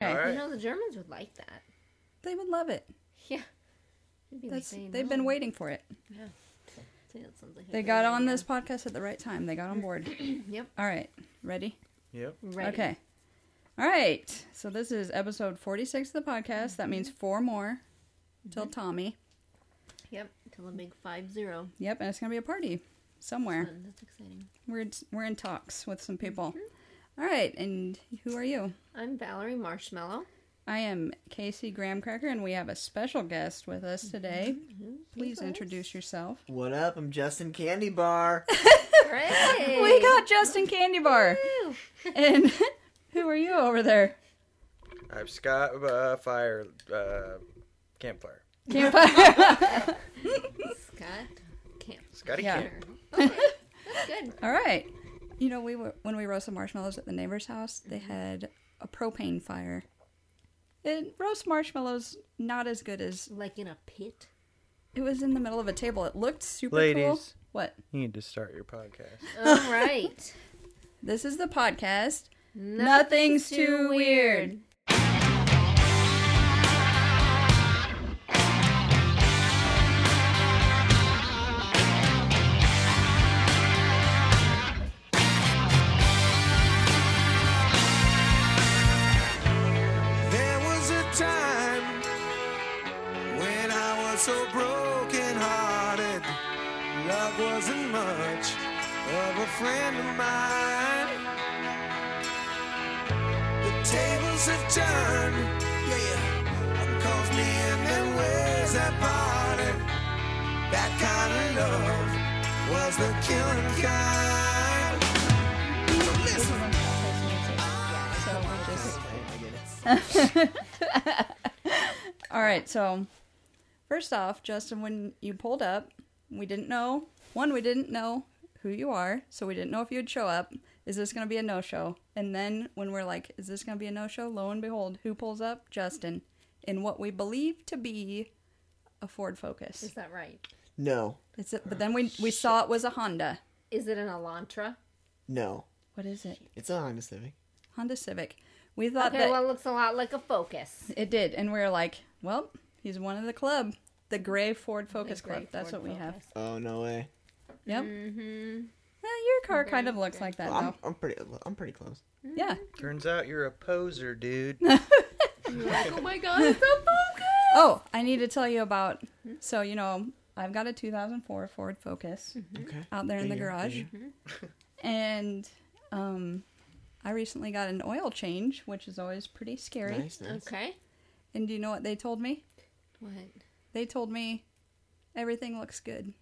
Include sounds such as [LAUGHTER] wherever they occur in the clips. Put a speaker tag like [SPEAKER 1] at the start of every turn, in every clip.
[SPEAKER 1] right.
[SPEAKER 2] You know the Germans would like that.
[SPEAKER 3] They would love it.
[SPEAKER 2] Yeah. They'd be like
[SPEAKER 3] That's,
[SPEAKER 2] saying
[SPEAKER 3] they've been
[SPEAKER 2] no.
[SPEAKER 3] waiting for it.
[SPEAKER 2] Yeah. I think that's something
[SPEAKER 3] They
[SPEAKER 2] that
[SPEAKER 3] got
[SPEAKER 2] we
[SPEAKER 3] on
[SPEAKER 2] need
[SPEAKER 3] this podcast at the right time. They got on board.
[SPEAKER 2] to- [CLEARS THROAT] Yep.
[SPEAKER 3] All right. Ready?
[SPEAKER 1] Yep.
[SPEAKER 2] Right.
[SPEAKER 3] Okay. All right. So this is episode 46 of the podcast. That
[SPEAKER 2] Mm-hmm.
[SPEAKER 3] means four more till Tommy.
[SPEAKER 2] Yep. Till a big five zero.
[SPEAKER 3] Yep. And it's going to be a party somewhere.
[SPEAKER 2] Fun. That's exciting. Mm-hmm.
[SPEAKER 3] We're, we're in talks with some people. All right. And who are you?
[SPEAKER 2] I'm Valerie
[SPEAKER 3] [LAUGHS]
[SPEAKER 2] Marshmallow.
[SPEAKER 3] I am Casey Graham Cracker, and we have a special guest with us today. Please introduce yourself.
[SPEAKER 4] What up? I'm Justin Candy Bar.
[SPEAKER 2] Hooray!
[SPEAKER 3] We got Oh Justin Candy Bar.
[SPEAKER 2] Woo!
[SPEAKER 3] And [LAUGHS] who are you over there?
[SPEAKER 1] I'm Scott uh, Fire uh, Campfire.
[SPEAKER 3] Campfire.
[SPEAKER 2] Scott Camp.
[SPEAKER 1] Scotty
[SPEAKER 3] Yeah.
[SPEAKER 1] Camp.
[SPEAKER 2] [LAUGHS] Okay. That's good.
[SPEAKER 3] All right. You know, we were, when we roasted marshmallows at the neighbor's house, they had a propane fire. And roast marshmallows not as good as
[SPEAKER 2] Like in a pit.
[SPEAKER 3] it was in the middle of a table. It looked super cool.
[SPEAKER 1] Ladies.
[SPEAKER 3] What?
[SPEAKER 1] You need to start your podcast.
[SPEAKER 2] All [LAUGHS] right.
[SPEAKER 3] This is the podcast. Nothing's too weird.
[SPEAKER 5] There was a time when I was so broken hearted. Love wasn't much of a friend of mine. The tables have turned, yeah, yeah. And caused me in them ways that parted. That kind of love was the killing kind. So listen.
[SPEAKER 3] So we're just
[SPEAKER 4] I get it.
[SPEAKER 3] [LAUGHS] All right, so first off, Justin, when you pulled up, we didn't know. One, we didn't know who you are, so we didn't know if you'd show up. Is this going to be a no show? And then when we're like, is this going to be a no show? Lo and behold, who pulls up? Justin, in what we believe to be a Ford Focus.
[SPEAKER 2] Is Oh, that right?
[SPEAKER 4] No,
[SPEAKER 3] It's a, but then we we saw it was a Honda.
[SPEAKER 2] Is it an Elantra?
[SPEAKER 4] no.
[SPEAKER 3] What is it?
[SPEAKER 4] It's a Honda Civic.
[SPEAKER 3] Honda Civic. We thought
[SPEAKER 2] Okay,
[SPEAKER 3] that
[SPEAKER 2] well, it looks a lot like a [LAUGHS] Focus.
[SPEAKER 3] it did, and we were like, well, he's one of the club, the gray Ford Focus
[SPEAKER 2] Like
[SPEAKER 3] Club.
[SPEAKER 2] great
[SPEAKER 3] That's
[SPEAKER 2] Ford
[SPEAKER 3] what we have.
[SPEAKER 2] Focus. Mm-hmm.
[SPEAKER 4] Oh no way.
[SPEAKER 3] Yep. Well, your car kind of looks like that,
[SPEAKER 4] Well, I'm, I'm pretty. I'm pretty close.
[SPEAKER 2] Mm-hmm.
[SPEAKER 3] though. Yeah.
[SPEAKER 1] Turns out you're a poser, dude.
[SPEAKER 2] oh my [LAUGHS] god, it's a Focus!
[SPEAKER 3] Oh, I need to tell you about. So you know, I've got a 2004 Ford Focus
[SPEAKER 2] Mm-hmm.
[SPEAKER 4] Okay.
[SPEAKER 3] out there Uh, in the
[SPEAKER 4] Mm-hmm. Yeah, yeah,
[SPEAKER 3] garage, and um, I recently got an oil change, which is always pretty scary.
[SPEAKER 4] Nice, nice.
[SPEAKER 2] Okay.
[SPEAKER 3] And do you know what they told me?
[SPEAKER 2] What?
[SPEAKER 3] They told me everything looks good.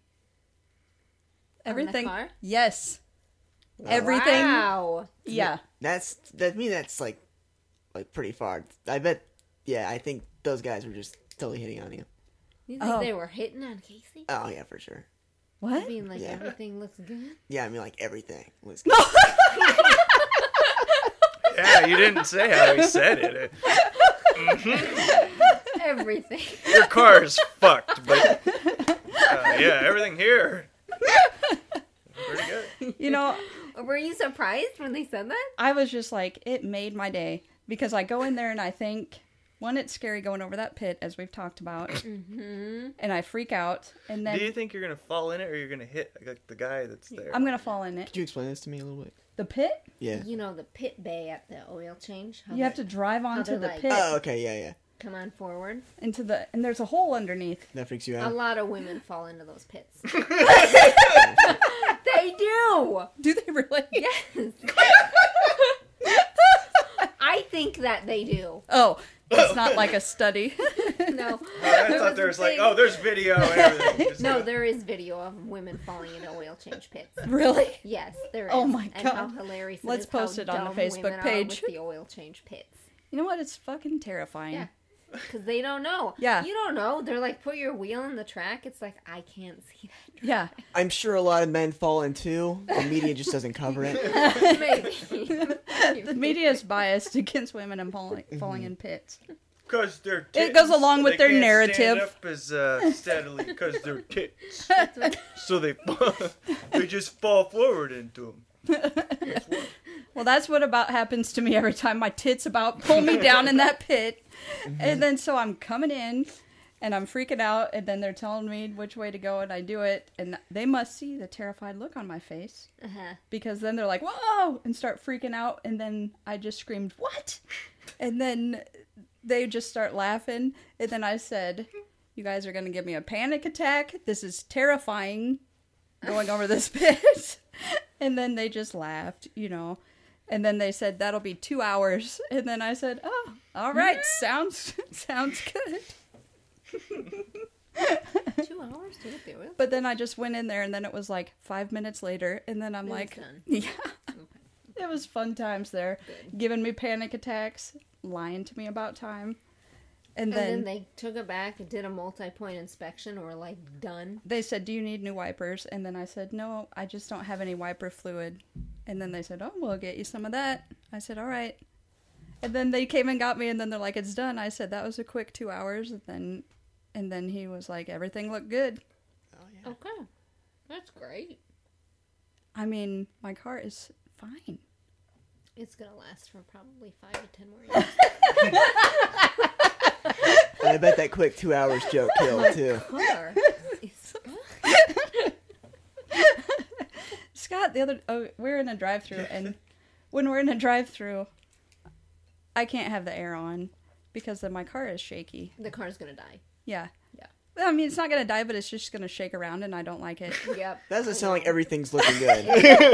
[SPEAKER 3] Everything.
[SPEAKER 2] car?
[SPEAKER 3] Yes. Everything.
[SPEAKER 2] Wow.
[SPEAKER 3] Yeah.
[SPEAKER 4] That's that. I mean, that's like, like pretty far. I bet. Yeah, I think those guys were just totally hitting on you.
[SPEAKER 2] You think
[SPEAKER 3] Oh.
[SPEAKER 2] they were hitting on Casey?
[SPEAKER 4] Oh yeah, for sure.
[SPEAKER 3] What?
[SPEAKER 2] I mean, like
[SPEAKER 4] Yeah.
[SPEAKER 2] everything looks good. [LAUGHS]
[SPEAKER 4] Yeah, I mean, like everything was.
[SPEAKER 1] [LAUGHS] yeah, you didn't say how he said it.
[SPEAKER 2] Everything. [LAUGHS]
[SPEAKER 1] Your car is fucked, but uh, yeah, everything here. Pretty good.
[SPEAKER 3] You know,
[SPEAKER 2] Were you surprised when they said that?
[SPEAKER 3] I was just like, it made my day because I go in there and I think, one, it's scary going over that pit as we've talked about,
[SPEAKER 2] Mm-hmm. Hmm.
[SPEAKER 3] and I freak out, and then
[SPEAKER 1] Do you think you're gonna fall in it, or you're gonna hit like, the guy that's there?
[SPEAKER 3] I'm gonna fall in it.
[SPEAKER 4] Could you explain this to me a little bit?
[SPEAKER 3] The pit?
[SPEAKER 4] Yeah.
[SPEAKER 2] You know the pit bay at the oil change. How
[SPEAKER 3] You have
[SPEAKER 2] they
[SPEAKER 3] to drive onto
[SPEAKER 2] they're
[SPEAKER 3] the
[SPEAKER 2] like-
[SPEAKER 3] pit
[SPEAKER 4] Oh, okay. Yeah, yeah.
[SPEAKER 2] come on forward.
[SPEAKER 3] into the, and there's a hole underneath. [LAUGHS]
[SPEAKER 4] That freaks you
[SPEAKER 2] A
[SPEAKER 4] out.
[SPEAKER 2] lot of women fall into those
[SPEAKER 1] [LAUGHS]
[SPEAKER 2] pits. they do.
[SPEAKER 3] Do they really?
[SPEAKER 2] Yes. I think that they do.
[SPEAKER 3] Oh, it's not like a study. [LAUGHS]
[SPEAKER 1] [LAUGHS]
[SPEAKER 2] No.
[SPEAKER 1] Oh, I
[SPEAKER 2] There
[SPEAKER 1] thought there
[SPEAKER 2] was
[SPEAKER 1] was
[SPEAKER 2] a
[SPEAKER 1] like,
[SPEAKER 2] [LAUGHS] thing-
[SPEAKER 1] oh, there's video and
[SPEAKER 2] [LAUGHS]
[SPEAKER 1] everything. Just
[SPEAKER 2] No,
[SPEAKER 1] like-
[SPEAKER 2] there is video of women falling into oil change pits.
[SPEAKER 3] really?
[SPEAKER 2] Yes, there is.
[SPEAKER 3] Oh my
[SPEAKER 2] And how
[SPEAKER 3] God.
[SPEAKER 2] hilarious!
[SPEAKER 3] Let's
[SPEAKER 2] is, how
[SPEAKER 3] post it on the
[SPEAKER 2] dumb
[SPEAKER 3] Facebook
[SPEAKER 2] women are
[SPEAKER 3] page.
[SPEAKER 2] with the oil change pits.
[SPEAKER 3] You know what? It's fucking terrifying.
[SPEAKER 2] Yeah. Because they don't know.
[SPEAKER 3] Yeah.
[SPEAKER 2] You don't know. They're like, put your wheel in the track. It's like, I can't see
[SPEAKER 3] [LAUGHS]
[SPEAKER 2] that.
[SPEAKER 3] Yeah.
[SPEAKER 4] I'm sure a lot of men fall in too. The media just doesn't cover it.
[SPEAKER 2] [LAUGHS] Maybe.
[SPEAKER 3] The media is biased [LAUGHS] against women and falling, falling in pits.
[SPEAKER 1] Because their
[SPEAKER 3] It goes
[SPEAKER 1] tits.
[SPEAKER 3] along with
[SPEAKER 1] They
[SPEAKER 3] their
[SPEAKER 1] can't
[SPEAKER 3] narrative.
[SPEAKER 1] Stand up as uh, steadily because
[SPEAKER 2] [LAUGHS]
[SPEAKER 1] they're tits, [LAUGHS]
[SPEAKER 2] [LAUGHS]
[SPEAKER 1] so they fall- they just fall forward into them.
[SPEAKER 3] Well, that's what about happens to me every time my tits about pull me down in that pit. And then so I'm coming in and I'm freaking out and then they're telling me which way to go and I do it and they must see the terrified look on my face
[SPEAKER 2] Uh-huh.
[SPEAKER 3] because then they're like, "Whoa!" and start freaking out and then I just screamed, "What?" And then they just start laughing and then I said, "You guys are going to give me a panic attack. This is terrifying going over this [LAUGHS] pit." and then they just laughed, you know. And then they said, "That'll be 2 hours." And then I said, "Oh, all right.
[SPEAKER 2] Mm-hmm.
[SPEAKER 3] sounds [LAUGHS] sounds good."
[SPEAKER 2] Two hours to get through it.
[SPEAKER 3] But then I just went in there, and then it was like five minutes later, and then I'm
[SPEAKER 2] Then
[SPEAKER 3] like,
[SPEAKER 2] it's done.
[SPEAKER 3] [LAUGHS] yeah, it was fun times there, giving me panic attacks, lying to me about time, and,
[SPEAKER 2] And
[SPEAKER 3] then,
[SPEAKER 2] then
[SPEAKER 3] they
[SPEAKER 2] they took it back and did a multi-point inspection or like done.
[SPEAKER 3] said, "Do you need new wipers?" And then I said, "No, I just don't have any wiper fluid." And then they said, "Oh, we'll get you some of that." I said, "All right." And then they came and got me, and then they're like, "It's done." I said, "That was a quick two hours." And then, and then he was like, "Everything looked good."
[SPEAKER 2] Okay. That's great.
[SPEAKER 3] I mean, my car is fine.
[SPEAKER 2] It's gonna last for probably five to ten more years.
[SPEAKER 4] And I bet that quick two hours joke
[SPEAKER 3] [LAUGHS]
[SPEAKER 4] killed too.
[SPEAKER 2] Car. [LAUGHS] It's-
[SPEAKER 3] Scott, the other oh, we're in a drive-through, and when we're in a drive-through, I can't have the air on because then my car is shaky.
[SPEAKER 2] the car's gonna die.
[SPEAKER 3] Yeah,
[SPEAKER 2] Yeah.
[SPEAKER 3] I mean, it's not gonna die, but it's just gonna shake around, and I don't like it.
[SPEAKER 2] Yep.
[SPEAKER 4] That doesn't sound like everything's [LAUGHS] looking good.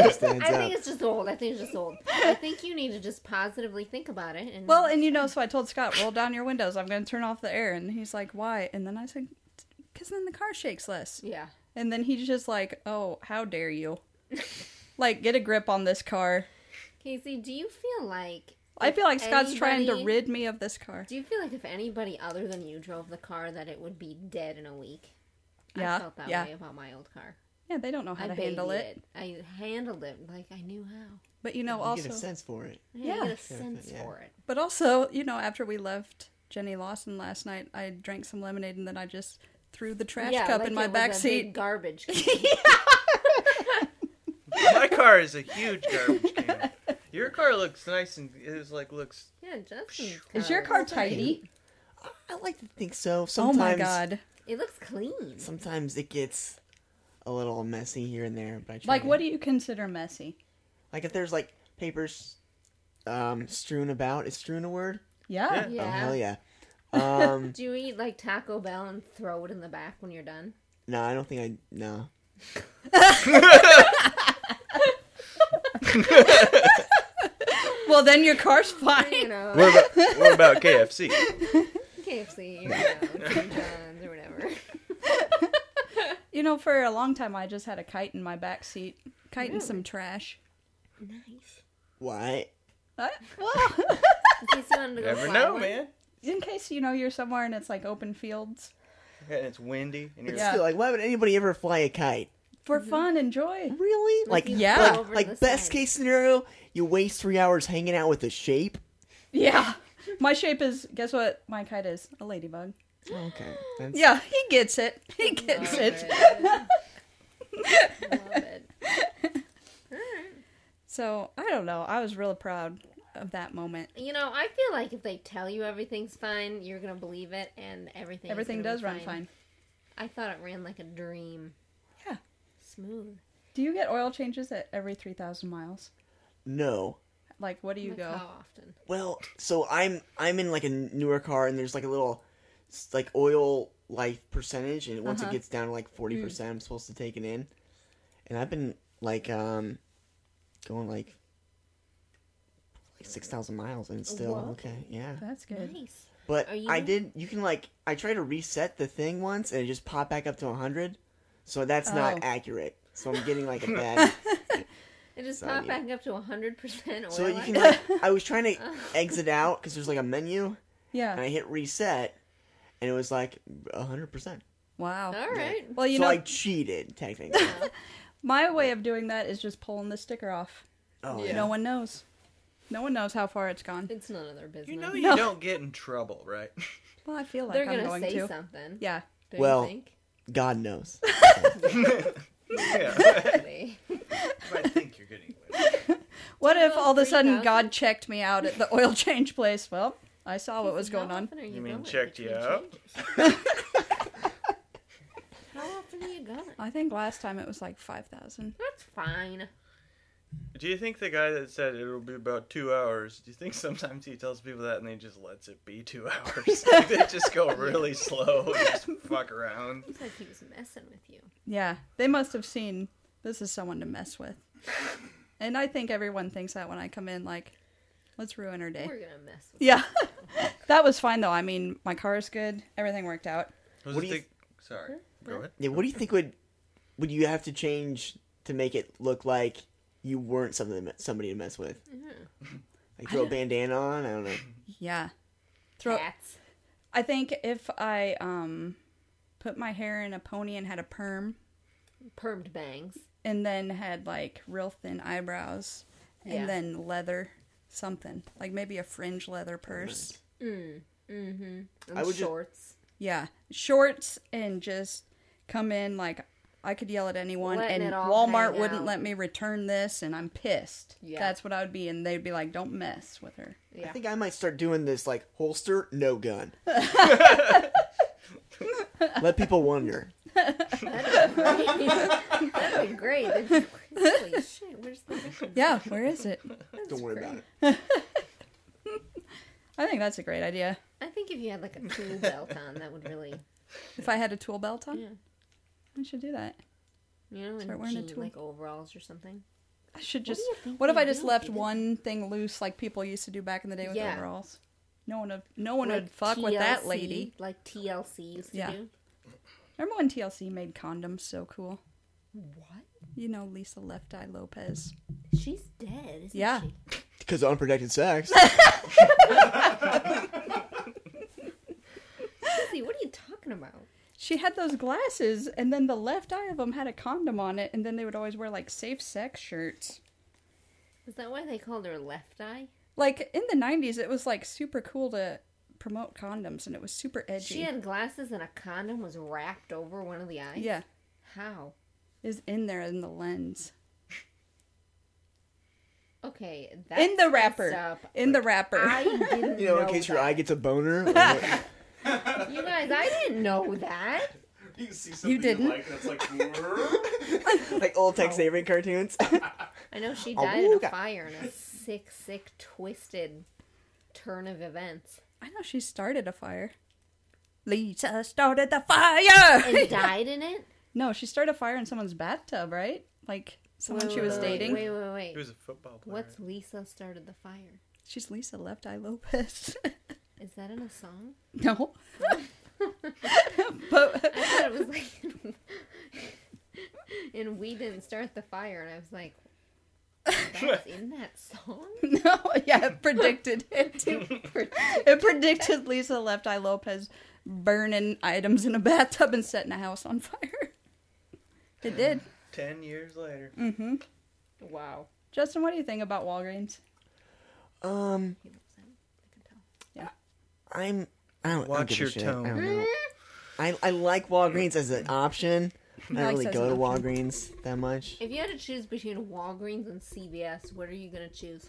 [SPEAKER 4] Just a heads
[SPEAKER 2] I think
[SPEAKER 4] up.
[SPEAKER 2] it's just old. I think it's just old. I think you need to just positively think about it. And
[SPEAKER 3] well, and you know, so I told Scott, roll down your windows. I'm gonna turn off the air, and he's like, why? And then I said, because then the car shakes less.
[SPEAKER 2] yeah,
[SPEAKER 3] And then he's just like, oh, how dare you? like, get a grip on this car.
[SPEAKER 2] Casey, do you feel like
[SPEAKER 3] I feel like
[SPEAKER 2] if
[SPEAKER 3] Scott's trying to
[SPEAKER 2] anybody-
[SPEAKER 3] rid me of this car.
[SPEAKER 2] Do you feel like if anybody other than you drove the car, that it would be dead in a week?
[SPEAKER 3] Yeah,
[SPEAKER 2] I felt that
[SPEAKER 3] yeah.
[SPEAKER 2] way about my old car.
[SPEAKER 3] Yeah, they don't know how
[SPEAKER 2] I
[SPEAKER 3] to
[SPEAKER 2] babied
[SPEAKER 3] handle it.
[SPEAKER 2] I handled it like I knew how.
[SPEAKER 3] But you know,
[SPEAKER 4] you get a
[SPEAKER 3] also,
[SPEAKER 4] sense for it.
[SPEAKER 2] I yeah,
[SPEAKER 3] Yeah.
[SPEAKER 2] get a
[SPEAKER 4] Sure,
[SPEAKER 2] sense
[SPEAKER 4] yeah.
[SPEAKER 2] for it.
[SPEAKER 3] but also, you know, after we left Jenny Lawson last night, I drank some lemonade and then I just threw the trash
[SPEAKER 2] yeah,
[SPEAKER 3] cup
[SPEAKER 2] like
[SPEAKER 3] in my
[SPEAKER 2] it was a
[SPEAKER 3] back
[SPEAKER 2] big
[SPEAKER 3] seat.
[SPEAKER 2] Garbage. can.
[SPEAKER 3] [LAUGHS]
[SPEAKER 1] My car is a huge garbage
[SPEAKER 2] [LAUGHS]
[SPEAKER 1] can. Your car looks nice and is like looks.
[SPEAKER 2] yeah, Justin's car.
[SPEAKER 3] Is your car tidy?
[SPEAKER 4] I like to think so.
[SPEAKER 3] Oh
[SPEAKER 4] Sometimes,
[SPEAKER 3] my god!
[SPEAKER 2] It looks clean.
[SPEAKER 4] Sometimes it gets a little messy here and there. But I try
[SPEAKER 3] Like,
[SPEAKER 4] to-
[SPEAKER 3] what do you consider messy?
[SPEAKER 4] Like if there's like papers um strewn about. Is strewn a word?
[SPEAKER 3] Yeah,
[SPEAKER 4] Oh
[SPEAKER 2] Yeah.
[SPEAKER 4] hell yeah. Um [LAUGHS]
[SPEAKER 2] Do you eat like Taco Bell and throw it in the back when you're done?
[SPEAKER 4] no, I don't think I no.
[SPEAKER 3] Well, then your [LAUGHS] car's fine.
[SPEAKER 2] You know,
[SPEAKER 1] What about, what about KFC?
[SPEAKER 2] KFC,
[SPEAKER 3] [LAUGHS]
[SPEAKER 2] you know, Jimmy John's or whatever. [LAUGHS]
[SPEAKER 3] You know, for a long time, I just had a kite in my back seat, kite and some trash.
[SPEAKER 2] Nice.
[SPEAKER 4] Why?
[SPEAKER 3] [LAUGHS] Uh, well,
[SPEAKER 2] In case you wanted to go
[SPEAKER 1] Never
[SPEAKER 2] fly
[SPEAKER 1] know,
[SPEAKER 2] one.
[SPEAKER 1] man.
[SPEAKER 3] in case you know you're somewhere and it's like open fields
[SPEAKER 1] And it's windy, and you're
[SPEAKER 3] Yeah.
[SPEAKER 4] Still, like why would anybody ever fly a kite?
[SPEAKER 3] for fun and joy.
[SPEAKER 4] Really? Like
[SPEAKER 2] you
[SPEAKER 3] Yeah.
[SPEAKER 4] Like,
[SPEAKER 2] go over
[SPEAKER 4] like
[SPEAKER 2] the
[SPEAKER 4] best
[SPEAKER 2] side.
[SPEAKER 4] case scenario, you waste three hours hanging out with a shape.
[SPEAKER 3] Yeah, my shape is. Guess what? My kite is a ladybug.
[SPEAKER 4] [GASPS] Okay. That's,
[SPEAKER 3] Yeah, he gets it. He gets
[SPEAKER 2] Love
[SPEAKER 3] it.
[SPEAKER 2] Love it.
[SPEAKER 3] [LAUGHS] So I don't know. I was real proud of that moment.
[SPEAKER 2] You know, I feel like if they tell you everything's fine, you're gonna believe it, and everything. is
[SPEAKER 3] Everything
[SPEAKER 2] gonna be
[SPEAKER 3] does run fine.
[SPEAKER 2] I thought it ran like a dream.
[SPEAKER 3] Yeah.
[SPEAKER 2] Smooth.
[SPEAKER 3] Do you get oil changes at every three thousand miles?
[SPEAKER 4] No.
[SPEAKER 3] Like, what do you
[SPEAKER 2] Like,
[SPEAKER 3] go?
[SPEAKER 2] How often?
[SPEAKER 4] Well, so I'm I'm in like a newer car and there's like a little s- like oil life percentage and
[SPEAKER 2] Uh-huh.
[SPEAKER 4] once it gets down to like 40%
[SPEAKER 2] Mm.
[SPEAKER 4] I'm supposed to take it in. And I've been like um going like like 6,000 miles and it's still
[SPEAKER 2] Whoa.
[SPEAKER 4] okay. Yeah.
[SPEAKER 3] That's good.
[SPEAKER 2] Nice. Are
[SPEAKER 4] But
[SPEAKER 2] you-
[SPEAKER 4] I did you can like I tried to reset the thing once and it just popped back up to 100. So that's
[SPEAKER 3] Oh.
[SPEAKER 4] not accurate. So I'm
[SPEAKER 2] [LAUGHS]
[SPEAKER 4] getting like a bad
[SPEAKER 2] It just
[SPEAKER 4] So
[SPEAKER 2] popped
[SPEAKER 4] you-
[SPEAKER 2] back up to hundred percent oil.
[SPEAKER 4] So you can
[SPEAKER 2] life.
[SPEAKER 4] like I was
[SPEAKER 2] [LAUGHS]
[SPEAKER 4] trying to exit out cuz there's like a menu and
[SPEAKER 3] Yeah.
[SPEAKER 4] I hit reset, and it was like hundred percent.
[SPEAKER 3] Wow.
[SPEAKER 2] All right.
[SPEAKER 3] Well, you
[SPEAKER 4] so
[SPEAKER 3] know,
[SPEAKER 4] I
[SPEAKER 3] [LAUGHS]
[SPEAKER 4] cheated technically.
[SPEAKER 3] my way of doing that is just pulling the sticker off.
[SPEAKER 4] Oh yeah.
[SPEAKER 3] No one knows. No one knows how far it's gone.
[SPEAKER 2] It's none of their business.
[SPEAKER 1] You know you
[SPEAKER 3] No.
[SPEAKER 1] don't get in trouble, [LAUGHS] right?
[SPEAKER 3] Well, I feel like
[SPEAKER 2] They're
[SPEAKER 3] I'm
[SPEAKER 2] gonna
[SPEAKER 3] going
[SPEAKER 2] say
[SPEAKER 3] to.
[SPEAKER 2] something.
[SPEAKER 3] Yeah.
[SPEAKER 2] Don't you
[SPEAKER 4] Well-
[SPEAKER 2] think?
[SPEAKER 4] [LAUGHS] God knows.
[SPEAKER 1] yeah.
[SPEAKER 2] They-
[SPEAKER 1] [LAUGHS]
[SPEAKER 2] [LAUGHS]
[SPEAKER 1] I think you're getting away.
[SPEAKER 3] What if
[SPEAKER 2] go
[SPEAKER 3] all of a sudden
[SPEAKER 2] 3,000?
[SPEAKER 3] God checked me out at the oil [LAUGHS] change place? Well, I saw [LAUGHS] what was going
[SPEAKER 2] How
[SPEAKER 3] on.
[SPEAKER 2] often are you,
[SPEAKER 1] You mean
[SPEAKER 2] going
[SPEAKER 1] checked you
[SPEAKER 2] between
[SPEAKER 1] out?
[SPEAKER 2] changes? How often are you going?
[SPEAKER 3] I think last time it was like 5,000.
[SPEAKER 2] That's fine.
[SPEAKER 1] Do you think the guy that said it'll be about two hours? Do you think sometimes he tells people that and they just lets it be two [LAUGHS] hours? Like, they just go really slow, and just fuck around.
[SPEAKER 2] It's like he was messing with you.
[SPEAKER 3] Yeah, they must have seen this is someone to
[SPEAKER 2] [LAUGHS]
[SPEAKER 3] mess with. And I think everyone thinks that when I come in, like, let's ruin her day.
[SPEAKER 2] We're gonna mess with.
[SPEAKER 3] Yeah. [LAUGHS] that was fine, though. I mean, my car is good, everything worked out.
[SPEAKER 1] Was
[SPEAKER 4] What
[SPEAKER 1] it
[SPEAKER 4] do you
[SPEAKER 1] the- Sorry, go ahead.
[SPEAKER 4] Yeah, what do you think would would you have to change to make it look like you weren't something to me- somebody to mess with? Like throw a bandana on? I don't know.
[SPEAKER 3] Yeah. Throw.
[SPEAKER 2] Cats.
[SPEAKER 3] I think if I um put my hair in a pony and had a perm
[SPEAKER 2] Permed bangs.
[SPEAKER 3] and then had like real thin eyebrows and
[SPEAKER 2] Yeah.
[SPEAKER 3] then leather something like maybe a fringe leather purse Mm,
[SPEAKER 2] And
[SPEAKER 3] mm-hmm.
[SPEAKER 4] I would just-
[SPEAKER 2] shorts.
[SPEAKER 3] yeah shorts and just come in like i could yell at anyone
[SPEAKER 2] Letting
[SPEAKER 3] and
[SPEAKER 2] it all
[SPEAKER 3] walmart
[SPEAKER 2] hang
[SPEAKER 3] wouldn't
[SPEAKER 2] out.
[SPEAKER 3] let me return this and i'm pissed
[SPEAKER 2] Yeah.
[SPEAKER 3] that's what i would be and they'd be like don't mess with
[SPEAKER 2] [LAUGHS]
[SPEAKER 3] her
[SPEAKER 2] Yeah.
[SPEAKER 4] I think I might start doing this like holster, no
[SPEAKER 3] [LAUGHS]
[SPEAKER 4] gun. Let people wonder. [LAUGHS]
[SPEAKER 2] That'd be great. That'd be- Holy shit! Where's
[SPEAKER 3] [LAUGHS]
[SPEAKER 2] the record?
[SPEAKER 3] yeah where is it
[SPEAKER 4] don't worry about it.
[SPEAKER 3] i think that's a great idea
[SPEAKER 2] I think if you had like a tool belt on, that would really,
[SPEAKER 3] if i had a tool belt on
[SPEAKER 2] Yeah.
[SPEAKER 3] i should do that
[SPEAKER 2] you know,
[SPEAKER 3] Start
[SPEAKER 2] and
[SPEAKER 3] wearing a
[SPEAKER 2] jean,
[SPEAKER 3] tool.
[SPEAKER 2] like overalls or something.
[SPEAKER 3] I should
[SPEAKER 2] do
[SPEAKER 3] just.
[SPEAKER 2] you think
[SPEAKER 3] What, if
[SPEAKER 2] they
[SPEAKER 3] I just
[SPEAKER 2] do?
[SPEAKER 3] left
[SPEAKER 2] They do-
[SPEAKER 3] one thing loose like people used to do back in the day with
[SPEAKER 2] Yeah.
[SPEAKER 3] overalls? No one would. No one would
[SPEAKER 2] Like
[SPEAKER 3] fuck with that
[SPEAKER 2] TLC,
[SPEAKER 3] lady.
[SPEAKER 2] Like TLC used to
[SPEAKER 3] Yeah.
[SPEAKER 2] do.
[SPEAKER 3] Remember when TLC made condoms so cool?
[SPEAKER 2] What?
[SPEAKER 3] You know Lisa Left Eye Lopez.
[SPEAKER 2] She's dead, isn't
[SPEAKER 3] Yeah.
[SPEAKER 2] she?
[SPEAKER 4] Because of unprotected sex.
[SPEAKER 2] Lizzie, what are you talking about?
[SPEAKER 3] She had those glasses, and then the left eye of them had a condom on it, and then they would always wear like safe sex shirts.
[SPEAKER 2] Is that why they called her Left Eye?
[SPEAKER 3] Like in the '90s, it was like super cool to promote condoms, and it was super edgy.
[SPEAKER 2] She had glasses and a condom was wrapped over one of the eyes.
[SPEAKER 3] yeah,
[SPEAKER 2] How?
[SPEAKER 3] is in there in the lens,
[SPEAKER 2] Okay, that's
[SPEAKER 3] in the wrapper,
[SPEAKER 2] messed up.
[SPEAKER 3] in the wrapper.
[SPEAKER 2] I didn't
[SPEAKER 3] [LAUGHS]
[SPEAKER 4] You know, in case your
[SPEAKER 2] that.
[SPEAKER 4] eye gets a boner.
[SPEAKER 2] You guys, I didn't know that.
[SPEAKER 6] You see something you
[SPEAKER 3] didn't?
[SPEAKER 6] like that's like, "Whoa."
[SPEAKER 4] like old Tex
[SPEAKER 3] [LAUGHS]
[SPEAKER 4] Avery cartoons.
[SPEAKER 2] I know she died in a
[SPEAKER 4] Awooga.
[SPEAKER 2] fire in a sick, sick, twisted turn of
[SPEAKER 3] [LAUGHS]
[SPEAKER 2] events.
[SPEAKER 3] I know she started a fire. Lisa started the fire.
[SPEAKER 2] And died in it?
[SPEAKER 3] no, she started a fire in someone's bathtub, right? Like someone
[SPEAKER 2] Wait,
[SPEAKER 3] she was
[SPEAKER 2] wait, wait,
[SPEAKER 3] dating.
[SPEAKER 2] Wait, wait, wait.
[SPEAKER 1] He was a football player.
[SPEAKER 2] What's Lisa started the fire?
[SPEAKER 3] She's Lisa Left Eye Lopez.
[SPEAKER 2] Is that in a song?
[SPEAKER 3] [LAUGHS] no. [LAUGHS] but
[SPEAKER 2] I thought it was [LAUGHS] like and we didn't start the fire, and I was like, that's in that song.
[SPEAKER 3] no, yeah, it predicted [LAUGHS] it. it predicted Lisa Left Eye Lopez burning items in a bathtub and setting a house on fire. It did.
[SPEAKER 1] Ten years later.
[SPEAKER 2] Wow.
[SPEAKER 3] Justin, what do you think about Walgreens?
[SPEAKER 4] um,
[SPEAKER 2] He loves him. I can tell.
[SPEAKER 4] I'm. I don't, I don't
[SPEAKER 1] Watch
[SPEAKER 4] give a
[SPEAKER 1] your
[SPEAKER 4] shit.
[SPEAKER 1] tone.
[SPEAKER 4] I, don't know.
[SPEAKER 2] Mm-hmm.
[SPEAKER 4] I I like Walgreens as an option.
[SPEAKER 3] Alex
[SPEAKER 4] I don't really
[SPEAKER 3] has
[SPEAKER 4] go
[SPEAKER 3] an
[SPEAKER 4] to
[SPEAKER 3] option.
[SPEAKER 4] Walgreens that much.
[SPEAKER 2] If you had to choose between Walgreens and CVS, what are you gonna choose?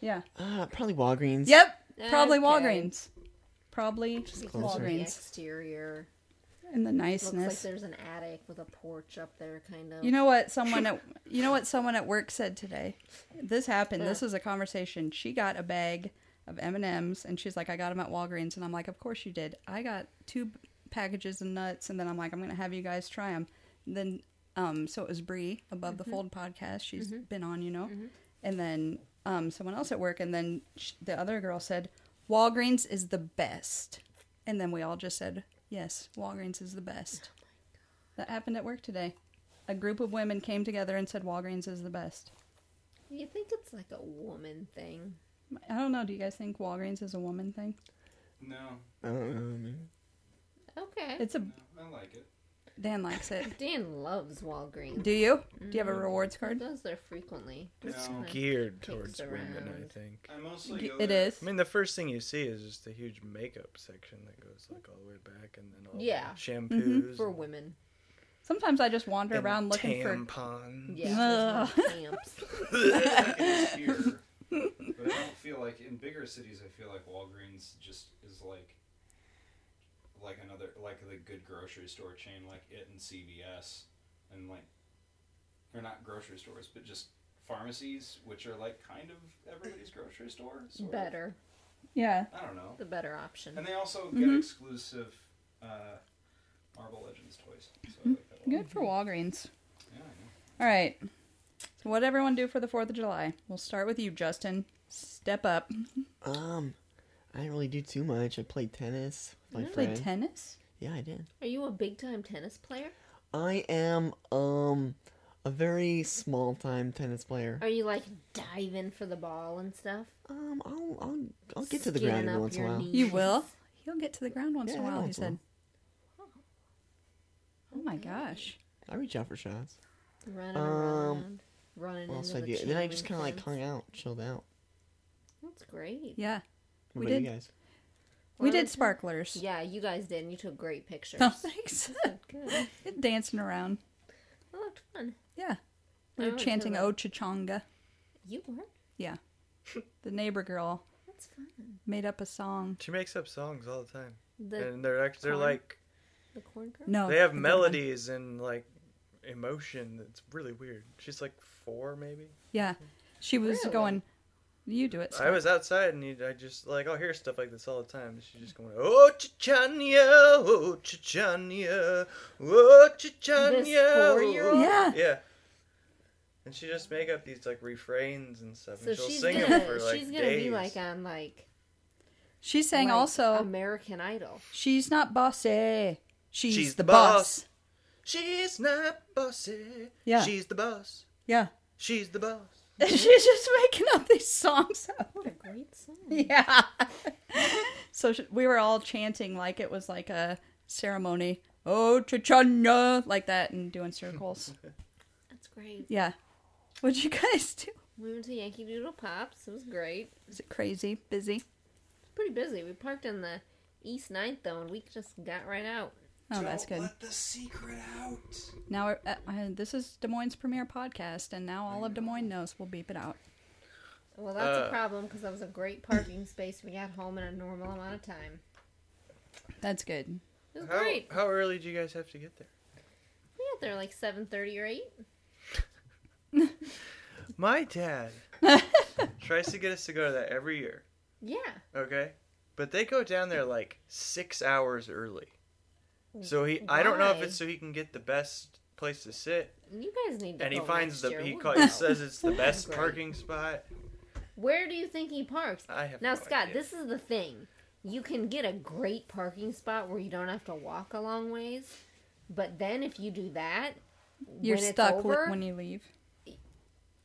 [SPEAKER 3] Yeah.
[SPEAKER 4] Uh, probably Walgreens.
[SPEAKER 3] Yep. Probably
[SPEAKER 2] Okay.
[SPEAKER 3] Walgreens. Probably
[SPEAKER 2] Because of the
[SPEAKER 3] Walgreens.
[SPEAKER 2] exterior
[SPEAKER 3] And the
[SPEAKER 2] looks like
[SPEAKER 3] niceness.
[SPEAKER 2] there's an attic with a porch up there, kind of.
[SPEAKER 3] you know what someone at you know what someone at work said today. This happened. This was a conversation. She got a bag of M and M's, and she's like, "I got them at Walgreens," and I'm like, "Of course you did. I got two b- packages of nuts, and then I'm like, I'm gonna have you guys try them." Then, um, so it was Bree above the fold podcast. She's been on, you know, and then um, someone else at work, and then sh- the other girl said, "Walgreens is the best," and then we all just said, "Yes, Walgreens is the best." That happened at work today. A group of women came together and said Walgreens is the best.
[SPEAKER 2] you think it's like a woman thing.
[SPEAKER 3] I don't know. Do you guys think Walgreens is a woman thing?
[SPEAKER 6] No,
[SPEAKER 4] I don't know. man.
[SPEAKER 2] Okay.
[SPEAKER 3] It's a
[SPEAKER 6] no, I like it.
[SPEAKER 3] Dan likes it.
[SPEAKER 2] Dan loves Walgreens.
[SPEAKER 3] Do you? Do you have a rewards
[SPEAKER 2] He
[SPEAKER 3] card?
[SPEAKER 2] goes there frequently.
[SPEAKER 6] No.
[SPEAKER 2] Kinda-
[SPEAKER 1] Geared
[SPEAKER 2] Kicks
[SPEAKER 1] towards women, I
[SPEAKER 2] around.
[SPEAKER 1] think.
[SPEAKER 6] I mostly go
[SPEAKER 3] It
[SPEAKER 6] there-
[SPEAKER 3] is.
[SPEAKER 1] I mean, the first thing you see is just a huge makeup section that goes like all the way back, and then all the
[SPEAKER 2] Yeah.
[SPEAKER 1] shampoos.
[SPEAKER 2] For
[SPEAKER 1] and-
[SPEAKER 2] women.
[SPEAKER 3] Sometimes I just Mm-hmm. wander
[SPEAKER 1] And
[SPEAKER 3] around looking for.
[SPEAKER 1] tampon.
[SPEAKER 2] Yeah. there's no [LAUGHS] camps.
[SPEAKER 3] [LAUGHS]
[SPEAKER 6] It's here, but I don't feel like in bigger cities. I feel like Walgreens just is like, like another like the good grocery store chain, like it and CVS, and like, they're not grocery stores, but just pharmacies, which are like kind of everybody's grocery store. sort of.
[SPEAKER 2] Better.
[SPEAKER 3] Yeah.
[SPEAKER 6] I don't know.
[SPEAKER 2] The better option.
[SPEAKER 6] And they also get
[SPEAKER 3] Mm-hmm.
[SPEAKER 6] exclusive uh, Marvel Legends toys. So I like that a lot.
[SPEAKER 3] Mm-hmm. Good for Walgreens.
[SPEAKER 6] Yeah, I
[SPEAKER 3] All
[SPEAKER 6] know.
[SPEAKER 3] right. So what everyone do for the 4th of July? We'll start with you, Justin. Step up.
[SPEAKER 4] Um, I didn't really do too much. I played tennis with my
[SPEAKER 3] Play
[SPEAKER 4] friend.
[SPEAKER 3] tennis?
[SPEAKER 4] yeah, I did.
[SPEAKER 2] Are you a big time tennis player?
[SPEAKER 4] I am um a very small time tennis player.
[SPEAKER 2] Are you like diving for the ball and stuff?
[SPEAKER 4] Um, I'll I'll I'll get to the
[SPEAKER 2] Skinning
[SPEAKER 4] ground every
[SPEAKER 2] up
[SPEAKER 4] once in a
[SPEAKER 2] your
[SPEAKER 4] while.
[SPEAKER 2] knees?
[SPEAKER 3] You will? He'll get to the ground once in a
[SPEAKER 4] Yeah,
[SPEAKER 3] while, he
[SPEAKER 4] once in a
[SPEAKER 3] said. Oh my gosh.
[SPEAKER 4] I reach out for shots.
[SPEAKER 2] Running
[SPEAKER 4] Um,
[SPEAKER 2] around. Running
[SPEAKER 4] What else
[SPEAKER 2] into
[SPEAKER 4] did I
[SPEAKER 2] the
[SPEAKER 4] do?
[SPEAKER 2] chain
[SPEAKER 4] Then I just kind of like
[SPEAKER 2] fence.
[SPEAKER 4] hung out, chilled out.
[SPEAKER 2] That's great.
[SPEAKER 3] Yeah.
[SPEAKER 4] What
[SPEAKER 3] We
[SPEAKER 4] about you
[SPEAKER 3] did-
[SPEAKER 4] guys?
[SPEAKER 3] We
[SPEAKER 2] Why
[SPEAKER 3] did
[SPEAKER 2] don't you-
[SPEAKER 3] sparklers.
[SPEAKER 2] Yeah, you guys did, and you took great pictures.
[SPEAKER 3] Oh, [LAUGHS] thanks.
[SPEAKER 2] [LAUGHS] Good. That
[SPEAKER 3] Dancing around.
[SPEAKER 2] looked fun. I
[SPEAKER 3] Yeah. We were
[SPEAKER 2] went to
[SPEAKER 3] chanting
[SPEAKER 2] the-
[SPEAKER 3] Oh Chichonga.
[SPEAKER 2] You were.
[SPEAKER 3] Yeah. the neighbor girl
[SPEAKER 2] That's fun.
[SPEAKER 3] made up a song.
[SPEAKER 1] She makes up songs all the time,
[SPEAKER 2] The
[SPEAKER 4] Uh,
[SPEAKER 1] and they're act- they're
[SPEAKER 2] corn?
[SPEAKER 1] like
[SPEAKER 2] the corn girl.
[SPEAKER 3] No.
[SPEAKER 1] they have
[SPEAKER 3] the Oh, good one.
[SPEAKER 1] melodies and like emotion. That's really weird. She's like four, maybe.
[SPEAKER 3] Yeah. She was
[SPEAKER 2] Really?
[SPEAKER 3] going, You do it.
[SPEAKER 1] I was outside and you- I just like I'll hear stuff like this all the time. She's just going, oh Chichania, oh Chichania, oh Chichania. oh."
[SPEAKER 2] four-year-old?
[SPEAKER 3] Yeah.
[SPEAKER 1] Yeah. And she just make up these like refrains and stuff,
[SPEAKER 2] So
[SPEAKER 1] and she'll
[SPEAKER 2] she's
[SPEAKER 1] sing
[SPEAKER 2] gonna
[SPEAKER 1] them for like
[SPEAKER 2] she's gonna
[SPEAKER 1] days.
[SPEAKER 2] be like on like
[SPEAKER 3] She sang
[SPEAKER 2] like,
[SPEAKER 3] also,
[SPEAKER 2] American Idol.
[SPEAKER 3] She's not bossy. She's,
[SPEAKER 1] She's
[SPEAKER 3] the
[SPEAKER 1] the boss."
[SPEAKER 3] boss.
[SPEAKER 1] She's not bossy.
[SPEAKER 3] Yeah.
[SPEAKER 1] She's the boss.
[SPEAKER 3] Yeah. [LAUGHS]
[SPEAKER 1] She's the boss.
[SPEAKER 3] She's just making up these songs.
[SPEAKER 2] What a great song! [LAUGHS]
[SPEAKER 3] yeah. [LAUGHS] so sh- we were all chanting like it was like a ceremony. Oh, Chichanya, like that, and
[SPEAKER 1] [LAUGHS]
[SPEAKER 3] doing circles.
[SPEAKER 2] That's great.
[SPEAKER 3] yeah. What'd you guys do?
[SPEAKER 2] We went to Yankee Doodle Pops. It was great.
[SPEAKER 3] Is it crazy? Busy?
[SPEAKER 2] It's pretty busy. We parked in the East Ninth though, and we just got right out.
[SPEAKER 3] Oh, that's
[SPEAKER 6] Don't
[SPEAKER 3] good.
[SPEAKER 6] Let the secret out.
[SPEAKER 3] Now, we're- uh, uh, this is Des Moines' premier podcast, and now all of Des Moines knows we'll beep it out.
[SPEAKER 2] Well, that's a
[SPEAKER 1] Uh.
[SPEAKER 2] problem because that was a great parking space. We got home in a normal amount of time.
[SPEAKER 3] That's good.
[SPEAKER 2] It was
[SPEAKER 1] How,
[SPEAKER 2] Oh, great.
[SPEAKER 1] how early do you guys have to get there?
[SPEAKER 2] We got there like seven thirty or eight.
[SPEAKER 1] My
[SPEAKER 3] [LAUGHS]
[SPEAKER 1] dad tries to get us to go to that every year,
[SPEAKER 2] Yeah.
[SPEAKER 1] okay? But they go down there like six hours early. So he, I don't know if
[SPEAKER 2] Why?
[SPEAKER 1] it's so he can get the best place to sit,
[SPEAKER 2] You guys need to.
[SPEAKER 1] and he
[SPEAKER 2] go
[SPEAKER 1] finds
[SPEAKER 2] next
[SPEAKER 1] the
[SPEAKER 2] year.
[SPEAKER 1] he,
[SPEAKER 2] We'll
[SPEAKER 1] call,
[SPEAKER 2] go.
[SPEAKER 1] he says it's the best
[SPEAKER 2] Great.
[SPEAKER 1] parking spot.
[SPEAKER 2] Where do you think he parks?
[SPEAKER 1] I have
[SPEAKER 2] Now,
[SPEAKER 1] no
[SPEAKER 2] Scott,
[SPEAKER 1] idea.
[SPEAKER 2] this is the thing. You can get a great parking spot where you don't have to walk a long ways, but then if you do that,
[SPEAKER 3] You're
[SPEAKER 2] when
[SPEAKER 3] stuck
[SPEAKER 2] it's
[SPEAKER 3] wi-
[SPEAKER 2] over,
[SPEAKER 3] when you leave.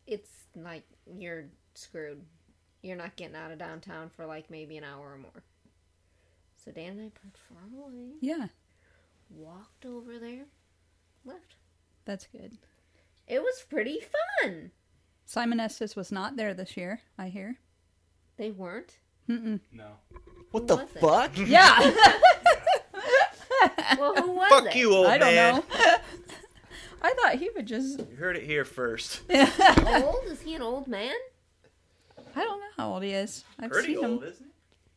[SPEAKER 2] it's like you're screwed. You're not getting out of downtown for like maybe an hour or more. So Dan and I parked far away,
[SPEAKER 3] Yeah,
[SPEAKER 2] walked over there, left.
[SPEAKER 3] that's good.
[SPEAKER 2] It was pretty fun.
[SPEAKER 3] Simon Estes was not there this year,
[SPEAKER 2] [LAUGHS]
[SPEAKER 3] I hear.
[SPEAKER 2] They
[SPEAKER 1] [LAUGHS]
[SPEAKER 2] weren't.
[SPEAKER 6] No.
[SPEAKER 4] What the
[SPEAKER 2] was it?
[SPEAKER 4] fuck?
[SPEAKER 3] Yeah.
[SPEAKER 2] Well, who was
[SPEAKER 1] Fuck
[SPEAKER 2] it?
[SPEAKER 1] you, old
[SPEAKER 3] [LAUGHS] I don't
[SPEAKER 1] man.
[SPEAKER 3] know. I thought he
[SPEAKER 2] [LAUGHS]
[SPEAKER 3] would just.
[SPEAKER 1] You heard it here first.
[SPEAKER 2] Old? Is he an old man?
[SPEAKER 3] I don't know how old he is. I've
[SPEAKER 1] Pretty
[SPEAKER 3] seen
[SPEAKER 1] old,
[SPEAKER 3] him.
[SPEAKER 1] isn't it?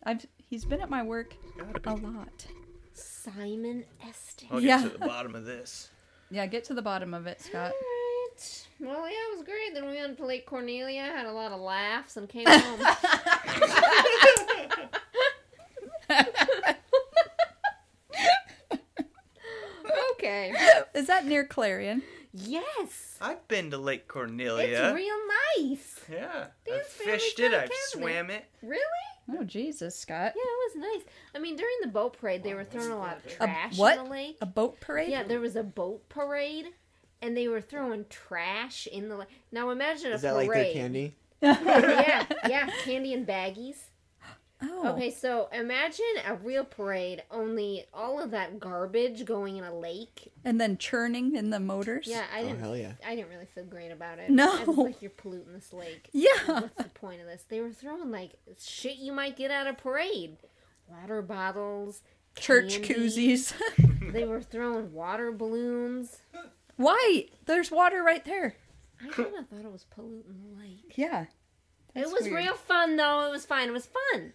[SPEAKER 3] I've he's been at my work
[SPEAKER 1] Gotta be.
[SPEAKER 3] a lot.
[SPEAKER 2] Simon Estes.
[SPEAKER 1] I'll
[SPEAKER 3] Yeah.
[SPEAKER 1] get to the bottom of this.
[SPEAKER 3] Yeah, get to the bottom of
[SPEAKER 2] [LAUGHS]
[SPEAKER 3] it, Scott.
[SPEAKER 2] Alright. Well, yeah, it was great. Then we went to Lake Cornelia, had a lot of laughs, and came
[SPEAKER 3] [LAUGHS]
[SPEAKER 2] home. okay.
[SPEAKER 3] Is that near Clarion?
[SPEAKER 2] Yes.
[SPEAKER 1] I've been to Lake
[SPEAKER 4] Oh,
[SPEAKER 1] Cornelia.
[SPEAKER 2] It's real nice.
[SPEAKER 1] yeah, I
[SPEAKER 2] These families
[SPEAKER 1] fished it.
[SPEAKER 2] don't
[SPEAKER 1] I've
[SPEAKER 2] have any.
[SPEAKER 1] swam it.
[SPEAKER 2] Really?
[SPEAKER 3] Oh Jesus, Scott!
[SPEAKER 2] Yeah, it was nice. I mean, during the boat parade, they were throwing a lot of
[SPEAKER 3] Oh, A
[SPEAKER 2] trash
[SPEAKER 3] what?
[SPEAKER 2] in the lake.
[SPEAKER 3] A boat parade?
[SPEAKER 2] Yeah, there was a boat parade, and they were throwing trash in the lake. Now imagine a
[SPEAKER 4] Is that
[SPEAKER 2] parade.
[SPEAKER 4] like their candy?
[SPEAKER 2] [LAUGHS] yeah,
[SPEAKER 3] [LAUGHS]
[SPEAKER 2] yeah, candy and baggies.
[SPEAKER 3] Oh,
[SPEAKER 2] Okay, so imagine a real parade, only all of that garbage going in a lake.
[SPEAKER 3] and then churning in the motors.
[SPEAKER 2] Yeah, I
[SPEAKER 4] Oh
[SPEAKER 2] didn't.
[SPEAKER 4] hell yeah!
[SPEAKER 2] I didn't really feel great about it.
[SPEAKER 3] No.
[SPEAKER 2] I was like, you're polluting this lake.
[SPEAKER 3] [LAUGHS] Yeah.
[SPEAKER 2] What's the point of this? They were throwing like shit you might get at a parade, water bottles,
[SPEAKER 3] church
[SPEAKER 2] candy.
[SPEAKER 3] koozies. [LAUGHS]
[SPEAKER 2] [LAUGHS] They were throwing water balloons.
[SPEAKER 3] Why? There's water right there.
[SPEAKER 2] I kind of thought it was polluting the lake.
[SPEAKER 3] Yeah.
[SPEAKER 2] it was
[SPEAKER 3] weird.
[SPEAKER 2] real fun though. It was fine. It was fun,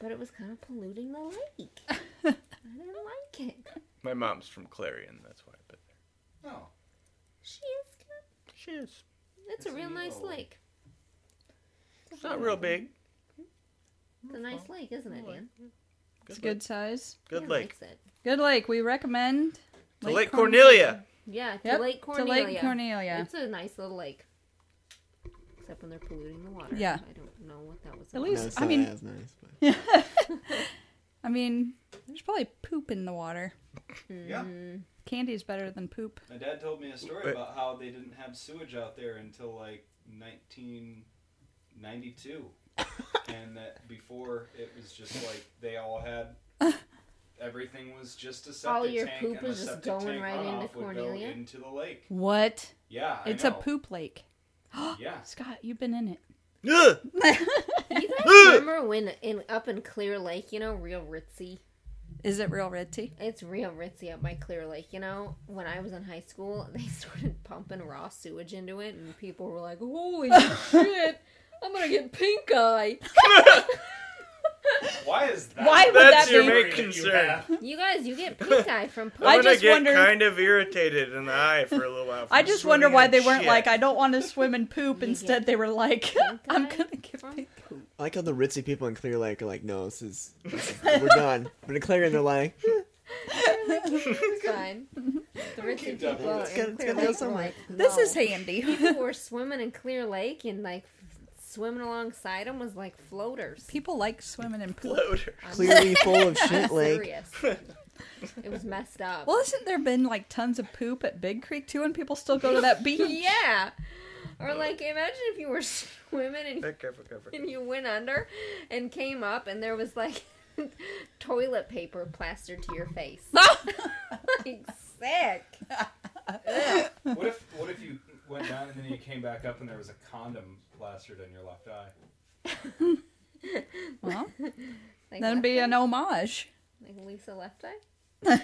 [SPEAKER 2] but it was kind of polluting the
[SPEAKER 3] [LAUGHS]
[SPEAKER 2] lake. I didn't like it.
[SPEAKER 1] My mom's from Clarion, that's why. But
[SPEAKER 6] No.
[SPEAKER 2] She is good.
[SPEAKER 1] she is.
[SPEAKER 2] It's a
[SPEAKER 6] It's
[SPEAKER 2] real
[SPEAKER 6] a
[SPEAKER 2] nice
[SPEAKER 6] little-
[SPEAKER 2] lake.
[SPEAKER 1] It's not real big.
[SPEAKER 2] It's a nice lake, isn't it, Dan?
[SPEAKER 3] It's a good size.
[SPEAKER 1] Good
[SPEAKER 2] Dan
[SPEAKER 1] lake.
[SPEAKER 2] likes it.
[SPEAKER 3] Good lake. We recommend.
[SPEAKER 1] To Lake Cornelia.
[SPEAKER 2] Yeah, to Lake
[SPEAKER 3] Yep, to Lake
[SPEAKER 2] Cornelia.
[SPEAKER 3] Cornelia.
[SPEAKER 2] It's a nice little lake. Except when they're polluting the water.
[SPEAKER 3] Yeah.
[SPEAKER 2] I don't know what that was.
[SPEAKER 3] At
[SPEAKER 2] about.
[SPEAKER 4] No,
[SPEAKER 3] least-
[SPEAKER 4] it's
[SPEAKER 3] I
[SPEAKER 4] not
[SPEAKER 3] mean-
[SPEAKER 4] as nice. But.
[SPEAKER 3] I mean, there's probably poop in the water.
[SPEAKER 2] Hmm.
[SPEAKER 6] Yeah.
[SPEAKER 3] Candy's better than poop.
[SPEAKER 6] My dad told me a story
[SPEAKER 1] Wait.
[SPEAKER 6] about how they didn't have sewage out there until like
[SPEAKER 1] [LAUGHS]
[SPEAKER 6] 1992. and that before it was just like they all had everything was just a septic
[SPEAKER 2] All your
[SPEAKER 6] tank
[SPEAKER 2] poop
[SPEAKER 6] and
[SPEAKER 2] was
[SPEAKER 6] the
[SPEAKER 2] just
[SPEAKER 6] septic
[SPEAKER 2] going
[SPEAKER 6] tank
[SPEAKER 2] right into
[SPEAKER 6] runoff would go
[SPEAKER 2] Cornelia?
[SPEAKER 6] into the lake.
[SPEAKER 3] What?
[SPEAKER 6] Yeah, I
[SPEAKER 3] it's a
[SPEAKER 6] know.
[SPEAKER 3] poop lake.
[SPEAKER 6] Yeah.
[SPEAKER 3] Scott, you've been in it.
[SPEAKER 1] Ugh!
[SPEAKER 3] [LAUGHS]
[SPEAKER 2] You guys remember when in up in Clear Lake, you know, real ritzy?
[SPEAKER 3] Is it real ritzy?
[SPEAKER 2] It's real ritzy up by Clear Lake. You know, when I was in high school, [LAUGHS] they started pumping raw sewage into it, and people were like,
[SPEAKER 3] [LAUGHS]
[SPEAKER 2] "Holy shit, I'm gonna get pink eye."
[SPEAKER 6] Why is that?
[SPEAKER 3] Why would
[SPEAKER 1] That's
[SPEAKER 3] that
[SPEAKER 1] your
[SPEAKER 3] be?
[SPEAKER 1] main concern.
[SPEAKER 2] You guys, you
[SPEAKER 1] [LAUGHS]
[SPEAKER 2] get pink eye from
[SPEAKER 3] I
[SPEAKER 1] I'm
[SPEAKER 2] poop.
[SPEAKER 1] gonna
[SPEAKER 3] just
[SPEAKER 1] get
[SPEAKER 3] wondered-
[SPEAKER 1] kind of irritated in the eye for a little while. from
[SPEAKER 3] I just wonder
[SPEAKER 1] swimming
[SPEAKER 3] why
[SPEAKER 1] in
[SPEAKER 3] they weren't
[SPEAKER 1] shit.
[SPEAKER 3] like, I don't want to swim
[SPEAKER 2] [LAUGHS]
[SPEAKER 3] in poop. Instead, they were like, [LAUGHS] I'm
[SPEAKER 2] eye
[SPEAKER 3] gonna give
[SPEAKER 2] from
[SPEAKER 3] pink.
[SPEAKER 2] poop.
[SPEAKER 4] I like how the ritzy people in Clear Lake are like, no, this is, this is- we're done. But in Clarion, they're like,
[SPEAKER 3] [LAUGHS]
[SPEAKER 2] It's fine. The ritzy
[SPEAKER 6] Keep that
[SPEAKER 2] people
[SPEAKER 6] up.
[SPEAKER 2] in
[SPEAKER 6] It's
[SPEAKER 4] gotta-
[SPEAKER 2] Clear
[SPEAKER 4] it's gotta go
[SPEAKER 2] Lake were
[SPEAKER 4] somewhere.
[SPEAKER 2] like,
[SPEAKER 3] This
[SPEAKER 2] "No."
[SPEAKER 3] is handy.
[SPEAKER 2] people were swimming in Clear Lake, and like swimming alongside them was like floaters.
[SPEAKER 3] [LAUGHS] People like swimming
[SPEAKER 1] [LAUGHS]
[SPEAKER 3] in poop.
[SPEAKER 1] Floater.
[SPEAKER 4] clearly full of shit
[SPEAKER 2] I'm
[SPEAKER 4] lake.
[SPEAKER 2] [LAUGHS] serious. it was messed up.
[SPEAKER 3] Well, hasn't there been like tons of poop at Big Creek too, and people still go to
[SPEAKER 2] [LAUGHS]
[SPEAKER 3] that beach?
[SPEAKER 2] yeah. Or like, imagine if you were [LAUGHS] swimming and,
[SPEAKER 1] Back up, back up, back
[SPEAKER 2] [LAUGHS]
[SPEAKER 1] up.
[SPEAKER 2] and you went under and came up, and there was like [LAUGHS] toilet paper plastered to your
[SPEAKER 3] [LAUGHS]
[SPEAKER 2] face. like sick.
[SPEAKER 6] What if what if you went down and then you came back up and there was a condom plastered on your left eye?
[SPEAKER 3] Well,
[SPEAKER 2] Like
[SPEAKER 3] that'd be an homage.
[SPEAKER 2] like Lisa Left
[SPEAKER 3] [LAUGHS]
[SPEAKER 2] Eye.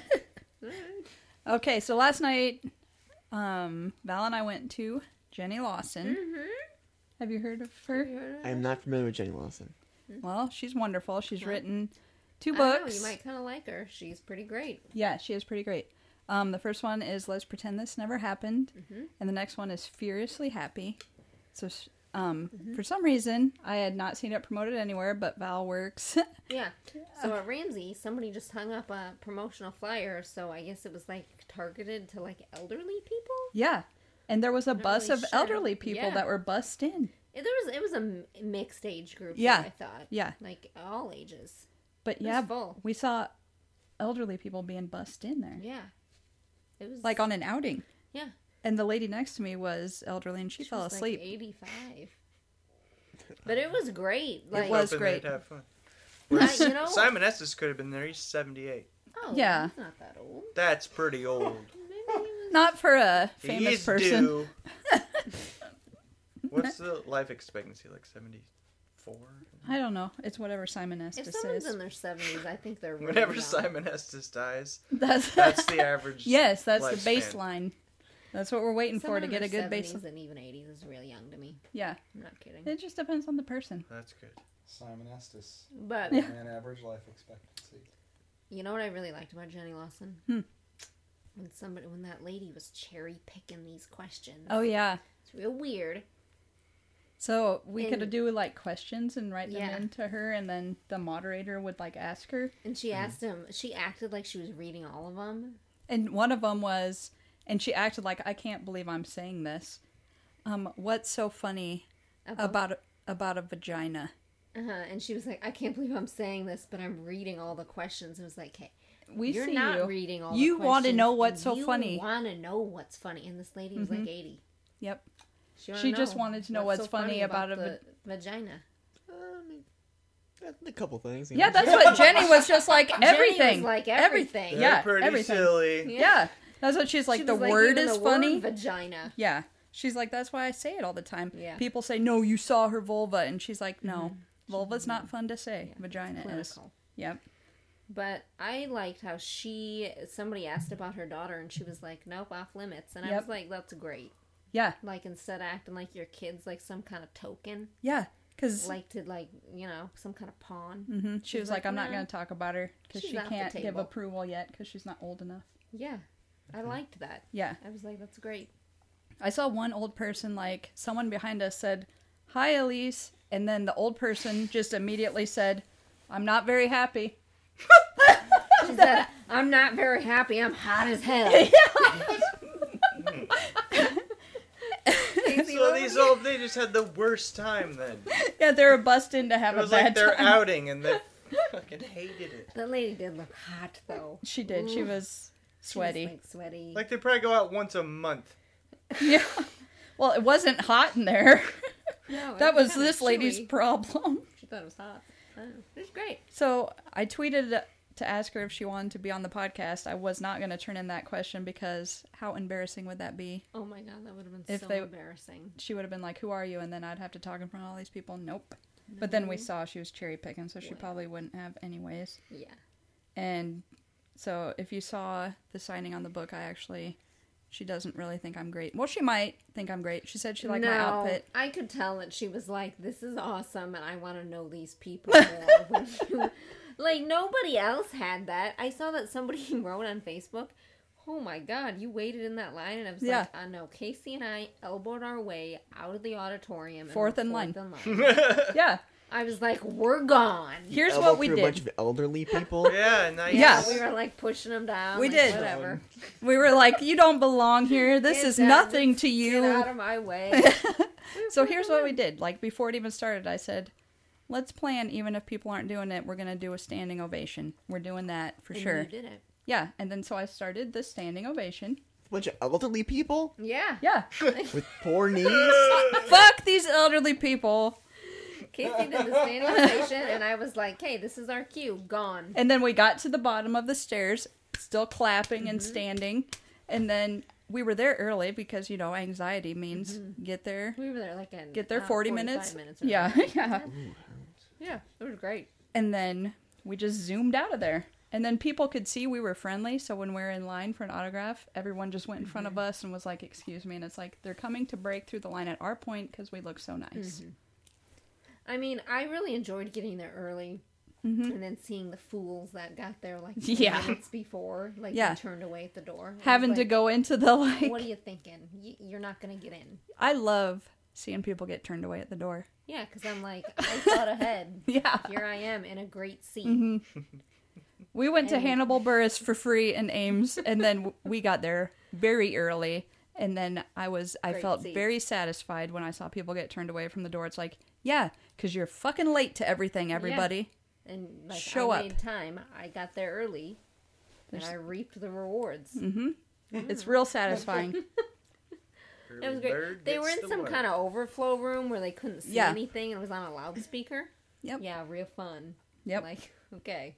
[SPEAKER 3] Okay, so last night, um, Val and I went to Jenny Lawson.
[SPEAKER 2] Mm-hmm.
[SPEAKER 3] Have you heard of her?
[SPEAKER 4] I am not familiar with Jenny Lawson.
[SPEAKER 3] Well, she's wonderful. She's written two
[SPEAKER 2] Mm-hmm. I don't know,
[SPEAKER 3] books.
[SPEAKER 2] you might kind of like her. She's pretty great.
[SPEAKER 3] Yeah, she is pretty great. Um, the first one is Let's Pretend This Never Happened,
[SPEAKER 2] Mm-hmm.
[SPEAKER 3] and the next one is Furiously Happy. So, s- um,
[SPEAKER 2] Mm-hmm.
[SPEAKER 3] for some reason, I had not seen it promoted anywhere, but Val works. [LAUGHS]
[SPEAKER 2] Yeah. So at Ramsey, somebody just hung up a promotional flyer, so I guess it was like targeted to like elderly people.
[SPEAKER 3] yeah, and there was a bus
[SPEAKER 2] really
[SPEAKER 3] of
[SPEAKER 2] sure.
[SPEAKER 3] elderly people
[SPEAKER 2] Yeah.
[SPEAKER 3] that were bussed in.
[SPEAKER 2] It, there was it was a m- mixed age group.
[SPEAKER 3] Yeah.
[SPEAKER 2] I thought.
[SPEAKER 3] Yeah.
[SPEAKER 2] like all ages.
[SPEAKER 3] But
[SPEAKER 2] was
[SPEAKER 3] yeah,
[SPEAKER 2] full.
[SPEAKER 3] we saw elderly people being bussed in there,
[SPEAKER 2] Yeah, it was
[SPEAKER 3] like on an outing.
[SPEAKER 2] yeah.
[SPEAKER 3] And the lady next to me was elderly, and she,
[SPEAKER 2] she
[SPEAKER 3] fell
[SPEAKER 2] was, like,
[SPEAKER 3] asleep.
[SPEAKER 2] Eighty-five. But it was great. Like
[SPEAKER 3] was
[SPEAKER 1] Up in
[SPEAKER 3] great.
[SPEAKER 1] there to have fun.
[SPEAKER 2] I- you know,
[SPEAKER 1] Simon Estes could have been there. He's 78.
[SPEAKER 2] oh,
[SPEAKER 3] Yeah.
[SPEAKER 2] he's not that old.
[SPEAKER 1] That's pretty old.
[SPEAKER 2] Maybe he was.
[SPEAKER 3] Not for a [LAUGHS] famous
[SPEAKER 1] He's
[SPEAKER 3] person. [LAUGHS]
[SPEAKER 1] due. What's the life expectancy? Like 74?
[SPEAKER 3] I don't know. It's whatever Simon Estes
[SPEAKER 2] If someone's
[SPEAKER 3] is.
[SPEAKER 2] in their seventies, I think they're really
[SPEAKER 1] Whenever
[SPEAKER 2] young.
[SPEAKER 1] Simon Estes
[SPEAKER 3] [LAUGHS]
[SPEAKER 1] dies, [LAUGHS]
[SPEAKER 3] That's
[SPEAKER 1] that's the average.
[SPEAKER 3] Yes, that's the
[SPEAKER 1] lifespan.
[SPEAKER 3] baseline. That's what we're waiting
[SPEAKER 2] Someone
[SPEAKER 3] for to
[SPEAKER 2] in
[SPEAKER 3] get a
[SPEAKER 2] their
[SPEAKER 3] good
[SPEAKER 2] 70s
[SPEAKER 3] baseline.
[SPEAKER 2] and even eighties is real young to me.
[SPEAKER 3] Yeah,
[SPEAKER 2] I'm not kidding.
[SPEAKER 3] it just depends on the person.
[SPEAKER 1] That's good.
[SPEAKER 6] Simon Estes,
[SPEAKER 2] But
[SPEAKER 6] man, average life expectancy.
[SPEAKER 2] You know what I really liked about Jenny Lawson?
[SPEAKER 3] Hmm.
[SPEAKER 2] When somebody, when that lady was cherry picking these questions,
[SPEAKER 3] Oh yeah.
[SPEAKER 2] it's real weird.
[SPEAKER 3] So we
[SPEAKER 2] And-
[SPEAKER 3] could do like questions and write them
[SPEAKER 2] Yeah.
[SPEAKER 3] into her, and then the moderator would like ask her.
[SPEAKER 2] And she asked him. She acted like she was reading all of them.
[SPEAKER 3] And one of them was, and she acted like I can't believe I'm saying this. Um, what's so funny
[SPEAKER 2] Uh-huh.
[SPEAKER 3] about a, about a vagina?
[SPEAKER 2] uh and she was like, "I can't believe I'm saying this, but I'm reading all the questions." It was like, "Hey,
[SPEAKER 3] We
[SPEAKER 2] you're
[SPEAKER 3] see
[SPEAKER 2] not
[SPEAKER 3] you.
[SPEAKER 2] reading all.
[SPEAKER 3] You
[SPEAKER 2] the
[SPEAKER 3] wanna
[SPEAKER 2] questions.
[SPEAKER 3] know what's so
[SPEAKER 2] You
[SPEAKER 3] funny."
[SPEAKER 2] Want to know what's funny?" And this lady was like eighty.
[SPEAKER 3] Yep.
[SPEAKER 2] [LAUGHS] wanted
[SPEAKER 3] She
[SPEAKER 2] to
[SPEAKER 3] just wanted to know what's funny about a
[SPEAKER 2] the vagina.
[SPEAKER 4] Uh, A couple things. you
[SPEAKER 3] Yeah,
[SPEAKER 4] know.
[SPEAKER 3] that's what Jenny was just like everything.
[SPEAKER 2] Jenny was like everything.
[SPEAKER 1] They're
[SPEAKER 3] Yeah,
[SPEAKER 1] pretty
[SPEAKER 3] everything.
[SPEAKER 1] silly.
[SPEAKER 3] Yeah. that's what she's like.
[SPEAKER 2] She
[SPEAKER 3] the
[SPEAKER 2] was like,
[SPEAKER 3] word
[SPEAKER 2] even
[SPEAKER 3] is
[SPEAKER 2] the
[SPEAKER 3] funny.
[SPEAKER 2] vagina.
[SPEAKER 3] Yeah. She's like, that's why I say it all the time.
[SPEAKER 2] Yeah. Mm-hmm.
[SPEAKER 3] People say, no, you saw her vulva. And she's like, no, vulva's not fun to say. Vagina is.
[SPEAKER 2] Clinical.
[SPEAKER 3] Yep.
[SPEAKER 2] But I liked how she somebody asked about her daughter and she was like, "Nope, off limits." And I
[SPEAKER 3] Yep.
[SPEAKER 2] was like, "That's great."
[SPEAKER 3] Yeah,
[SPEAKER 2] Like instead of acting like your kids like some kind of token,
[SPEAKER 3] yeah. Because
[SPEAKER 2] like to like you know some kind of pawn.
[SPEAKER 1] Mm-hmm.
[SPEAKER 3] she was like, I'm not going to talk about her because
[SPEAKER 2] She's
[SPEAKER 3] she
[SPEAKER 2] off the
[SPEAKER 3] can't give
[SPEAKER 2] table."
[SPEAKER 3] approval yet because she's not old enough.
[SPEAKER 2] Yeah, I liked that.
[SPEAKER 3] Yeah.
[SPEAKER 2] I was like, "That's
[SPEAKER 3] [LAUGHS]
[SPEAKER 2] great."
[SPEAKER 3] I saw one old person, like, someone behind us said, Hi, Elise. And then the old person just immediately said, I'm not very happy.
[SPEAKER 2] She said, "I'm not very happy. I'm hot as
[SPEAKER 3] [LAUGHS]
[SPEAKER 2] hell."
[SPEAKER 1] [LAUGHS] So these old they just had the worst time then.
[SPEAKER 3] [LAUGHS] Yeah, they were busting to have
[SPEAKER 1] It was
[SPEAKER 3] a bad
[SPEAKER 1] like their
[SPEAKER 3] time.
[SPEAKER 1] outing and they [LAUGHS] fucking hated it.
[SPEAKER 2] That lady did look hot though.
[SPEAKER 3] She did. She
[SPEAKER 2] Ooh. She
[SPEAKER 3] was
[SPEAKER 2] was,
[SPEAKER 3] sweaty.
[SPEAKER 2] like sweaty.
[SPEAKER 1] Like they probably go out once a month.
[SPEAKER 3] [LAUGHS] yeah. Well, it wasn't hot in there.
[SPEAKER 2] No, it
[SPEAKER 3] that was
[SPEAKER 2] kinda
[SPEAKER 3] this lady's
[SPEAKER 2] chewy.
[SPEAKER 3] problem. [LAUGHS]
[SPEAKER 2] She thought it was hot. Oh, it was great.
[SPEAKER 3] So I tweeted to ask her if she wanted to be on the podcast. I was not going to turn in that question because how embarrassing would that be?
[SPEAKER 2] Oh my god, that would have been
[SPEAKER 3] If
[SPEAKER 2] so
[SPEAKER 3] they-
[SPEAKER 2] embarrassing.
[SPEAKER 3] She would have been like, "Who are you?" and then I'd have to talk in front of all these people. Nope. But then we saw she was cherry picking, so she
[SPEAKER 2] Wow.
[SPEAKER 3] probably wouldn't have anyways.
[SPEAKER 2] Yeah.
[SPEAKER 3] And so if you saw the signing on the book, I actually she doesn't really think I'm great. Well, she might think I'm great. She said she liked my outfit.
[SPEAKER 2] I could tell that she was like, "This is awesome, and I want to know these
[SPEAKER 3] [LAUGHS]
[SPEAKER 2] people." more." [LAUGHS] When you- like nobody else had that. I saw that somebody [LAUGHS] wrote on Facebook, "Oh my god, you waited in that line," and I was
[SPEAKER 3] Yeah.
[SPEAKER 2] like, "I know." Casey and I elbowed our way out of the auditorium, and
[SPEAKER 3] Fourth
[SPEAKER 2] we're
[SPEAKER 3] in line.
[SPEAKER 2] fourth in line.
[SPEAKER 4] [LAUGHS]
[SPEAKER 3] Yeah.
[SPEAKER 2] I was like, "We're
[SPEAKER 3] [LAUGHS]
[SPEAKER 2] gone."
[SPEAKER 3] Here's
[SPEAKER 4] Elbow
[SPEAKER 3] what we
[SPEAKER 4] through
[SPEAKER 3] did.
[SPEAKER 4] A bunch of elderly people.
[SPEAKER 2] [LAUGHS]
[SPEAKER 1] Yeah, nice.
[SPEAKER 3] Yeah.
[SPEAKER 2] We were like pushing them down.
[SPEAKER 3] We
[SPEAKER 2] like,
[SPEAKER 3] did.
[SPEAKER 2] whatever.
[SPEAKER 3] We were like, "You don't
[SPEAKER 2] [LAUGHS]
[SPEAKER 3] belong here. This
[SPEAKER 2] Get
[SPEAKER 3] is
[SPEAKER 2] down.
[SPEAKER 3] nothing to you."
[SPEAKER 2] Get out of my way.
[SPEAKER 3] [LAUGHS] So here's what we did. Like before it even started, I said, "Let's plan. Even if people aren't doing it, we're gonna do a standing ovation. We're doing that for
[SPEAKER 2] And
[SPEAKER 3] sure."
[SPEAKER 2] You did it.
[SPEAKER 3] Yeah. And then so I started the standing ovation.
[SPEAKER 4] A bunch of elderly people
[SPEAKER 2] Yeah. [LAUGHS]
[SPEAKER 3] Yeah.
[SPEAKER 4] with poor knees.
[SPEAKER 3] Fuck these elderly people.
[SPEAKER 2] Casey did the standing ovation, and I was like, "Hey, this is our cue. Gone."
[SPEAKER 3] And then we got to the bottom of the stairs, still clapping and
[SPEAKER 2] Mm-hmm.
[SPEAKER 3] standing. And then we were there early because you know anxiety means get there,
[SPEAKER 2] Mm-hmm. We were there like an
[SPEAKER 3] get there
[SPEAKER 2] uh,
[SPEAKER 3] forty
[SPEAKER 2] 45
[SPEAKER 3] minutes.
[SPEAKER 2] or
[SPEAKER 3] yeah, [LAUGHS]
[SPEAKER 2] something.
[SPEAKER 3] yeah.
[SPEAKER 2] yeah. It was great.
[SPEAKER 3] and then we just zoomed out of there. And then people could see we were friendly, so when we were in line for an autograph, everyone just went in front
[SPEAKER 2] Mm-hmm.
[SPEAKER 3] of us and was like, "Excuse me," and it's like they're coming to break through the line at our point because we look so nice.
[SPEAKER 2] Mm-hmm. I mean, I really enjoyed getting there early. And then seeing the fools that got there
[SPEAKER 3] [LAUGHS]
[SPEAKER 2] like three
[SPEAKER 3] Mm-hmm. Yeah.
[SPEAKER 2] minutes before, like they
[SPEAKER 3] Yeah.
[SPEAKER 2] turned away at the door, I was
[SPEAKER 3] Having to
[SPEAKER 2] like,
[SPEAKER 3] go into the like,
[SPEAKER 2] What are you thinking? Y- You're not gonna get in.
[SPEAKER 3] I love seeing people get turned away at the door. [LAUGHS]
[SPEAKER 2] Yeah, because I'm like, I thought ahead.
[SPEAKER 3] Yeah, Mm-hmm.
[SPEAKER 2] Here I am in a great seat.
[SPEAKER 3] we went to
[SPEAKER 2] And-
[SPEAKER 3] Hannibal Burris for free in Ames, and then w- we got there very early. And then I was, I
[SPEAKER 2] Great
[SPEAKER 3] felt
[SPEAKER 2] seats.
[SPEAKER 3] very satisfied when I saw people get turned away from the door. It's like, yeah, because you're fucking late to everything, everybody.
[SPEAKER 2] [LAUGHS] And like,
[SPEAKER 3] Show
[SPEAKER 2] I
[SPEAKER 3] up.
[SPEAKER 2] made time. I got there early,
[SPEAKER 3] There's-
[SPEAKER 2] and I reaped the rewards.
[SPEAKER 3] It's real satisfying.
[SPEAKER 2] [LAUGHS] It was
[SPEAKER 1] Early
[SPEAKER 2] great.
[SPEAKER 1] bird
[SPEAKER 2] They were
[SPEAKER 1] gets
[SPEAKER 2] in
[SPEAKER 1] the
[SPEAKER 2] some
[SPEAKER 1] worm.
[SPEAKER 2] kind of overflow room where they couldn't see
[SPEAKER 3] Yeah.
[SPEAKER 2] anything and it was on a loudspeaker.
[SPEAKER 3] Yep.
[SPEAKER 2] Yeah, real fun.
[SPEAKER 3] Yep.
[SPEAKER 2] Like, [LAUGHS]
[SPEAKER 3] [LAUGHS]
[SPEAKER 2] okay.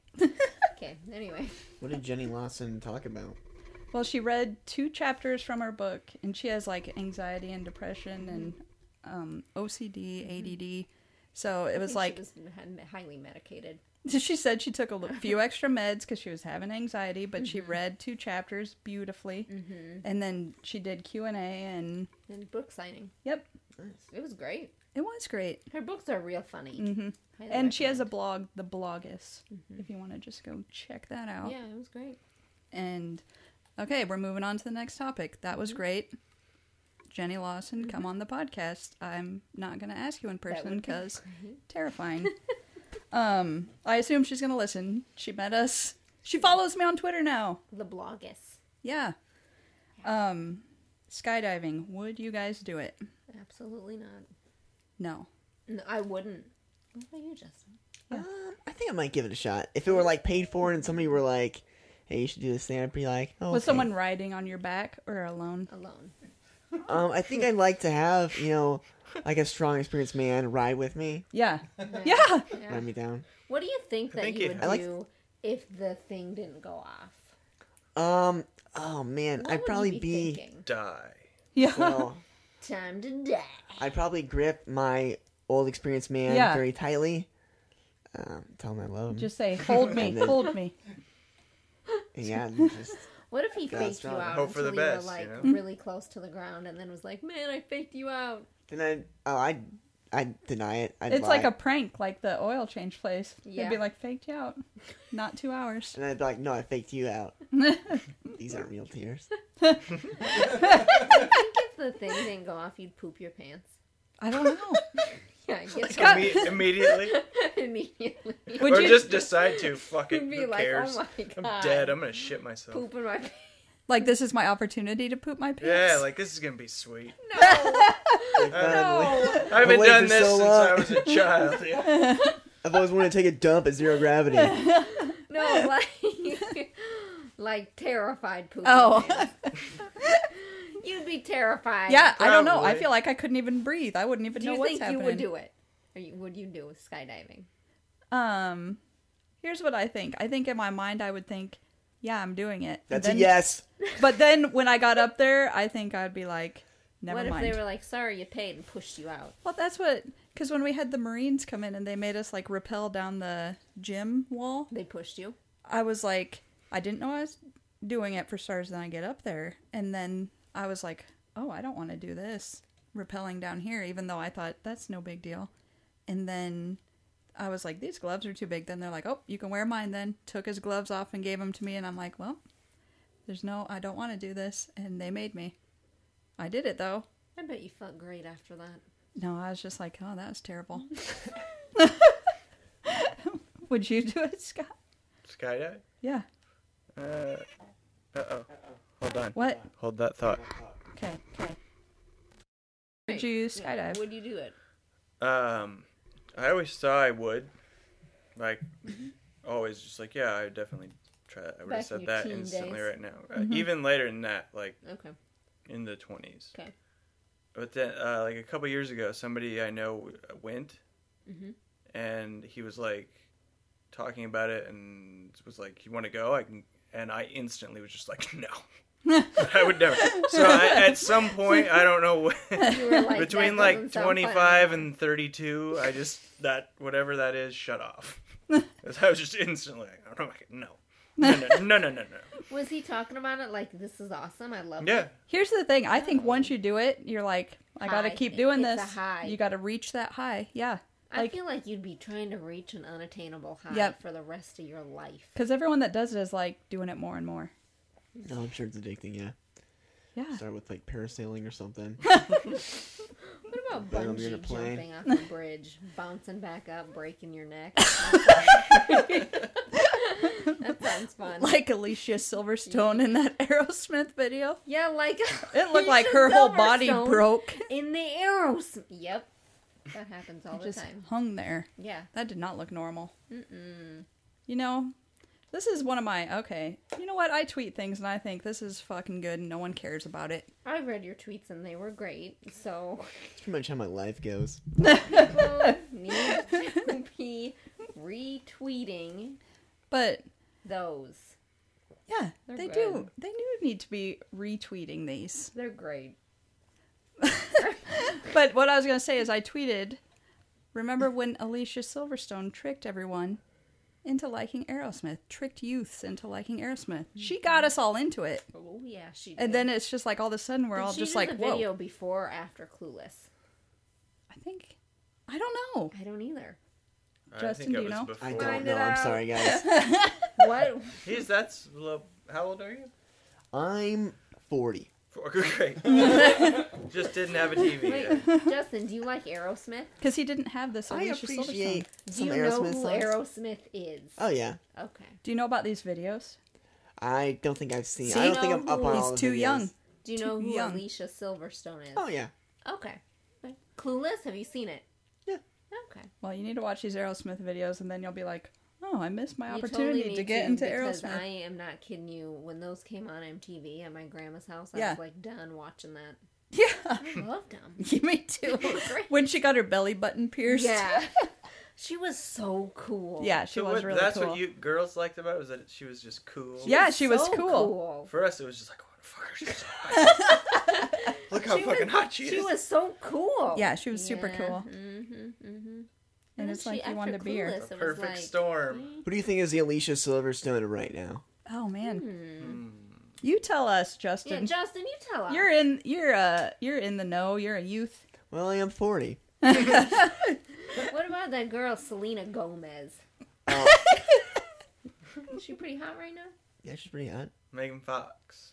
[SPEAKER 2] okay. Anyway.
[SPEAKER 4] What did Jenny Lawson talk about?
[SPEAKER 3] well, she read two chapters from her book, and she has like anxiety and depression and um, OCD, ADD. So it
[SPEAKER 2] I think
[SPEAKER 3] was
[SPEAKER 2] [LAUGHS]
[SPEAKER 3] like
[SPEAKER 2] she was hi- highly medicated.
[SPEAKER 3] [LAUGHS] she said she took a li-
[SPEAKER 2] [LAUGHS]
[SPEAKER 3] few extra meds because she was having anxiety, but she
[SPEAKER 2] Mm-hmm.
[SPEAKER 3] read two chapters beautifully, and then she did Q and A, and
[SPEAKER 2] And book signing.
[SPEAKER 3] yep,
[SPEAKER 2] It was great.
[SPEAKER 3] it was great. Mm-hmm.
[SPEAKER 2] Her books are real funny. Highly
[SPEAKER 3] Mm. And she has a
[SPEAKER 2] recommend. Mm-hmm.
[SPEAKER 3] blog, the Blogus, if you want to just go check that out.
[SPEAKER 2] Yeah, it was great.
[SPEAKER 3] And okay, we're moving on to the next topic. That
[SPEAKER 2] Mm-hmm.
[SPEAKER 3] was great. Jenny Lawson, come on the podcast. I'm not going to ask you in person
[SPEAKER 2] would be
[SPEAKER 3] because
[SPEAKER 2] [LAUGHS]
[SPEAKER 3] terrifying. um, I assume she's going to listen. She met us. She follows me on Twitter now.
[SPEAKER 2] The Blogus.
[SPEAKER 3] Yeah. Um, skydiving. Would you guys do it?
[SPEAKER 2] Absolutely not.
[SPEAKER 3] No.
[SPEAKER 2] No, I wouldn't. What about you, Justin?
[SPEAKER 4] Um, I think I might give it a shot. If it were like paid for and somebody were like, "Hey, you should do this thing," I'd be like, "Oh."
[SPEAKER 3] Was
[SPEAKER 4] okay.
[SPEAKER 3] someone riding on your back or alone?
[SPEAKER 2] Alone.
[SPEAKER 4] Um, I think I'd like to have you know, like a strong, experienced man ride with me,
[SPEAKER 2] [LAUGHS]
[SPEAKER 3] Yeah. Yeah.
[SPEAKER 2] Yeah.
[SPEAKER 4] ride me down.
[SPEAKER 2] What do you think that
[SPEAKER 1] think
[SPEAKER 2] you
[SPEAKER 1] it-
[SPEAKER 2] would
[SPEAKER 4] I like-
[SPEAKER 2] do if the thing didn't go off?
[SPEAKER 4] Um. Oh man,
[SPEAKER 2] What would
[SPEAKER 4] I'd
[SPEAKER 2] you
[SPEAKER 4] probably be.
[SPEAKER 2] thinking? [LAUGHS]
[SPEAKER 1] Die.
[SPEAKER 3] Yeah.
[SPEAKER 4] Well,
[SPEAKER 2] Time to die.
[SPEAKER 4] I'd probably grip my old, experienced man
[SPEAKER 3] Yeah.
[SPEAKER 4] very tightly, Um, tell him I love him.
[SPEAKER 3] [LAUGHS] Just say, hold me,
[SPEAKER 4] And then-
[SPEAKER 3] hold
[SPEAKER 4] [LAUGHS]
[SPEAKER 3] me. [LAUGHS]
[SPEAKER 4] And yeah, and just
[SPEAKER 2] What if he
[SPEAKER 4] Yeah,
[SPEAKER 2] faked
[SPEAKER 4] it's
[SPEAKER 2] you
[SPEAKER 4] not-
[SPEAKER 2] out
[SPEAKER 1] Hope for
[SPEAKER 2] until
[SPEAKER 1] the
[SPEAKER 2] you
[SPEAKER 1] best,
[SPEAKER 2] were like
[SPEAKER 1] you know?
[SPEAKER 2] really close to the ground and then was like, Man, I faked you out.
[SPEAKER 4] then I oh I I deny it. I'd
[SPEAKER 3] It's
[SPEAKER 4] lie.
[SPEAKER 3] like a prank, like the oil change place. They'd be
[SPEAKER 2] Yeah.
[SPEAKER 3] like, faked you out. Not two hours.
[SPEAKER 4] [LAUGHS] and I'd be like, no, I faked you out.
[SPEAKER 3] [LAUGHS]
[SPEAKER 4] These aren't real tears.
[SPEAKER 2] If the thing didn't go off you'd poop your pants. [LAUGHS]
[SPEAKER 3] I don't know.
[SPEAKER 2] Yeah, I guess
[SPEAKER 3] God.
[SPEAKER 1] Imme- immediately,
[SPEAKER 2] [LAUGHS] immediately.
[SPEAKER 1] [LAUGHS]
[SPEAKER 3] Would
[SPEAKER 1] or
[SPEAKER 3] you
[SPEAKER 1] just decide to fuck it.
[SPEAKER 2] You'd [LAUGHS] be
[SPEAKER 1] Who
[SPEAKER 2] like,
[SPEAKER 1] cares?
[SPEAKER 2] Oh my god.
[SPEAKER 1] I'm dead. I'm gonna shit myself.
[SPEAKER 2] poop in
[SPEAKER 1] [LAUGHS]
[SPEAKER 2] my [LAUGHS] pants.
[SPEAKER 3] like this is my opportunity to poop my pants?
[SPEAKER 1] Yeah,
[SPEAKER 3] [LAUGHS]
[SPEAKER 1] like this is gonna be
[SPEAKER 2] [LAUGHS]
[SPEAKER 1] sweet.
[SPEAKER 2] No.
[SPEAKER 4] Like, finally.
[SPEAKER 3] Oh.
[SPEAKER 2] [LAUGHS]
[SPEAKER 1] I haven't
[SPEAKER 4] waited
[SPEAKER 1] done
[SPEAKER 4] for
[SPEAKER 1] this
[SPEAKER 4] so
[SPEAKER 1] since
[SPEAKER 4] long.
[SPEAKER 1] I was a child.
[SPEAKER 4] [LAUGHS]
[SPEAKER 1] Yeah.
[SPEAKER 4] I've always wanted to take a dump at zero
[SPEAKER 3] [LAUGHS]
[SPEAKER 4] gravity.
[SPEAKER 2] no, like [LAUGHS] like terrified poop.
[SPEAKER 3] Oh.
[SPEAKER 2] You'd be terrified.
[SPEAKER 3] yeah, I don't know. I
[SPEAKER 1] Probably.
[SPEAKER 3] feel like I couldn't even breathe. I wouldn't even
[SPEAKER 2] Do
[SPEAKER 3] know
[SPEAKER 2] you
[SPEAKER 3] what's
[SPEAKER 2] think
[SPEAKER 3] happening.
[SPEAKER 2] you would do it? Or you, would you do skydiving?
[SPEAKER 3] Um, here's what I think. I think in my mind I would think, yeah, I'm doing it. But
[SPEAKER 4] That's
[SPEAKER 3] then,
[SPEAKER 4] a yes.
[SPEAKER 3] But then when I got up there, I think I'd be like, never
[SPEAKER 2] what
[SPEAKER 3] mind.
[SPEAKER 2] if they were like, sorry, you paid and pushed you out?
[SPEAKER 3] Well, that's what. Because when we had the Marines come in and they made us like rappel down the gym wall,
[SPEAKER 2] They pushed you?
[SPEAKER 3] I was like, I didn't know I was doing it for stars. Then I get up there, and then I was like, oh, I don't want to do this rappelling down here, even though I thought that's no big deal. And then I was like, these gloves are too big. Then they're like, oh, you can wear mine. Then took his gloves off and gave them to me, and I'm like, well, there's no, I don't want to do this, and they made me. I did it though.
[SPEAKER 2] I bet you felt great after that.
[SPEAKER 3] No, I was just like, oh, that was terrible. [LAUGHS] Would you do it, Scott?
[SPEAKER 1] Skydive?
[SPEAKER 3] Yeah.
[SPEAKER 1] Uh oh. Hold on.
[SPEAKER 3] What?
[SPEAKER 1] Hold that thought.
[SPEAKER 3] Okay. Okay. Would you skydive?
[SPEAKER 2] Would you do it?
[SPEAKER 1] Um, I always thought I would. Like, always just like, yeah, I would definitely try that. I would
[SPEAKER 2] Back in
[SPEAKER 1] have said
[SPEAKER 2] your
[SPEAKER 1] that
[SPEAKER 2] teen
[SPEAKER 1] instantly
[SPEAKER 2] days. Mm-hmm.
[SPEAKER 1] right now. Uh, even later than that, like
[SPEAKER 2] Okay.
[SPEAKER 1] in the 20s.
[SPEAKER 2] Okay.
[SPEAKER 1] But then, uh, like a couple years ago, somebody I know went,
[SPEAKER 2] Mm-hmm.
[SPEAKER 1] and he was like talking about it, and was like, "You want to go?" I can, and I instantly was just like, [LAUGHS] "No,
[SPEAKER 2] [LAUGHS]
[SPEAKER 1] I would never." So I, at some point, I don't know when,
[SPEAKER 2] [LAUGHS] You were like,
[SPEAKER 1] between
[SPEAKER 2] "That
[SPEAKER 1] like
[SPEAKER 2] doesn't sound fun."
[SPEAKER 1] 25 and 32, I just that whatever that is,
[SPEAKER 2] [LAUGHS]
[SPEAKER 1] shut off. 'Cause I was just instantly like, "I'm like, no, no, no, no, no, no." no.
[SPEAKER 2] Was he talking about it like, this is awesome? I love
[SPEAKER 1] [LAUGHS] Yeah,
[SPEAKER 2] it.
[SPEAKER 3] Here's the thing. I think once you do it, you're like, I gotta
[SPEAKER 2] Oh. High.
[SPEAKER 3] keep doing
[SPEAKER 2] It's a
[SPEAKER 3] this.
[SPEAKER 2] high.
[SPEAKER 3] You gotta reach that high. Yeah.
[SPEAKER 2] I
[SPEAKER 3] Like,
[SPEAKER 2] feel like you'd be trying to reach an unattainable high
[SPEAKER 3] Yep.
[SPEAKER 2] for the rest of your life.
[SPEAKER 3] because everyone that does it is like doing it more and more.
[SPEAKER 4] No, I'm sure it's addicting. Yeah.
[SPEAKER 3] Yeah.
[SPEAKER 4] Start with like parasailing or something.
[SPEAKER 2] What about
[SPEAKER 4] Then I'm gonna
[SPEAKER 2] bungee
[SPEAKER 4] play.
[SPEAKER 2] jumping off a bridge, bouncing back up, breaking your neck?
[SPEAKER 3] [LAUGHS]
[SPEAKER 2] that sounds fun.
[SPEAKER 3] Like Alicia Silverstone in that [LAUGHS] Aerosmith video.
[SPEAKER 2] yeah, like [LAUGHS]
[SPEAKER 3] It looked like her whole body
[SPEAKER 2] Silverstone
[SPEAKER 3] broke.
[SPEAKER 2] in the arrows. Yep, that happens
[SPEAKER 3] [LAUGHS]
[SPEAKER 2] all the
[SPEAKER 3] Just
[SPEAKER 2] time.
[SPEAKER 3] hung there.
[SPEAKER 2] Yeah,
[SPEAKER 3] That did not look normal. Mm-mm. You know, this is one of my okay. You know what? I tweet things and I think this is fucking good and no one cares about it.
[SPEAKER 2] I read your tweets and they were great. So
[SPEAKER 4] That's pretty much how my life goes.
[SPEAKER 2] people [LAUGHS]
[SPEAKER 3] [LAUGHS]
[SPEAKER 2] need to be retweeting
[SPEAKER 3] But
[SPEAKER 2] those.
[SPEAKER 3] yeah,
[SPEAKER 2] They're
[SPEAKER 3] they
[SPEAKER 2] good.
[SPEAKER 3] do. They do need to be retweeting these.
[SPEAKER 2] They're great.
[SPEAKER 3] But what I was gonna say is I tweeted. Remember when Alicia Silverstone tricked everyone into liking Aerosmith? Tricked youths into liking Aerosmith. She got us all into it,
[SPEAKER 2] Oh yeah, she. Did.
[SPEAKER 3] and then it's just like all of a sudden we're
[SPEAKER 2] Did
[SPEAKER 3] all
[SPEAKER 2] she
[SPEAKER 3] just
[SPEAKER 2] do
[SPEAKER 3] like,
[SPEAKER 2] the
[SPEAKER 3] "Whoa!"
[SPEAKER 2] video before or after Clueless.
[SPEAKER 3] I think. I don't know.
[SPEAKER 2] I don't either.
[SPEAKER 1] I
[SPEAKER 3] Justin,
[SPEAKER 1] think
[SPEAKER 3] do
[SPEAKER 1] it
[SPEAKER 3] you
[SPEAKER 1] was
[SPEAKER 3] know?
[SPEAKER 1] before.
[SPEAKER 4] I don't
[SPEAKER 2] Find
[SPEAKER 4] know.
[SPEAKER 2] it
[SPEAKER 4] I'm
[SPEAKER 2] out. [LAUGHS]
[SPEAKER 4] sorry, guys. [LAUGHS]
[SPEAKER 2] What?
[SPEAKER 1] He's that's low. How old are you?
[SPEAKER 4] I'm 40.
[SPEAKER 2] [LAUGHS]
[SPEAKER 1] Four. [LAUGHS] Great. Just didn't have a TV.
[SPEAKER 2] Wait,
[SPEAKER 1] yet.
[SPEAKER 2] Justin, do you like Aerosmith?
[SPEAKER 3] Because he didn't have this
[SPEAKER 4] I
[SPEAKER 3] Alicia Silverstone.
[SPEAKER 4] appreciate
[SPEAKER 2] Do
[SPEAKER 4] some
[SPEAKER 2] you know
[SPEAKER 4] Aerosmith
[SPEAKER 2] who
[SPEAKER 4] songs.
[SPEAKER 2] Aerosmith is?
[SPEAKER 4] oh yeah.
[SPEAKER 2] Okay.
[SPEAKER 3] Do you know about these videos?
[SPEAKER 4] I don't think I've seen.
[SPEAKER 3] See?
[SPEAKER 4] I don't think
[SPEAKER 2] Know
[SPEAKER 4] I'm up
[SPEAKER 2] who-
[SPEAKER 4] on
[SPEAKER 2] He's
[SPEAKER 4] all the
[SPEAKER 3] too
[SPEAKER 4] videos.
[SPEAKER 3] young.
[SPEAKER 2] Do you
[SPEAKER 3] Too
[SPEAKER 2] know who
[SPEAKER 3] young.
[SPEAKER 2] Alicia Silverstone is?
[SPEAKER 4] Oh yeah.
[SPEAKER 2] Okay. Okay. Clueless? Have you seen it?
[SPEAKER 4] Yeah.
[SPEAKER 2] Okay.
[SPEAKER 3] Well, you need to watch these Aerosmith videos, and then you'll be like, "Oh, I missed my
[SPEAKER 2] You
[SPEAKER 3] opportunity
[SPEAKER 2] totally
[SPEAKER 3] to
[SPEAKER 2] need
[SPEAKER 3] get into
[SPEAKER 2] because
[SPEAKER 3] Aerosmith."
[SPEAKER 2] I am not kidding you. When those came on MTV at my grandma's house, I
[SPEAKER 3] Yeah.
[SPEAKER 2] was like done watching that.
[SPEAKER 3] [LAUGHS] [LAUGHS] Yeah,
[SPEAKER 2] I loved them.
[SPEAKER 3] me too.
[SPEAKER 2] They were [LAUGHS] great.
[SPEAKER 3] when she got her belly button pierced,
[SPEAKER 2] yeah. she was so cool.
[SPEAKER 3] [LAUGHS] yeah, she
[SPEAKER 1] So
[SPEAKER 3] was
[SPEAKER 1] what,
[SPEAKER 3] really
[SPEAKER 1] that's
[SPEAKER 3] cool.
[SPEAKER 1] what you girls liked about it was that she was just cool.
[SPEAKER 3] yeah, she was
[SPEAKER 2] So
[SPEAKER 3] cool.
[SPEAKER 1] For us, it was just like, what the fuck are she so hot?" Look
[SPEAKER 2] [LAUGHS]
[SPEAKER 1] how
[SPEAKER 2] She
[SPEAKER 1] fucking
[SPEAKER 2] was-
[SPEAKER 1] hot she is.
[SPEAKER 2] She was so cool.
[SPEAKER 3] Yeah, she was super cool.
[SPEAKER 2] Mm-hmm, mm-hmm.
[SPEAKER 3] and
[SPEAKER 2] then
[SPEAKER 3] it's
[SPEAKER 2] she-
[SPEAKER 3] like you
[SPEAKER 2] after
[SPEAKER 3] wanted a beer.
[SPEAKER 2] Clueless, it was
[SPEAKER 1] Perfect
[SPEAKER 2] like,
[SPEAKER 1] storm.
[SPEAKER 4] Who do you think is the Alicia Silverstone right now?
[SPEAKER 3] Oh man,
[SPEAKER 1] Hmm.
[SPEAKER 3] you tell us,
[SPEAKER 2] Hmm. Yeah,
[SPEAKER 3] Justin.
[SPEAKER 2] Justin, you tell us.
[SPEAKER 3] you're in. You're uh. You're in the know. You're a youth.
[SPEAKER 4] Well, I am forty.
[SPEAKER 2] What about that girl Selena Gomez?
[SPEAKER 4] Uh,
[SPEAKER 2] Is she pretty hot right now?
[SPEAKER 4] Yeah, she's pretty hot.
[SPEAKER 1] Megan Fox.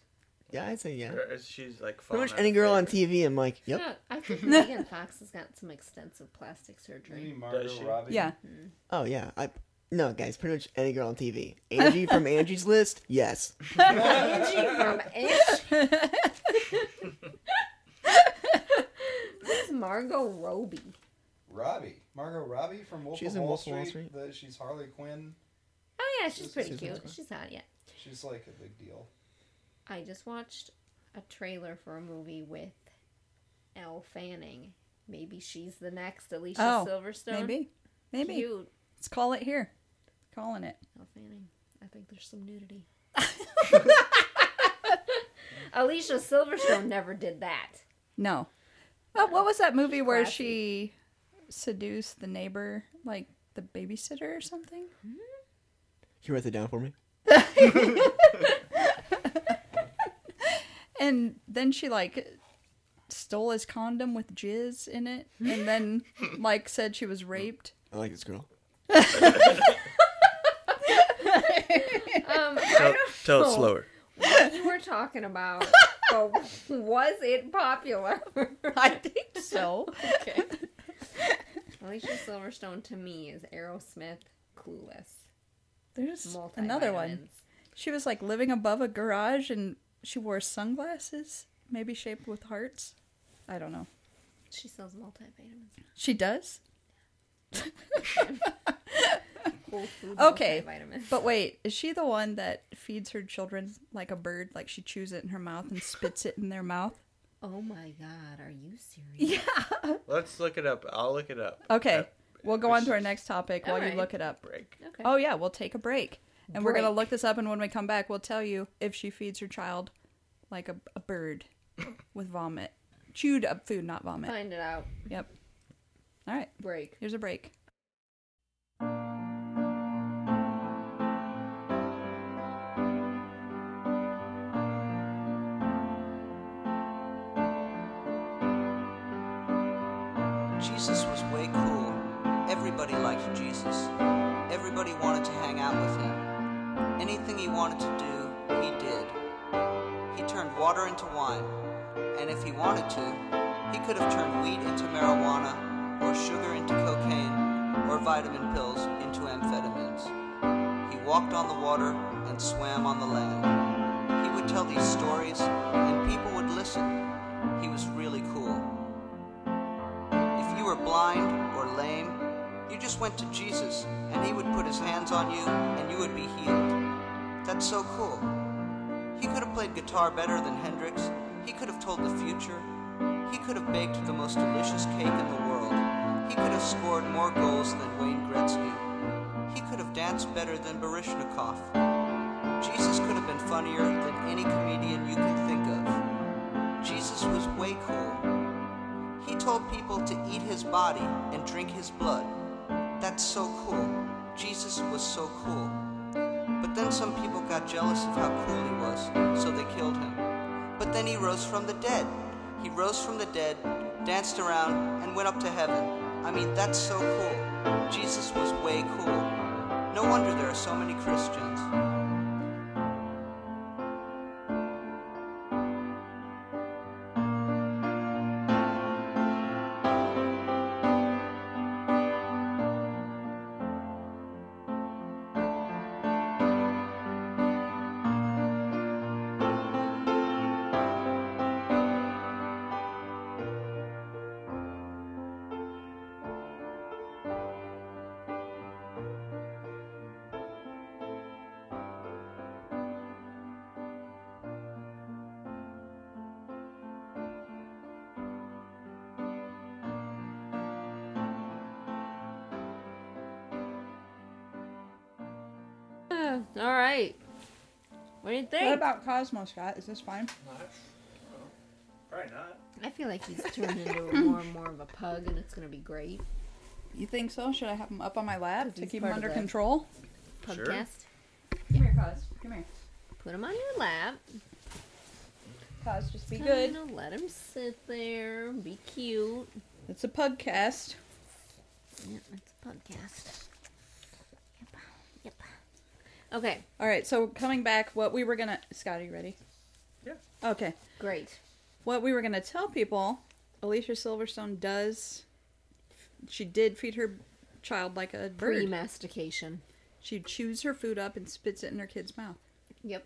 [SPEAKER 4] Yeah, I'd say yeah.
[SPEAKER 1] Or is She's like
[SPEAKER 4] Pretty
[SPEAKER 1] falling
[SPEAKER 4] much
[SPEAKER 1] out
[SPEAKER 4] any
[SPEAKER 1] of
[SPEAKER 4] girl on
[SPEAKER 1] favor.
[SPEAKER 4] TV, I'm like, yep.
[SPEAKER 2] Yeah, I
[SPEAKER 3] [LAUGHS]
[SPEAKER 2] think Megan Fox has got some extensive plastic
[SPEAKER 6] Maybe [LAUGHS]
[SPEAKER 2] surgery.
[SPEAKER 1] Does she?
[SPEAKER 6] Margot Robbie.
[SPEAKER 3] Yeah.
[SPEAKER 4] Oh yeah, I. No, guys, pretty much any girl
[SPEAKER 2] [LAUGHS]
[SPEAKER 4] on TV. Angie from Angie's List, yes.
[SPEAKER 2] Angie from Angie. Who's Margot Robbie?
[SPEAKER 6] Robbie. Margot Robbie from Wolf,
[SPEAKER 4] She's
[SPEAKER 6] of,
[SPEAKER 4] in
[SPEAKER 6] Wall
[SPEAKER 4] Wolf of Wall
[SPEAKER 6] Street.
[SPEAKER 4] Street.
[SPEAKER 6] The, she's Harley Quinn.
[SPEAKER 2] Oh yeah, she's pretty
[SPEAKER 4] She's
[SPEAKER 2] cute.
[SPEAKER 4] nice.
[SPEAKER 2] She's hot, yeah.
[SPEAKER 6] She's like a big deal.
[SPEAKER 2] I just watched a trailer for a movie with Elle Fanning. Maybe she's the next Alicia
[SPEAKER 3] Oh,
[SPEAKER 2] Silverstone.
[SPEAKER 3] [LAUGHS] Maybe. Maybe.
[SPEAKER 2] Cute.
[SPEAKER 3] Let's call it here. Calling it.
[SPEAKER 2] Elle Fanning. I think there's some
[SPEAKER 3] [LAUGHS]
[SPEAKER 2] nudity. Alicia Silverstone never did that.
[SPEAKER 3] No. Uh, what was that movie where
[SPEAKER 2] Classy.
[SPEAKER 3] she seduced the neighbor, like the babysitter or something?
[SPEAKER 4] Can you write that down for me?
[SPEAKER 3] And then she like stole his condom with jizz in it,
[SPEAKER 2] [LAUGHS]
[SPEAKER 3] and then like said she was raped.
[SPEAKER 4] I like this girl.
[SPEAKER 2] Um,
[SPEAKER 1] Tell, tell it
[SPEAKER 2] know.
[SPEAKER 1] slower.
[SPEAKER 2] you were talking about, but was it popular?
[SPEAKER 3] I think so.
[SPEAKER 2] okay. [LAUGHS] Alicia Silverstone to me is Aerosmith, Clueless,
[SPEAKER 3] There's
[SPEAKER 2] multi
[SPEAKER 3] another one. She was like living above a garage, and she wore sunglasses, maybe shaped with hearts. I don't know.
[SPEAKER 2] She sells multivitamins.
[SPEAKER 3] She does.
[SPEAKER 2] Whole food
[SPEAKER 3] Okay,
[SPEAKER 2] multivitamins.
[SPEAKER 3] But wait, is she the one that feeds her children like a bird? Like she chews it in her mouth and spits it in their
[SPEAKER 2] [LAUGHS]
[SPEAKER 3] mouth?
[SPEAKER 2] Oh my God, are you serious?
[SPEAKER 1] Let's look it up. I'll look it up.
[SPEAKER 3] Okay,
[SPEAKER 1] At
[SPEAKER 3] we'll go on to our next topic while
[SPEAKER 2] Alright.
[SPEAKER 3] you look it up.
[SPEAKER 1] break.
[SPEAKER 2] Okay.
[SPEAKER 3] Oh, yeah, we'll take a break. And we're going to
[SPEAKER 2] Break.
[SPEAKER 3] look this up, and when we come back, we'll tell you if she feeds her child like a,
[SPEAKER 2] [LAUGHS]
[SPEAKER 3] a bird with vomit. Chewed up food, not vomit.
[SPEAKER 2] Find it out.
[SPEAKER 3] Yep. All right,
[SPEAKER 2] Break.
[SPEAKER 3] here's a break.
[SPEAKER 7] Jesus was way cool. Everybody liked Jesus. Everybody wanted to hang out with him. Anything he wanted to do, he did. He turned water into wine. And if he wanted to, he could have turned wheat into marijuana, or sugar into cocaine, or vitamin pills into amphetamines. He walked on the water and swam on the land. He would tell these stories, and people would listen. He was really cool. If you were blind or lame, you just went to Jesus and he would put his hands on you and you would be healed. That's so cool. He could have played guitar better than Hendrix. He could have told the future. He could have baked the most delicious cake in the world. He could have scored more goals than Wayne Gretzky. He could have danced better than Baryshnikov. Jesus could have been funnier than any comedian you could think of. Jesus was way cool. He told people to eat his body and drink his blood. That's so cool. Jesus was so cool. But then some people got jealous of how cool he was, so they killed him. But then he rose from the dead. He rose from the dead, danced around, and went up to heaven. I mean, that's so cool. Jesus was way cool. No wonder there are so many Christians.
[SPEAKER 2] Uh, all right. What do you think?
[SPEAKER 3] about Cosmo, Scott? Is this fine?
[SPEAKER 1] Probably not.
[SPEAKER 3] [LAUGHS]
[SPEAKER 2] I feel like he's turned into more and more of a pug, and it's gonna be great.
[SPEAKER 3] You think so? Should I have him up on my lap
[SPEAKER 2] Because
[SPEAKER 3] to
[SPEAKER 2] he's
[SPEAKER 3] keep him
[SPEAKER 2] part of
[SPEAKER 3] under
[SPEAKER 2] the-
[SPEAKER 3] control?
[SPEAKER 2] Podcast.
[SPEAKER 1] Sure.
[SPEAKER 3] Come here, Cos. Come here.
[SPEAKER 2] Put him on your lap.
[SPEAKER 3] Cos, just be
[SPEAKER 2] Kinda
[SPEAKER 3] good.
[SPEAKER 2] Let him sit there. Be cute.
[SPEAKER 3] It's a podcast.
[SPEAKER 2] Yeah, it's a podcast. Yep. Yep. Okay.
[SPEAKER 3] All right, so coming back, what we were gonna. Scott, are you ready?
[SPEAKER 1] Yeah.
[SPEAKER 3] Okay.
[SPEAKER 2] Great.
[SPEAKER 3] What we were gonna tell people, Alicia Silverstone does. She did feed her child like a
[SPEAKER 2] Pre
[SPEAKER 3] bird.
[SPEAKER 2] mastication.
[SPEAKER 3] she chews her food up and spits it in her kid's mouth.
[SPEAKER 2] Yep.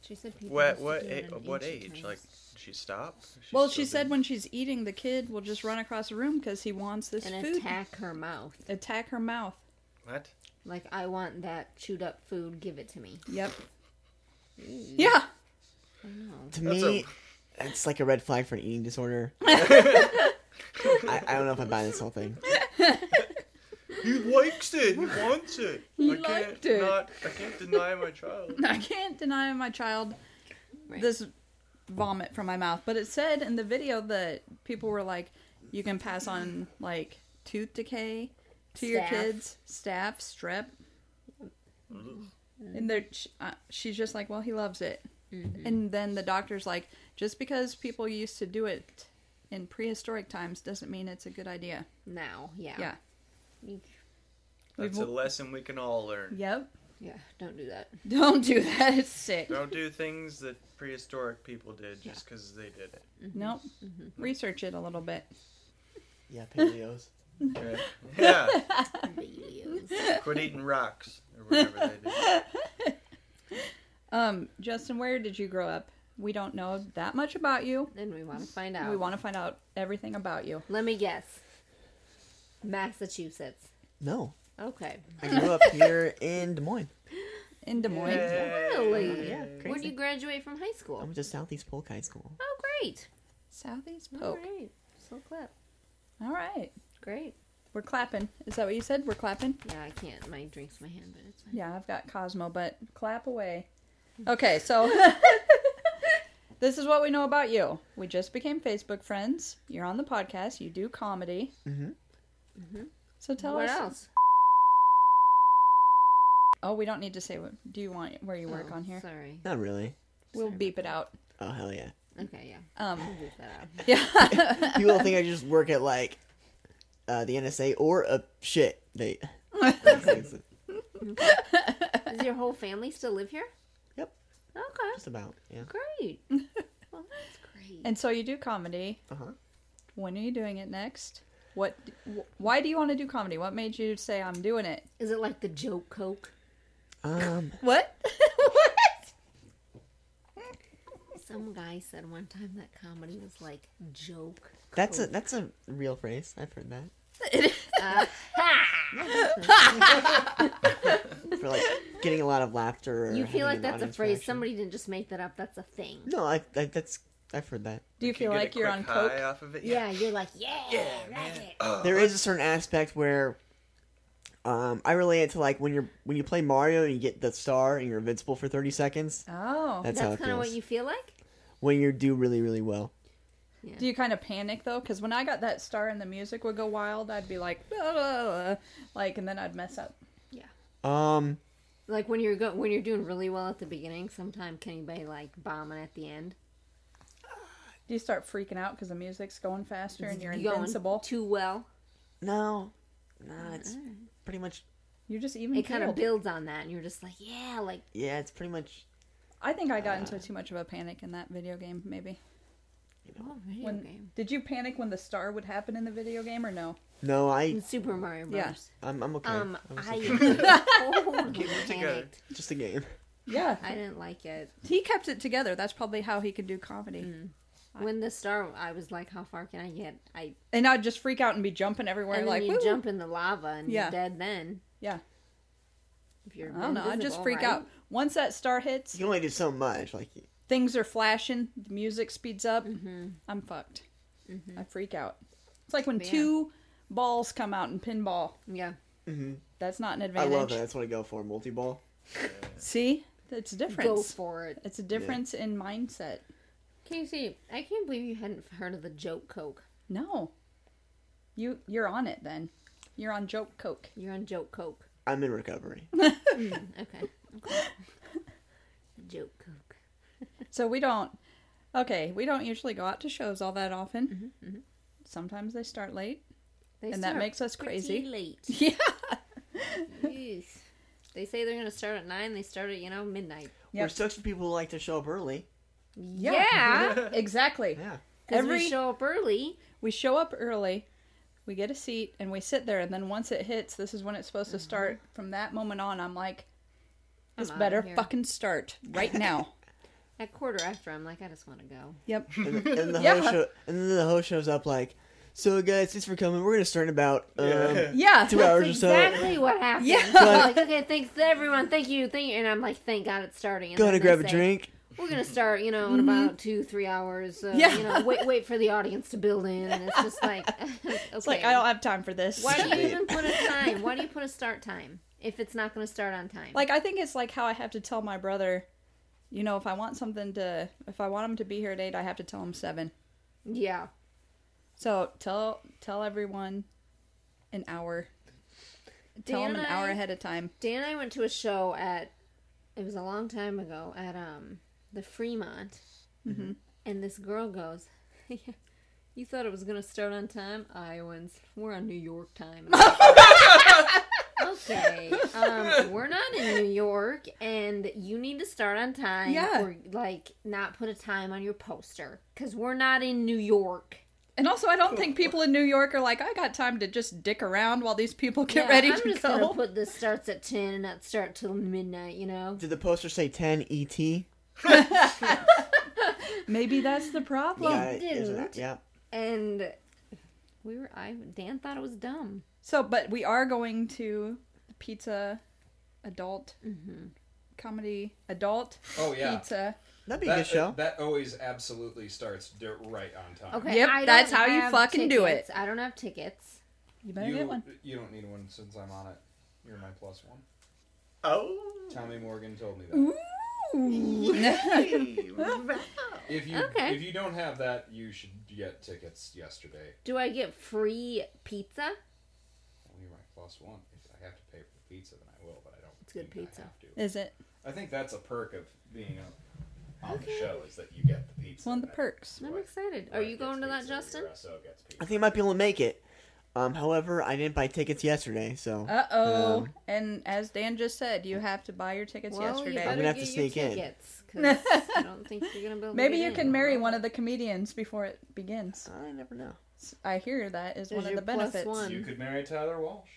[SPEAKER 2] She said people.
[SPEAKER 1] What
[SPEAKER 2] used to
[SPEAKER 1] what
[SPEAKER 2] do
[SPEAKER 1] a,
[SPEAKER 2] it in
[SPEAKER 1] what
[SPEAKER 2] ancient
[SPEAKER 1] age?
[SPEAKER 2] times.
[SPEAKER 1] Like did she stopped?
[SPEAKER 3] well, she said when she's eating, the kid will just run across the room because he wants this
[SPEAKER 2] and
[SPEAKER 3] food.
[SPEAKER 2] attack her mouth.
[SPEAKER 3] Attack her mouth.
[SPEAKER 1] what?
[SPEAKER 2] Like I want that chewed up food. Give it to me.
[SPEAKER 3] Yep. Yeah. [LAUGHS]
[SPEAKER 2] I know.
[SPEAKER 4] To
[SPEAKER 1] That's
[SPEAKER 4] me,
[SPEAKER 1] a-
[SPEAKER 4] it's like a red flag for an eating disorder. I, I don't know if I buy this whole thing.
[SPEAKER 1] He likes it. He wants it. I
[SPEAKER 3] liked
[SPEAKER 1] can't
[SPEAKER 3] it.
[SPEAKER 1] not. I can't deny my child.
[SPEAKER 3] I can't deny my child
[SPEAKER 2] Right.
[SPEAKER 3] this vomit from my mouth. But it said in the video that people were like, you can pass on like tooth decay to your
[SPEAKER 2] Staph.
[SPEAKER 3] kids, staph, strep. And they're, sh- uh, she's just like, well, he loves it.
[SPEAKER 2] Mm-hmm.
[SPEAKER 3] And then the doctor's like, just because people used to do it in prehistoric times doesn't mean it's a good idea.
[SPEAKER 2] Now, yeah.
[SPEAKER 3] Yeah.
[SPEAKER 2] You-
[SPEAKER 1] [LAUGHS] That's a
[SPEAKER 3] We've-
[SPEAKER 1] lesson we can all learn.
[SPEAKER 3] Yep. [LAUGHS]
[SPEAKER 2] Yeah, don't do that.
[SPEAKER 3] Don't do that. It's sick.
[SPEAKER 1] Don't do things that prehistoric people did just because they did it.
[SPEAKER 3] Nope.
[SPEAKER 2] Mm-hmm.
[SPEAKER 3] Research it a little bit.
[SPEAKER 4] Yeah, paleos.
[SPEAKER 1] [LAUGHS] Yeah,
[SPEAKER 2] Videos.
[SPEAKER 1] quit eating rocks or whatever they did.
[SPEAKER 3] Um, Justin, where did you grow up? We don't know that much about you.
[SPEAKER 2] and we want to find out.
[SPEAKER 3] We want to find out everything about you.
[SPEAKER 2] Let me guess. Massachusetts.
[SPEAKER 4] No,
[SPEAKER 2] Okay.
[SPEAKER 4] I grew up here in Des Moines.
[SPEAKER 3] In Des Moines.
[SPEAKER 2] Really?
[SPEAKER 4] Yeah,
[SPEAKER 2] Where would
[SPEAKER 4] crazy.
[SPEAKER 2] you graduate from high school?
[SPEAKER 4] I
[SPEAKER 3] Um,
[SPEAKER 4] went to Southeast Polk High School.
[SPEAKER 2] Oh, great.
[SPEAKER 3] Southeast
[SPEAKER 2] All
[SPEAKER 3] Polk.
[SPEAKER 2] right. So clap.
[SPEAKER 3] All right.
[SPEAKER 2] Great.
[SPEAKER 3] We're clapping. Is that what you said? We're clapping?
[SPEAKER 2] Yeah, I can't. My drink's my hand, but it's fine.
[SPEAKER 3] Yeah, I've got Cosmo, but clap away.
[SPEAKER 2] Mm-hmm.
[SPEAKER 3] Okay,
[SPEAKER 2] [LAUGHS]
[SPEAKER 3] so this is what we know about you. We just became Facebook friends. You're on the podcast. You do comedy. Mm-hmm. So tell
[SPEAKER 2] Mm-hmm. what
[SPEAKER 3] us.
[SPEAKER 2] else?
[SPEAKER 3] Oh, we don't need to say what. Do you want where you work
[SPEAKER 2] Oh,
[SPEAKER 3] on here?
[SPEAKER 2] Sorry.
[SPEAKER 4] Not really.
[SPEAKER 3] We'll beep it out.
[SPEAKER 4] Oh hell yeah.
[SPEAKER 2] Okay, yeah.
[SPEAKER 3] Um,
[SPEAKER 2] I'll leave that out.
[SPEAKER 3] [LAUGHS] yeah.
[SPEAKER 4] People think I just work at like uh, the NSA or a shit. They.
[SPEAKER 2] Does your whole family still live here?
[SPEAKER 4] yep,
[SPEAKER 2] Okay.
[SPEAKER 4] just about. Yeah.
[SPEAKER 2] Great.
[SPEAKER 3] [LAUGHS]
[SPEAKER 2] well, that's great.
[SPEAKER 3] and so you do comedy.
[SPEAKER 4] Uh huh.
[SPEAKER 3] When are you doing it next? What? Wh- why do you want to do comedy? What made you say I'm doing it?
[SPEAKER 2] Is it like the joke coke?
[SPEAKER 4] Um,
[SPEAKER 3] What? [LAUGHS] what?
[SPEAKER 2] Some guy said one time that comedy was like joke.
[SPEAKER 4] that's a that's a real phrase. I've heard that [LAUGHS] for like getting a lot of laughter. Or
[SPEAKER 2] You
[SPEAKER 4] having
[SPEAKER 2] feel like
[SPEAKER 4] an
[SPEAKER 2] that's a
[SPEAKER 4] audience
[SPEAKER 2] phrase.
[SPEAKER 4] reaction.
[SPEAKER 2] Somebody didn't just make that up. That's a thing.
[SPEAKER 4] No, I, I that's I've heard that.
[SPEAKER 3] Do you feel
[SPEAKER 1] get a
[SPEAKER 3] like you're on
[SPEAKER 1] quick uh,
[SPEAKER 3] coke?
[SPEAKER 1] high off of it. Oh,
[SPEAKER 2] Yeah, you're like, yeah, like it.
[SPEAKER 1] Uh,
[SPEAKER 4] there is a certain aspect where um, I relate it to like when you're when you play Mario and you get the star and you're invincible for 30 seconds.
[SPEAKER 3] Oh.
[SPEAKER 4] That's, how
[SPEAKER 2] That's
[SPEAKER 4] it
[SPEAKER 2] kind of
[SPEAKER 4] feels
[SPEAKER 2] what you feel like.
[SPEAKER 4] when you do really really well.
[SPEAKER 3] Do you kind of panic though? Because when I got that star and the music would go wild, I'd be like, "Blah, blah, blah," like, and then I'd mess up.
[SPEAKER 2] Yeah.
[SPEAKER 4] Um,
[SPEAKER 2] Like when you're go- when you're doing really well at the beginning, sometime can you be like bombing at the end?
[SPEAKER 3] Do you start freaking out because the music's going faster and you're
[SPEAKER 2] You going
[SPEAKER 3] invincible?
[SPEAKER 2] too well.
[SPEAKER 4] no, no, it's pretty much
[SPEAKER 3] you're just even.
[SPEAKER 2] It kind of
[SPEAKER 3] keeled.
[SPEAKER 2] builds on that, and you're just like, yeah, like
[SPEAKER 4] yeah, it's pretty much
[SPEAKER 3] I think I got into too much of a panic in that video game. Maybe.
[SPEAKER 2] oh, video
[SPEAKER 3] When
[SPEAKER 2] game.
[SPEAKER 3] did you panic when the star would happen in the video game or no?
[SPEAKER 4] no. I
[SPEAKER 2] In Super Mario Bros.
[SPEAKER 3] Yeah.
[SPEAKER 4] I'm, I'm okay.
[SPEAKER 2] Mm.
[SPEAKER 4] [LAUGHS]
[SPEAKER 2] Um,
[SPEAKER 4] I'm just,
[SPEAKER 2] I [LAUGHS] totally
[SPEAKER 1] together.
[SPEAKER 2] panicked.
[SPEAKER 4] just a game.
[SPEAKER 3] Yeah.
[SPEAKER 2] I didn't like it.
[SPEAKER 3] He kept it together. That's probably how he could do comedy.
[SPEAKER 2] Hmm. When the star, I was like, "How far can I get?" I
[SPEAKER 3] And I'd just freak out and be jumping everywhere,
[SPEAKER 2] and then
[SPEAKER 3] like
[SPEAKER 2] you
[SPEAKER 3] "Woo!"
[SPEAKER 2] jump in the lava and
[SPEAKER 3] Yeah.
[SPEAKER 2] you're dead. Then
[SPEAKER 3] Yeah,
[SPEAKER 2] if you're
[SPEAKER 3] I don't know. I just
[SPEAKER 2] invisible,
[SPEAKER 3] freak
[SPEAKER 2] right?
[SPEAKER 3] out. Once that star hits,
[SPEAKER 4] You can only do so much. Like
[SPEAKER 3] things are flashing, the music speeds up. I'm fucked. I freak out. It's like when
[SPEAKER 2] Mm-hmm. Man.
[SPEAKER 3] two balls come out in pinball.
[SPEAKER 2] Yeah,
[SPEAKER 3] That's not an
[SPEAKER 4] I
[SPEAKER 3] advantage.
[SPEAKER 4] love that. That's what I go for. Multi ball.
[SPEAKER 3] See, it's a
[SPEAKER 2] go
[SPEAKER 3] difference.
[SPEAKER 2] for it.
[SPEAKER 3] It's a difference in mindset.
[SPEAKER 2] Casey, I can't believe you hadn't heard of the joke coke.
[SPEAKER 3] No, you you're on it then. You're on joke coke.
[SPEAKER 2] You're on joke coke.
[SPEAKER 4] I'm in recovery.
[SPEAKER 3] [LAUGHS]
[SPEAKER 2] Okay. Okay. joke coke.
[SPEAKER 3] So we don't. Okay, we don't usually go out to shows all that often.
[SPEAKER 2] Mm-hmm,
[SPEAKER 3] Sometimes they start late.
[SPEAKER 2] They
[SPEAKER 3] And that
[SPEAKER 2] start
[SPEAKER 3] makes us
[SPEAKER 2] pretty
[SPEAKER 3] crazy. [LAUGHS]
[SPEAKER 2] Late.
[SPEAKER 3] Yeah.
[SPEAKER 2] Yes. They say they're gonna start at nine. They start at you know midnight.
[SPEAKER 4] We're
[SPEAKER 3] Yep.
[SPEAKER 4] such people who like to show up early.
[SPEAKER 2] Yeah. [LAUGHS]
[SPEAKER 3] exactly.
[SPEAKER 4] Yeah.
[SPEAKER 2] Because
[SPEAKER 3] Every-
[SPEAKER 2] we show up early.
[SPEAKER 3] We show up early, we get a seat, and we sit there. And then once it hits, this is when it's supposed to start. From that moment on, I'm like, this
[SPEAKER 2] Uh-huh. outta
[SPEAKER 3] better
[SPEAKER 2] here.
[SPEAKER 3] fucking start
[SPEAKER 2] [LAUGHS]
[SPEAKER 3] right now.
[SPEAKER 2] At quarter after, I'm like, I just want to go.
[SPEAKER 3] yep.
[SPEAKER 4] And, and the
[SPEAKER 3] Yeah.
[SPEAKER 4] host show, and then the host shows up like, so guys, thanks for coming. We're gonna start in about um,
[SPEAKER 1] Yeah.
[SPEAKER 3] [LAUGHS] Yeah.
[SPEAKER 4] two hours or so.
[SPEAKER 2] Exactly what happened.
[SPEAKER 3] Yeah.
[SPEAKER 2] I'm like, okay, thanks to everyone. Thank you. Thank you. And I'm like, thank God it's starting. And
[SPEAKER 4] Go
[SPEAKER 2] then
[SPEAKER 4] to
[SPEAKER 2] they
[SPEAKER 4] grab a
[SPEAKER 2] say,
[SPEAKER 4] drink.
[SPEAKER 2] We're gonna start, you know, in about two, three hours. Uh,
[SPEAKER 3] Mm-hmm. Yeah.
[SPEAKER 2] You know, wait, wait for the audience to build in, and it's just like, [LAUGHS] okay.
[SPEAKER 3] [LAUGHS] It's like, I don't have time for this.
[SPEAKER 2] Why do you even put a time? Why do you put a start time if it's not gonna start on time?
[SPEAKER 3] [LAUGHS] like, I think it's like how I have to tell my brother, you know, if I want something to, if I want him to be here at eight, I have to tell him seven.
[SPEAKER 2] yeah.
[SPEAKER 3] So tell tell everyone an hour. Tell
[SPEAKER 2] Dan
[SPEAKER 3] them an
[SPEAKER 2] and
[SPEAKER 3] hour
[SPEAKER 2] I-
[SPEAKER 3] ahead of time.
[SPEAKER 2] Dan and I went to a show at it was a long time ago at um the Fremont,
[SPEAKER 3] Mm-hmm.
[SPEAKER 2] and this girl goes, [LAUGHS] "You thought it was gonna start on time, Iowans. We're on New York
[SPEAKER 3] [LAUGHS]
[SPEAKER 2] time." And I was like, okay, um, we're not in New York, and you need to start on time,
[SPEAKER 3] Yeah.
[SPEAKER 2] or like not put a time on your poster because we're not in New York.
[SPEAKER 3] And also, I don't think people in New York are like, I got time to just dick around while these people get
[SPEAKER 2] Yeah,
[SPEAKER 3] ready
[SPEAKER 2] I'm
[SPEAKER 3] to
[SPEAKER 2] just
[SPEAKER 3] go.
[SPEAKER 2] gonna put this starts at ten and not start till midnight. You know.
[SPEAKER 4] Did the poster say E 10 ET?
[SPEAKER 3] Maybe that's the problem.
[SPEAKER 4] yeah, it was an-
[SPEAKER 2] didn't.
[SPEAKER 4] yeah.
[SPEAKER 2] and we were I Dan thought it was dumb.
[SPEAKER 3] So, but we are going to the pizza adult
[SPEAKER 2] Mm-hmm.
[SPEAKER 3] comedy adult
[SPEAKER 6] Oh yeah.
[SPEAKER 3] pizza.
[SPEAKER 4] That'd be a
[SPEAKER 6] That, uh,
[SPEAKER 4] good show.
[SPEAKER 6] that always absolutely starts di- right on time.
[SPEAKER 2] Okay,
[SPEAKER 3] Yep,
[SPEAKER 2] I don't
[SPEAKER 3] that's how you
[SPEAKER 2] have
[SPEAKER 3] fucking do
[SPEAKER 2] tickets. I don't have tickets.
[SPEAKER 3] You better
[SPEAKER 6] you,
[SPEAKER 3] get one.
[SPEAKER 6] you don't need one since I'm on it. You're my plus one.
[SPEAKER 1] Oh.
[SPEAKER 6] Tommy Morgan told me
[SPEAKER 2] Mm,
[SPEAKER 6] that. If you
[SPEAKER 2] Okay.
[SPEAKER 6] if you don't have that, you should get tickets yesterday.
[SPEAKER 2] Do I get free pizza?
[SPEAKER 6] Well, you're my plus one. If I have to pay for the pizza, then I will. But I don't.
[SPEAKER 2] It's good
[SPEAKER 6] think I
[SPEAKER 2] pizza.
[SPEAKER 6] have to.
[SPEAKER 3] [LAUGHS] Is it
[SPEAKER 6] I think that's a perk of being on, on the show is that you get the pizza.
[SPEAKER 3] it's one of the perks?
[SPEAKER 2] I'm
[SPEAKER 6] Why-
[SPEAKER 2] excited.
[SPEAKER 6] Wyatt
[SPEAKER 2] Are you
[SPEAKER 6] gets
[SPEAKER 2] going to that,
[SPEAKER 6] pizza,
[SPEAKER 2] Justin?
[SPEAKER 6] your SO gets
[SPEAKER 4] I
[SPEAKER 6] pizza.
[SPEAKER 4] think I might be able to make it. Um, however, I didn't buy tickets yesterday, so
[SPEAKER 3] Uh oh. and as Dan just said, you have to buy your tickets
[SPEAKER 2] Well, you
[SPEAKER 3] yesterday.
[SPEAKER 2] better
[SPEAKER 4] gonna have
[SPEAKER 2] get
[SPEAKER 4] to
[SPEAKER 2] your
[SPEAKER 4] sneak
[SPEAKER 3] [LAUGHS]
[SPEAKER 4] in.
[SPEAKER 2] tickets, 'cause I don't think you're gonna be able.
[SPEAKER 3] Maybe
[SPEAKER 2] to get
[SPEAKER 3] you
[SPEAKER 2] in.
[SPEAKER 3] can marry one of the comedians before it begins.
[SPEAKER 4] I never know.
[SPEAKER 3] I hear that is one
[SPEAKER 2] There's
[SPEAKER 3] of
[SPEAKER 2] your
[SPEAKER 3] the
[SPEAKER 2] plus
[SPEAKER 3] benefits.
[SPEAKER 2] one.
[SPEAKER 6] You could marry Tyler Walsh.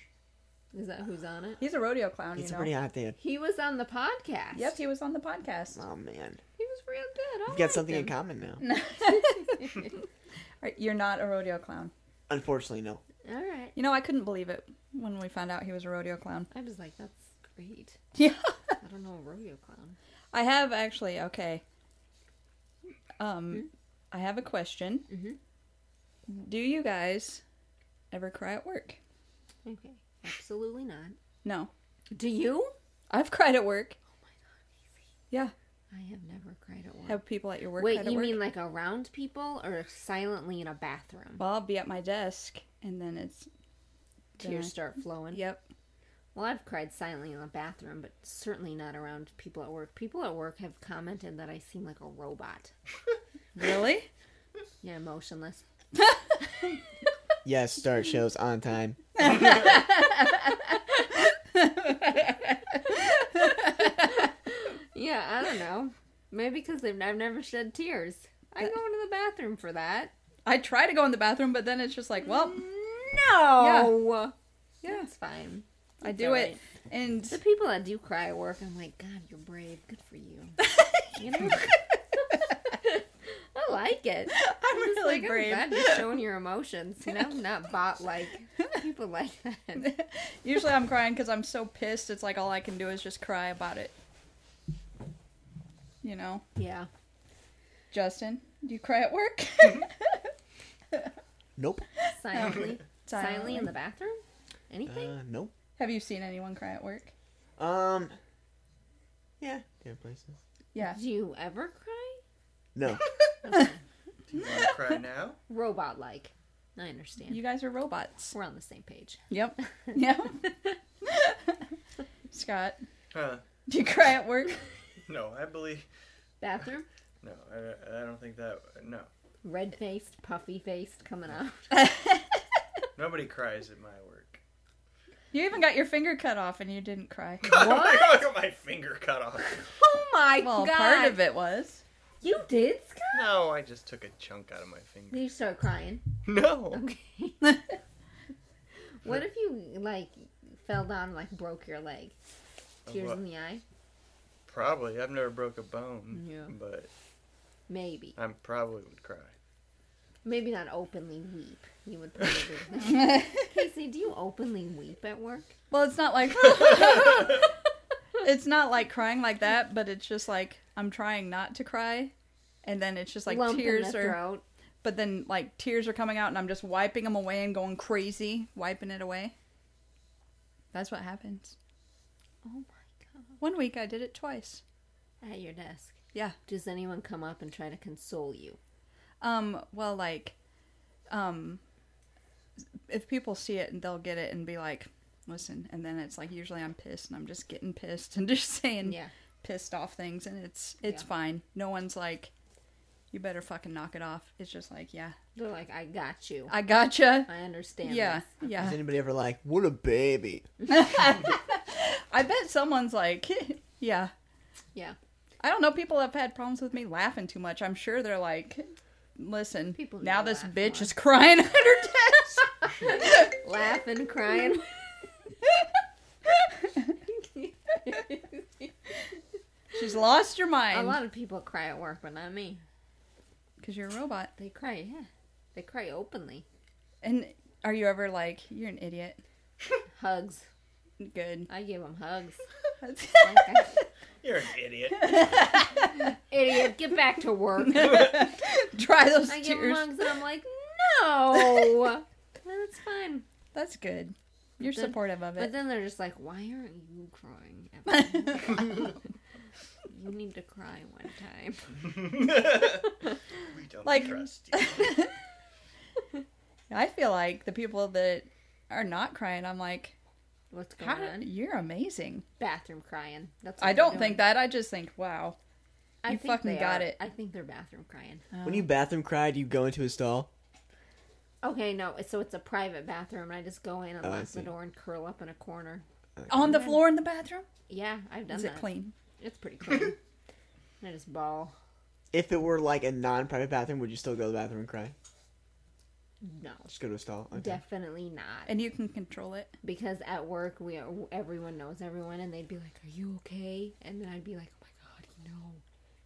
[SPEAKER 2] Is that who's on it?
[SPEAKER 3] He's a rodeo clown,
[SPEAKER 4] It's
[SPEAKER 3] you
[SPEAKER 4] a
[SPEAKER 3] know.
[SPEAKER 4] pretty hot day.
[SPEAKER 2] He was on the podcast.
[SPEAKER 3] Yes, he was on the podcast.
[SPEAKER 4] Oh man,
[SPEAKER 2] he was real good. I
[SPEAKER 4] we've got
[SPEAKER 2] liked
[SPEAKER 4] something in
[SPEAKER 2] him.
[SPEAKER 4] common now.
[SPEAKER 3] Right, You're not a rodeo clown.
[SPEAKER 4] Unfortunately, no.
[SPEAKER 2] All right,
[SPEAKER 3] You know, I couldn't believe it when we found out he was a rodeo clown.
[SPEAKER 2] I was like, that's great.
[SPEAKER 3] [LAUGHS] Yeah.
[SPEAKER 2] I don't know a rodeo clown.
[SPEAKER 3] I have actually, okay. Um
[SPEAKER 2] Hmm?
[SPEAKER 3] I have a question.
[SPEAKER 2] Mm-hmm.
[SPEAKER 3] Do you guys ever cry at work?
[SPEAKER 2] Okay, absolutely not.
[SPEAKER 3] No.
[SPEAKER 2] Do you?
[SPEAKER 3] I've [LAUGHS] cried at work.
[SPEAKER 4] Oh
[SPEAKER 3] Yeah.
[SPEAKER 2] I have never cried at work.
[SPEAKER 3] Have people at your work
[SPEAKER 2] Wait,
[SPEAKER 3] cried at
[SPEAKER 2] you
[SPEAKER 3] work?
[SPEAKER 2] mean like around people or silently in a bathroom?
[SPEAKER 3] well, I'll be at my desk and then it's
[SPEAKER 2] Tears
[SPEAKER 3] Yeah.
[SPEAKER 2] start flowing.
[SPEAKER 3] Yep.
[SPEAKER 2] Well, I've cried silently in the bathroom, but certainly not around people at work. People at work have commented that I seem like a robot.
[SPEAKER 4] [LAUGHS]
[SPEAKER 3] Really?
[SPEAKER 2] Yeah, motionless.
[SPEAKER 4] Yes, start shows on time.
[SPEAKER 2] Yeah, I don't know. Maybe because I've never shed tears. I go into the bathroom for that.
[SPEAKER 3] I try to go in the bathroom, but then it's just like, well,
[SPEAKER 2] No. Yeah.
[SPEAKER 3] Yeah.
[SPEAKER 2] That's fine.
[SPEAKER 3] I do it.
[SPEAKER 2] alright.
[SPEAKER 3] And
[SPEAKER 2] The people that do cry at work, I'm like, God, you're brave. Good for you. [LAUGHS] you know? I like it.
[SPEAKER 3] [LAUGHS] I'm
[SPEAKER 2] It's
[SPEAKER 3] really
[SPEAKER 2] like, oh,
[SPEAKER 3] brave.
[SPEAKER 2] God, you're showing your emotions. You [LAUGHS] know, not bot like people like [LAUGHS] that.
[SPEAKER 3] [LAUGHS] Usually I'm crying because I'm so pissed. It's like all I can do is just cry about it. You know,
[SPEAKER 2] Yeah.
[SPEAKER 3] Justin, do you cry at work? [LAUGHS]
[SPEAKER 4] Nope.
[SPEAKER 2] Silently. Silently
[SPEAKER 3] Silently.
[SPEAKER 2] in the bathroom? Anything?
[SPEAKER 4] Uh, nope.
[SPEAKER 3] Have you seen anyone cry at work?
[SPEAKER 4] Um. Yeah. Different places.
[SPEAKER 3] Yeah.
[SPEAKER 2] do you ever cry?
[SPEAKER 4] No.
[SPEAKER 3] [LAUGHS]
[SPEAKER 1] Do you want to cry now?
[SPEAKER 2] Robot like. I understand.
[SPEAKER 3] You guys are robots.
[SPEAKER 2] [LAUGHS] We're on the same page. [LAUGHS]
[SPEAKER 3] Yep. Yep. [LAUGHS] Scott,
[SPEAKER 1] Huh.
[SPEAKER 3] do you cry at work?
[SPEAKER 1] No, I believe.
[SPEAKER 2] Bathroom,
[SPEAKER 1] No, I, I don't think that. No.
[SPEAKER 2] red faced, puffy faced, coming out.
[SPEAKER 1] Nobody cries at my work. [LAUGHS]
[SPEAKER 3] You even got your finger cut off and you
[SPEAKER 2] [LAUGHS]
[SPEAKER 3] didn't cry.
[SPEAKER 1] I got my finger cut off.
[SPEAKER 2] [LAUGHS] Oh my
[SPEAKER 3] Well,
[SPEAKER 2] god!
[SPEAKER 3] part of it was.
[SPEAKER 2] You did, Scott?
[SPEAKER 1] No, I just took a chunk out of my finger.
[SPEAKER 2] Did you start crying?
[SPEAKER 1] [LAUGHS] No.
[SPEAKER 2] Okay. what if you like fell down, and, like broke your leg, tears
[SPEAKER 1] what?
[SPEAKER 2] in the eye?
[SPEAKER 1] Probably. I've never broke a bone.
[SPEAKER 2] Yeah.
[SPEAKER 1] But
[SPEAKER 2] Maybe,
[SPEAKER 1] I probably would cry.
[SPEAKER 2] maybe not openly weep. You would probably.
[SPEAKER 3] [LAUGHS]
[SPEAKER 2] Casey, do you openly weep at work?
[SPEAKER 3] Well, it's
[SPEAKER 2] [LAUGHS]
[SPEAKER 3] not like it's not like crying like that, but it's just like I'm trying not to cry, and then it's just like
[SPEAKER 2] Lump in
[SPEAKER 3] tears
[SPEAKER 2] the
[SPEAKER 3] are.
[SPEAKER 2] throat.
[SPEAKER 3] But then like tears are coming out, and I'm just wiping them away and going crazy, wiping it away. That's what happens.
[SPEAKER 2] Oh my
[SPEAKER 3] One week I did it twice.
[SPEAKER 2] god! At your desk.
[SPEAKER 3] Yeah.
[SPEAKER 2] Does anyone come up and try to console you?
[SPEAKER 3] Um. Well, like, um, if people see it, and they'll get it and be like, "Listen," and then it's like usually I'm pissed and I'm just getting pissed and [LAUGHS] just saying
[SPEAKER 2] Yeah.
[SPEAKER 3] pissed off things, and it's it's
[SPEAKER 2] Yeah.
[SPEAKER 3] fine. No one's like, "You better fucking knock it off." It's just like, "Yeah,
[SPEAKER 2] They're like, I got you.
[SPEAKER 3] I gotcha."
[SPEAKER 2] I understand.
[SPEAKER 3] Yeah,
[SPEAKER 2] this."
[SPEAKER 3] yeah.
[SPEAKER 2] [LAUGHS]
[SPEAKER 4] Is anybody ever like, what a baby?
[SPEAKER 3] I bet someone's like, [LAUGHS] "Yeah."
[SPEAKER 2] Yeah.
[SPEAKER 3] I don't know. People have had problems with me laughing too much. I'm sure they're like, "Listen,
[SPEAKER 2] People
[SPEAKER 3] now
[SPEAKER 2] need to
[SPEAKER 3] this
[SPEAKER 2] laugh
[SPEAKER 3] bitch
[SPEAKER 2] more."
[SPEAKER 3] is crying [LAUGHS] at
[SPEAKER 2] [LAUGHS]
[SPEAKER 3] her desk."
[SPEAKER 2] Laughing, crying.
[SPEAKER 3] She's lost her
[SPEAKER 2] A
[SPEAKER 3] mind.
[SPEAKER 2] lot of people cry at work, but not me.
[SPEAKER 3] Because you're a robot.
[SPEAKER 2] They cry, yeah. They cry openly.
[SPEAKER 3] And are you ever like, you're an idiot?
[SPEAKER 2] Hugs. [LAUGHS]
[SPEAKER 3] Good.
[SPEAKER 2] I give them hugs.
[SPEAKER 3] That's- [LAUGHS]
[SPEAKER 1] You're an [LAUGHS] idiot.
[SPEAKER 2] Idiot, get back to
[SPEAKER 3] [LAUGHS]
[SPEAKER 2] work.
[SPEAKER 3] Dry those
[SPEAKER 2] I give 'em
[SPEAKER 3] tears.
[SPEAKER 2] hugs, and I'm like, no.
[SPEAKER 3] [LAUGHS]
[SPEAKER 2] Well, That's fine.
[SPEAKER 3] That's good. You're
[SPEAKER 2] Then-
[SPEAKER 3] supportive of
[SPEAKER 2] But
[SPEAKER 3] it.
[SPEAKER 2] then they're just like, why aren't you crying?
[SPEAKER 3] [LAUGHS]
[SPEAKER 2] Evan?" you need to cry one time. [LAUGHS]
[SPEAKER 1] We don't
[SPEAKER 3] Like-
[SPEAKER 1] trust [LAUGHS] you.
[SPEAKER 3] I feel like the people that are not crying, I'm like,
[SPEAKER 2] What's going
[SPEAKER 3] How,
[SPEAKER 2] on?
[SPEAKER 3] you're amazing.
[SPEAKER 2] Bathroom crying. That's.
[SPEAKER 3] I don't think that. I just think, wow.
[SPEAKER 2] I
[SPEAKER 3] you fucking
[SPEAKER 2] they
[SPEAKER 3] got
[SPEAKER 2] are.
[SPEAKER 3] it.
[SPEAKER 2] I think they're bathroom crying.
[SPEAKER 3] Oh.
[SPEAKER 4] When you bathroom cry, do you go into a stall?
[SPEAKER 2] Okay, no. So it's a private bathroom, and I just go in and
[SPEAKER 4] Oh, I
[SPEAKER 2] lock the
[SPEAKER 4] see.
[SPEAKER 2] door and curl up in a corner.
[SPEAKER 3] On the floor in the bathroom?
[SPEAKER 2] Yeah, I've done
[SPEAKER 3] Is
[SPEAKER 2] that.
[SPEAKER 3] it clean?
[SPEAKER 2] It's
[SPEAKER 3] [LAUGHS]
[SPEAKER 2] pretty clean. I just ball.
[SPEAKER 4] If it were like a non-private bathroom, would you still go to the bathroom and cry?
[SPEAKER 2] No,
[SPEAKER 4] Just go to a stall. Okay.
[SPEAKER 2] definitely not.
[SPEAKER 3] And you can control it.
[SPEAKER 2] Because at work, we are, everyone knows everyone, and they'd be like, "Are you okay?" And then I'd be like, "Oh my god, no,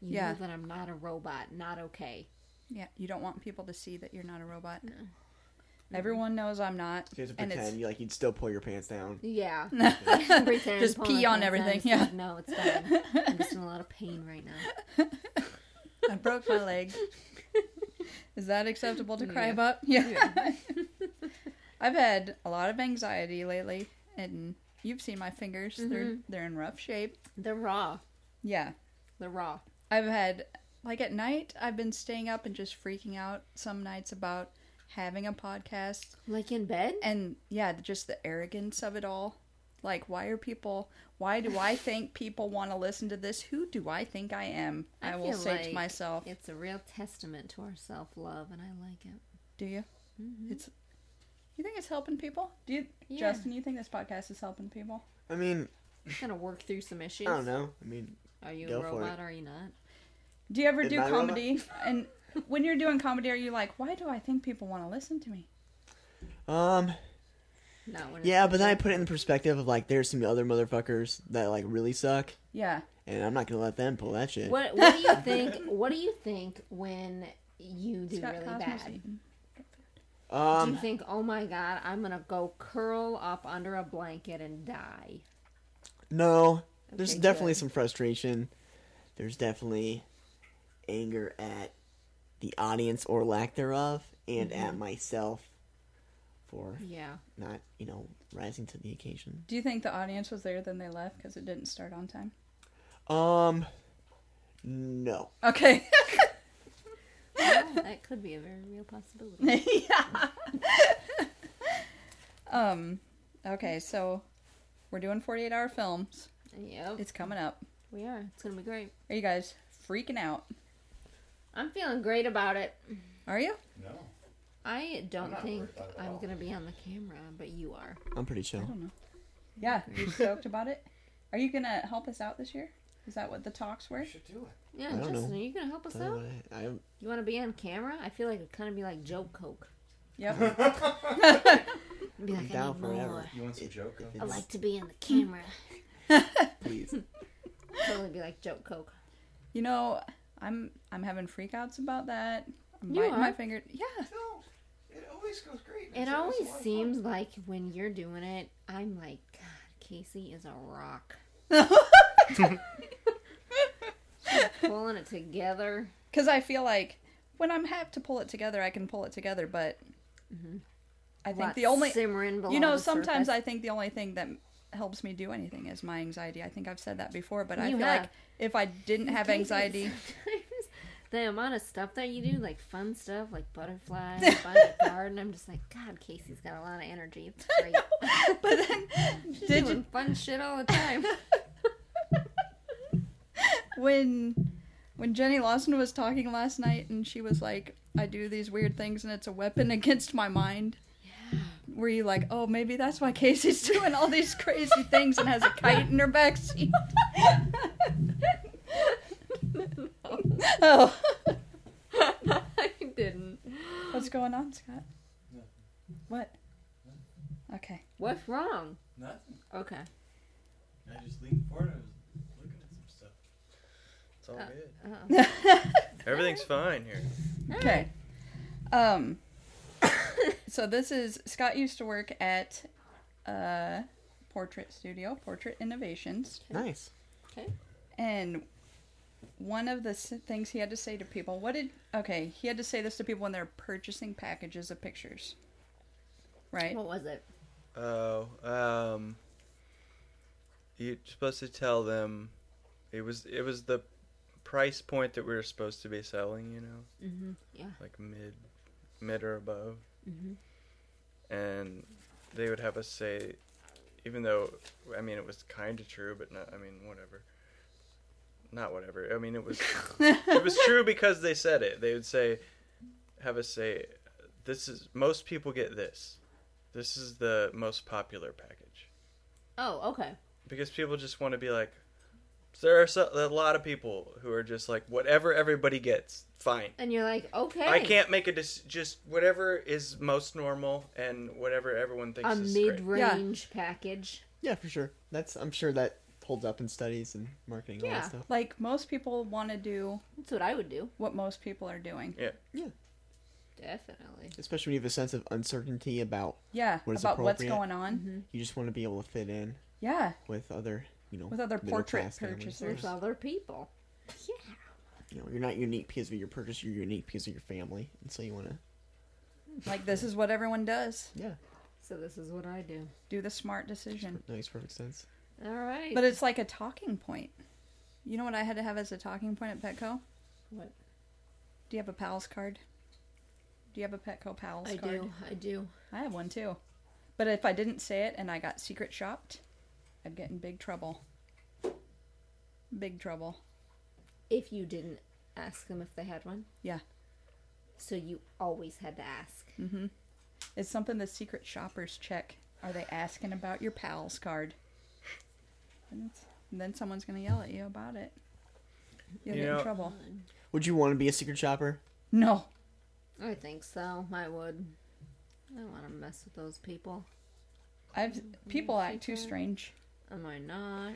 [SPEAKER 2] you
[SPEAKER 3] Yeah.
[SPEAKER 2] know that I'm not a robot, not okay."
[SPEAKER 3] Yeah. You don't want people to see that you're not a robot. Everyone knows I'm not.
[SPEAKER 4] You have to
[SPEAKER 3] and
[SPEAKER 4] pretend
[SPEAKER 3] it's
[SPEAKER 4] you like you'd still pull your pants down.
[SPEAKER 2] Yeah, [LAUGHS]
[SPEAKER 3] [LAUGHS]
[SPEAKER 2] Pretend,
[SPEAKER 3] Just
[SPEAKER 2] pull my pants
[SPEAKER 3] pee on
[SPEAKER 2] down,
[SPEAKER 3] everything,
[SPEAKER 2] just
[SPEAKER 3] yeah.
[SPEAKER 2] like, no, it's fine. I'm just in a lot of pain right [LAUGHS] now.
[SPEAKER 3] I broke my leg. Is that acceptable to cry about? Yeah. [LAUGHS] I've had a lot of anxiety lately, and you've seen my fingers. They're they're in rough shape.
[SPEAKER 2] They're raw.
[SPEAKER 3] Yeah.
[SPEAKER 2] They're raw.
[SPEAKER 3] I've had like at night I've been staying up and just freaking out some nights about having a podcast
[SPEAKER 2] Like in bed.
[SPEAKER 3] and yeah, just the arrogance of it all. Like why are people why do I think people want to listen to this? Who do I think I am? I, will
[SPEAKER 2] feel
[SPEAKER 3] say to
[SPEAKER 2] like
[SPEAKER 3] myself,
[SPEAKER 2] it's a real testament to our self love, and I like it. [LAUGHS]
[SPEAKER 3] Do you? It's. You think it's helping people? Do you,
[SPEAKER 2] Mm-hmm. Yeah.
[SPEAKER 3] Justin? You think this podcast is helping people?
[SPEAKER 4] I mean,
[SPEAKER 2] It's gonna work through some issues.
[SPEAKER 4] I don't know. I mean,
[SPEAKER 2] Are you
[SPEAKER 4] Go
[SPEAKER 2] a
[SPEAKER 4] for it.
[SPEAKER 2] robot? Are you not?
[SPEAKER 3] Do you ever
[SPEAKER 4] Am
[SPEAKER 3] do
[SPEAKER 4] I wrong?
[SPEAKER 3] comedy? and when you're doing comedy, are you like, why do I think people want to listen to me?
[SPEAKER 4] um,
[SPEAKER 2] Not when it's
[SPEAKER 4] yeah,
[SPEAKER 2] a
[SPEAKER 4] but then I
[SPEAKER 2] joke.
[SPEAKER 4] put it in the perspective of like there's some other motherfuckers that like really suck,
[SPEAKER 3] Yeah.
[SPEAKER 4] and I'm not gonna let them pull that
[SPEAKER 2] [LAUGHS]
[SPEAKER 4] shit.
[SPEAKER 2] What What do you think? What do you think when you do
[SPEAKER 3] Scott
[SPEAKER 2] really
[SPEAKER 3] Cosmo's
[SPEAKER 2] bad?
[SPEAKER 3] eating.
[SPEAKER 2] do you
[SPEAKER 4] Um,
[SPEAKER 2] think, oh my god, I'm gonna go curl up under a blanket and die?
[SPEAKER 4] no, there's
[SPEAKER 2] Okay,
[SPEAKER 4] definitely
[SPEAKER 2] good.
[SPEAKER 4] some frustration. There's definitely anger at the audience or lack thereof, and
[SPEAKER 2] Mm-hmm.
[SPEAKER 4] at myself for
[SPEAKER 2] Yeah.
[SPEAKER 4] not, you know, rising to the occasion.
[SPEAKER 3] Do you think the audience was there then they left because it didn't start on time?
[SPEAKER 4] Um, no.
[SPEAKER 3] Okay.
[SPEAKER 2] that could be a very real [LAUGHS] possibility.
[SPEAKER 3] [LAUGHS] yeah. um. Okay, so we're doing 48 hour films.
[SPEAKER 2] yep,
[SPEAKER 3] It's coming up.
[SPEAKER 2] we are. It's gonna be great.
[SPEAKER 3] Are you guys freaking out?
[SPEAKER 2] I'm feeling great about it.
[SPEAKER 3] Are you?
[SPEAKER 6] No.
[SPEAKER 2] I
[SPEAKER 6] I'm
[SPEAKER 2] don't
[SPEAKER 6] not
[SPEAKER 2] think
[SPEAKER 6] worried about it at
[SPEAKER 2] I'm
[SPEAKER 6] all.
[SPEAKER 2] gonna be on the camera, but you are.
[SPEAKER 4] I'm pretty chill.
[SPEAKER 3] Yeah. [LAUGHS] You stoked about it? Are you gonna help us out this year? Is that what the talks were?
[SPEAKER 6] We should do it.
[SPEAKER 2] Yeah,
[SPEAKER 4] I don't
[SPEAKER 2] Justin,
[SPEAKER 4] know.
[SPEAKER 2] are you gonna help us
[SPEAKER 4] I don't
[SPEAKER 2] out?
[SPEAKER 4] wanna- I,
[SPEAKER 2] You want to be on camera? I feel like it'd kind of be like Joe Coke.
[SPEAKER 6] [LAUGHS]
[SPEAKER 3] Yep.
[SPEAKER 2] It'd be like, i
[SPEAKER 4] down
[SPEAKER 2] need
[SPEAKER 4] forever.
[SPEAKER 2] more.
[SPEAKER 6] You want some joke?
[SPEAKER 2] I
[SPEAKER 4] it's-
[SPEAKER 2] like to be on the camera. [LAUGHS]
[SPEAKER 4] please.
[SPEAKER 2] totally be like Joe
[SPEAKER 6] [LAUGHS]
[SPEAKER 2] Coke.
[SPEAKER 3] You know, I'm I'm having freakouts about that. I'm
[SPEAKER 2] You
[SPEAKER 3] biting my
[SPEAKER 2] are?
[SPEAKER 3] finger. Yeah. [LAUGHS]
[SPEAKER 6] No. It always goes great.
[SPEAKER 2] It
[SPEAKER 6] It's always a
[SPEAKER 2] always
[SPEAKER 6] lot of fun.
[SPEAKER 2] seems like when you're doing it, I'm like, God, Casey is a rock. Pulling it together.
[SPEAKER 3] Because I feel like when I'm have to pull it together, I can pull it together. But I think
[SPEAKER 2] Mm-hmm. Lots
[SPEAKER 3] the only
[SPEAKER 2] simmering below
[SPEAKER 3] you know
[SPEAKER 2] the
[SPEAKER 3] sometimes
[SPEAKER 2] surface.
[SPEAKER 3] I think the only thing that helps me do anything is my anxiety. I think I've said that before, but I
[SPEAKER 2] You
[SPEAKER 3] feel like
[SPEAKER 2] have.
[SPEAKER 3] if I didn't have [LAUGHS] anxiety,
[SPEAKER 2] Sometimes [LAUGHS] the amount of stuff that you do, like fun stuff, like butterflies,
[SPEAKER 3] [LAUGHS]
[SPEAKER 2] by the garden, I'm just like, God, Casey's got a lot of energy.
[SPEAKER 3] [LAUGHS]
[SPEAKER 2] It's great.
[SPEAKER 3] but
[SPEAKER 2] [LAUGHS]
[SPEAKER 3] then did
[SPEAKER 2] doing
[SPEAKER 3] you
[SPEAKER 2] fun shit all the [LAUGHS]
[SPEAKER 3] [LAUGHS]
[SPEAKER 2] time.
[SPEAKER 3] when when Jenny Lawson was talking last night and she was like, I do these weird things and it's a weapon [LAUGHS] against my mind. Were you like, oh, maybe that's why Casey's [LAUGHS] doing all these crazy things and has a kite in her backseat? oh,
[SPEAKER 2] I didn't.
[SPEAKER 3] what's going on, Scott? What? Okay.
[SPEAKER 2] What's wrong?
[SPEAKER 1] Nothing.
[SPEAKER 2] Okay.
[SPEAKER 1] I just leaned forward. I was looking at some stuff. It's all good.
[SPEAKER 3] [LAUGHS]
[SPEAKER 2] Uh-oh.
[SPEAKER 1] Everything's fine here.
[SPEAKER 3] Okay. Um. [COUGHS] so this is Scott used to work at uh portrait studio, Portrait Innovations,
[SPEAKER 4] Nice.
[SPEAKER 2] Okay.
[SPEAKER 3] and one of the s- things he had to say to people, what did okay, he had to say this to people when they're purchasing packages of pictures. Right?
[SPEAKER 2] What was it?
[SPEAKER 1] Oh, um, you're supposed to tell them it was it was the price point that we were supposed to be selling. You know,
[SPEAKER 2] Mm-hmm. Yeah.
[SPEAKER 1] like mid, mid or above,
[SPEAKER 2] Mm-hmm.
[SPEAKER 1] and they would have us say, even though I mean it was kind of true, but not. I mean whatever. Not whatever. I mean
[SPEAKER 2] [LAUGHS]
[SPEAKER 1] it was it was true because they said it. They would say, have us say, this is most people get this. This is the most popular package
[SPEAKER 2] Oh, okay.
[SPEAKER 1] because people just want to be like. There are so, a lot of people who are just like whatever everybody gets, fine.
[SPEAKER 2] And you're like, okay.
[SPEAKER 1] I can't make a dis- just whatever is most normal and whatever everyone thinks
[SPEAKER 2] A
[SPEAKER 1] is great.
[SPEAKER 2] mid-range package.
[SPEAKER 4] Yeah, for sure. That's. I'm sure that holds up in studies and marketing all
[SPEAKER 2] Yeah.
[SPEAKER 4] that stuff.
[SPEAKER 3] Like most people want to do
[SPEAKER 2] That's what I would do.
[SPEAKER 3] what most people are doing.
[SPEAKER 1] yeah,
[SPEAKER 2] Definitely.
[SPEAKER 4] Especially when you have a sense of uncertainty about
[SPEAKER 3] Yeah,
[SPEAKER 4] What is
[SPEAKER 3] about what's
[SPEAKER 4] appropriate?
[SPEAKER 3] going on.
[SPEAKER 4] you just want to be able to fit in
[SPEAKER 3] Yeah,
[SPEAKER 4] with other, you know,
[SPEAKER 3] with other
[SPEAKER 4] middle
[SPEAKER 3] portrait
[SPEAKER 4] class families.
[SPEAKER 3] purchasers.
[SPEAKER 2] With other people. Yeah.
[SPEAKER 4] You know, you're not unique because of your purchase. You're unique because of your family, and so you want to.
[SPEAKER 3] Like this is what everyone does.
[SPEAKER 4] Yeah,
[SPEAKER 2] So this is what I do.
[SPEAKER 3] Do the smart decision.
[SPEAKER 4] that makes perfect sense.
[SPEAKER 2] All right.
[SPEAKER 3] But it's like a talking point. You know what I had to have as a talking point at Petco?
[SPEAKER 2] What?
[SPEAKER 3] Do you have a pals card? Do you have a Petco pals
[SPEAKER 2] I
[SPEAKER 3] card?
[SPEAKER 2] do. I do.
[SPEAKER 3] I have one too. But if I didn't say it and I got secret shopped, I'd get in big trouble. Big trouble.
[SPEAKER 2] If you didn't ask them if they had one.
[SPEAKER 3] Yeah.
[SPEAKER 2] So you always had to ask.
[SPEAKER 3] It's something the secret shoppers check. Are they asking about your pals card? And, it's, and then someone's gonna yell at you about it. You'll
[SPEAKER 1] You
[SPEAKER 3] get in
[SPEAKER 1] know-
[SPEAKER 3] trouble.
[SPEAKER 4] Would you want to be a secret shopper?
[SPEAKER 3] No.
[SPEAKER 2] I think so. I would. I don't want to mess with those people.
[SPEAKER 3] I've people act too strange.
[SPEAKER 2] Am I not?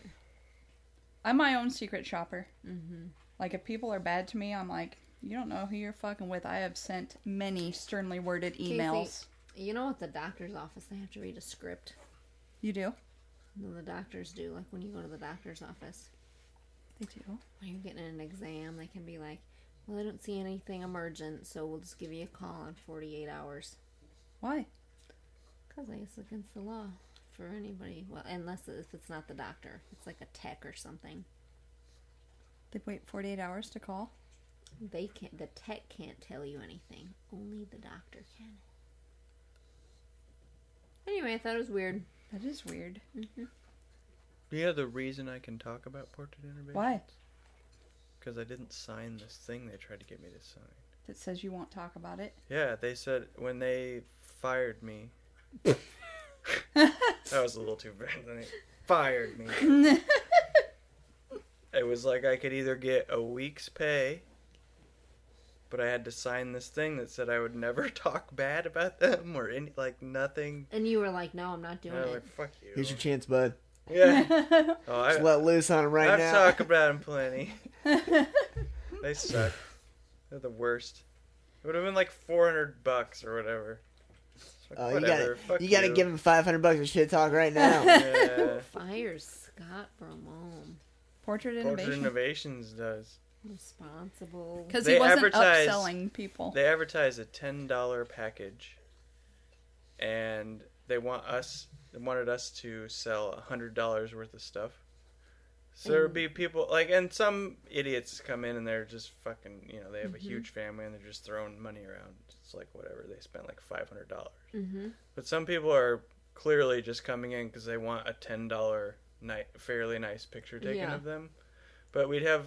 [SPEAKER 3] I'm my own secret shopper. Mm-hmm. Like if people are bad to me, I'm like, you don't know who you're fucking with. I have sent many sternly worded emails.
[SPEAKER 2] You know, at the doctor's office, they have to read a script.
[SPEAKER 3] You do?
[SPEAKER 2] Then the doctors do. Like when you go to the doctor's office,
[SPEAKER 3] They do.
[SPEAKER 2] when you're getting an exam, they can be like, "Well, I don't see anything emergent, so we'll just give you a call in 48 hours."
[SPEAKER 3] Why?
[SPEAKER 2] Because I guess it's against the law for anybody. Well, unless if it's not the doctor, it's like a tech or something.
[SPEAKER 3] They wait 48 hours to call.
[SPEAKER 2] They can't. The tech can't tell you anything. Only the doctor can. Anyway, I thought it was weird.
[SPEAKER 3] That is weird.
[SPEAKER 1] Yeah, the reason I can talk about portrait interventions.
[SPEAKER 3] Why?
[SPEAKER 1] Because I didn't sign this thing they tried to get me to sign.
[SPEAKER 3] That says you won't talk about it.
[SPEAKER 1] Yeah, they said when they fired me. that was a little too bad. They fired me. it was like I could either get a week's pay, but I had to sign this thing that said I would never [LAUGHS] talk bad about them or any like nothing.
[SPEAKER 2] And you were like, "No, I'm not doing
[SPEAKER 1] And I
[SPEAKER 2] it."
[SPEAKER 1] was like, fuck you.
[SPEAKER 4] Here's your chance, bud.
[SPEAKER 1] yeah. Oh, I,
[SPEAKER 4] Just let loose on him right
[SPEAKER 1] I've
[SPEAKER 4] now.
[SPEAKER 1] talked about them plenty.
[SPEAKER 4] [LAUGHS]
[SPEAKER 1] they suck. They're the worst. It would have been like 400 bucks or whatever. It's like,
[SPEAKER 4] Oh, you
[SPEAKER 1] whatever.
[SPEAKER 4] gotta,
[SPEAKER 1] fuck
[SPEAKER 4] you gotta give him five hundred bucks of shit talk
[SPEAKER 3] [LAUGHS]
[SPEAKER 4] right now. [LAUGHS]
[SPEAKER 1] Yeah.
[SPEAKER 2] Fires Scott Bromome.
[SPEAKER 3] Portrait
[SPEAKER 1] Culture
[SPEAKER 3] innovation.
[SPEAKER 1] Innovations does.
[SPEAKER 2] Responsible.
[SPEAKER 3] Because he
[SPEAKER 1] They
[SPEAKER 3] wasn't
[SPEAKER 1] advertise-
[SPEAKER 3] upselling people.
[SPEAKER 1] They advertise a $10 package and they want us they wanted us to sell $100 worth of stuff. So there would be people like and some idiots come in and they're just fucking, you know, they have a huge family and they're just throwing money around. It's like whatever. They spent like $500.
[SPEAKER 2] Mm-hmm.
[SPEAKER 1] But some people are clearly just coming in because they want a ten dollar night, fairly nice picture taken
[SPEAKER 2] Yeah.
[SPEAKER 1] of them. But we'd have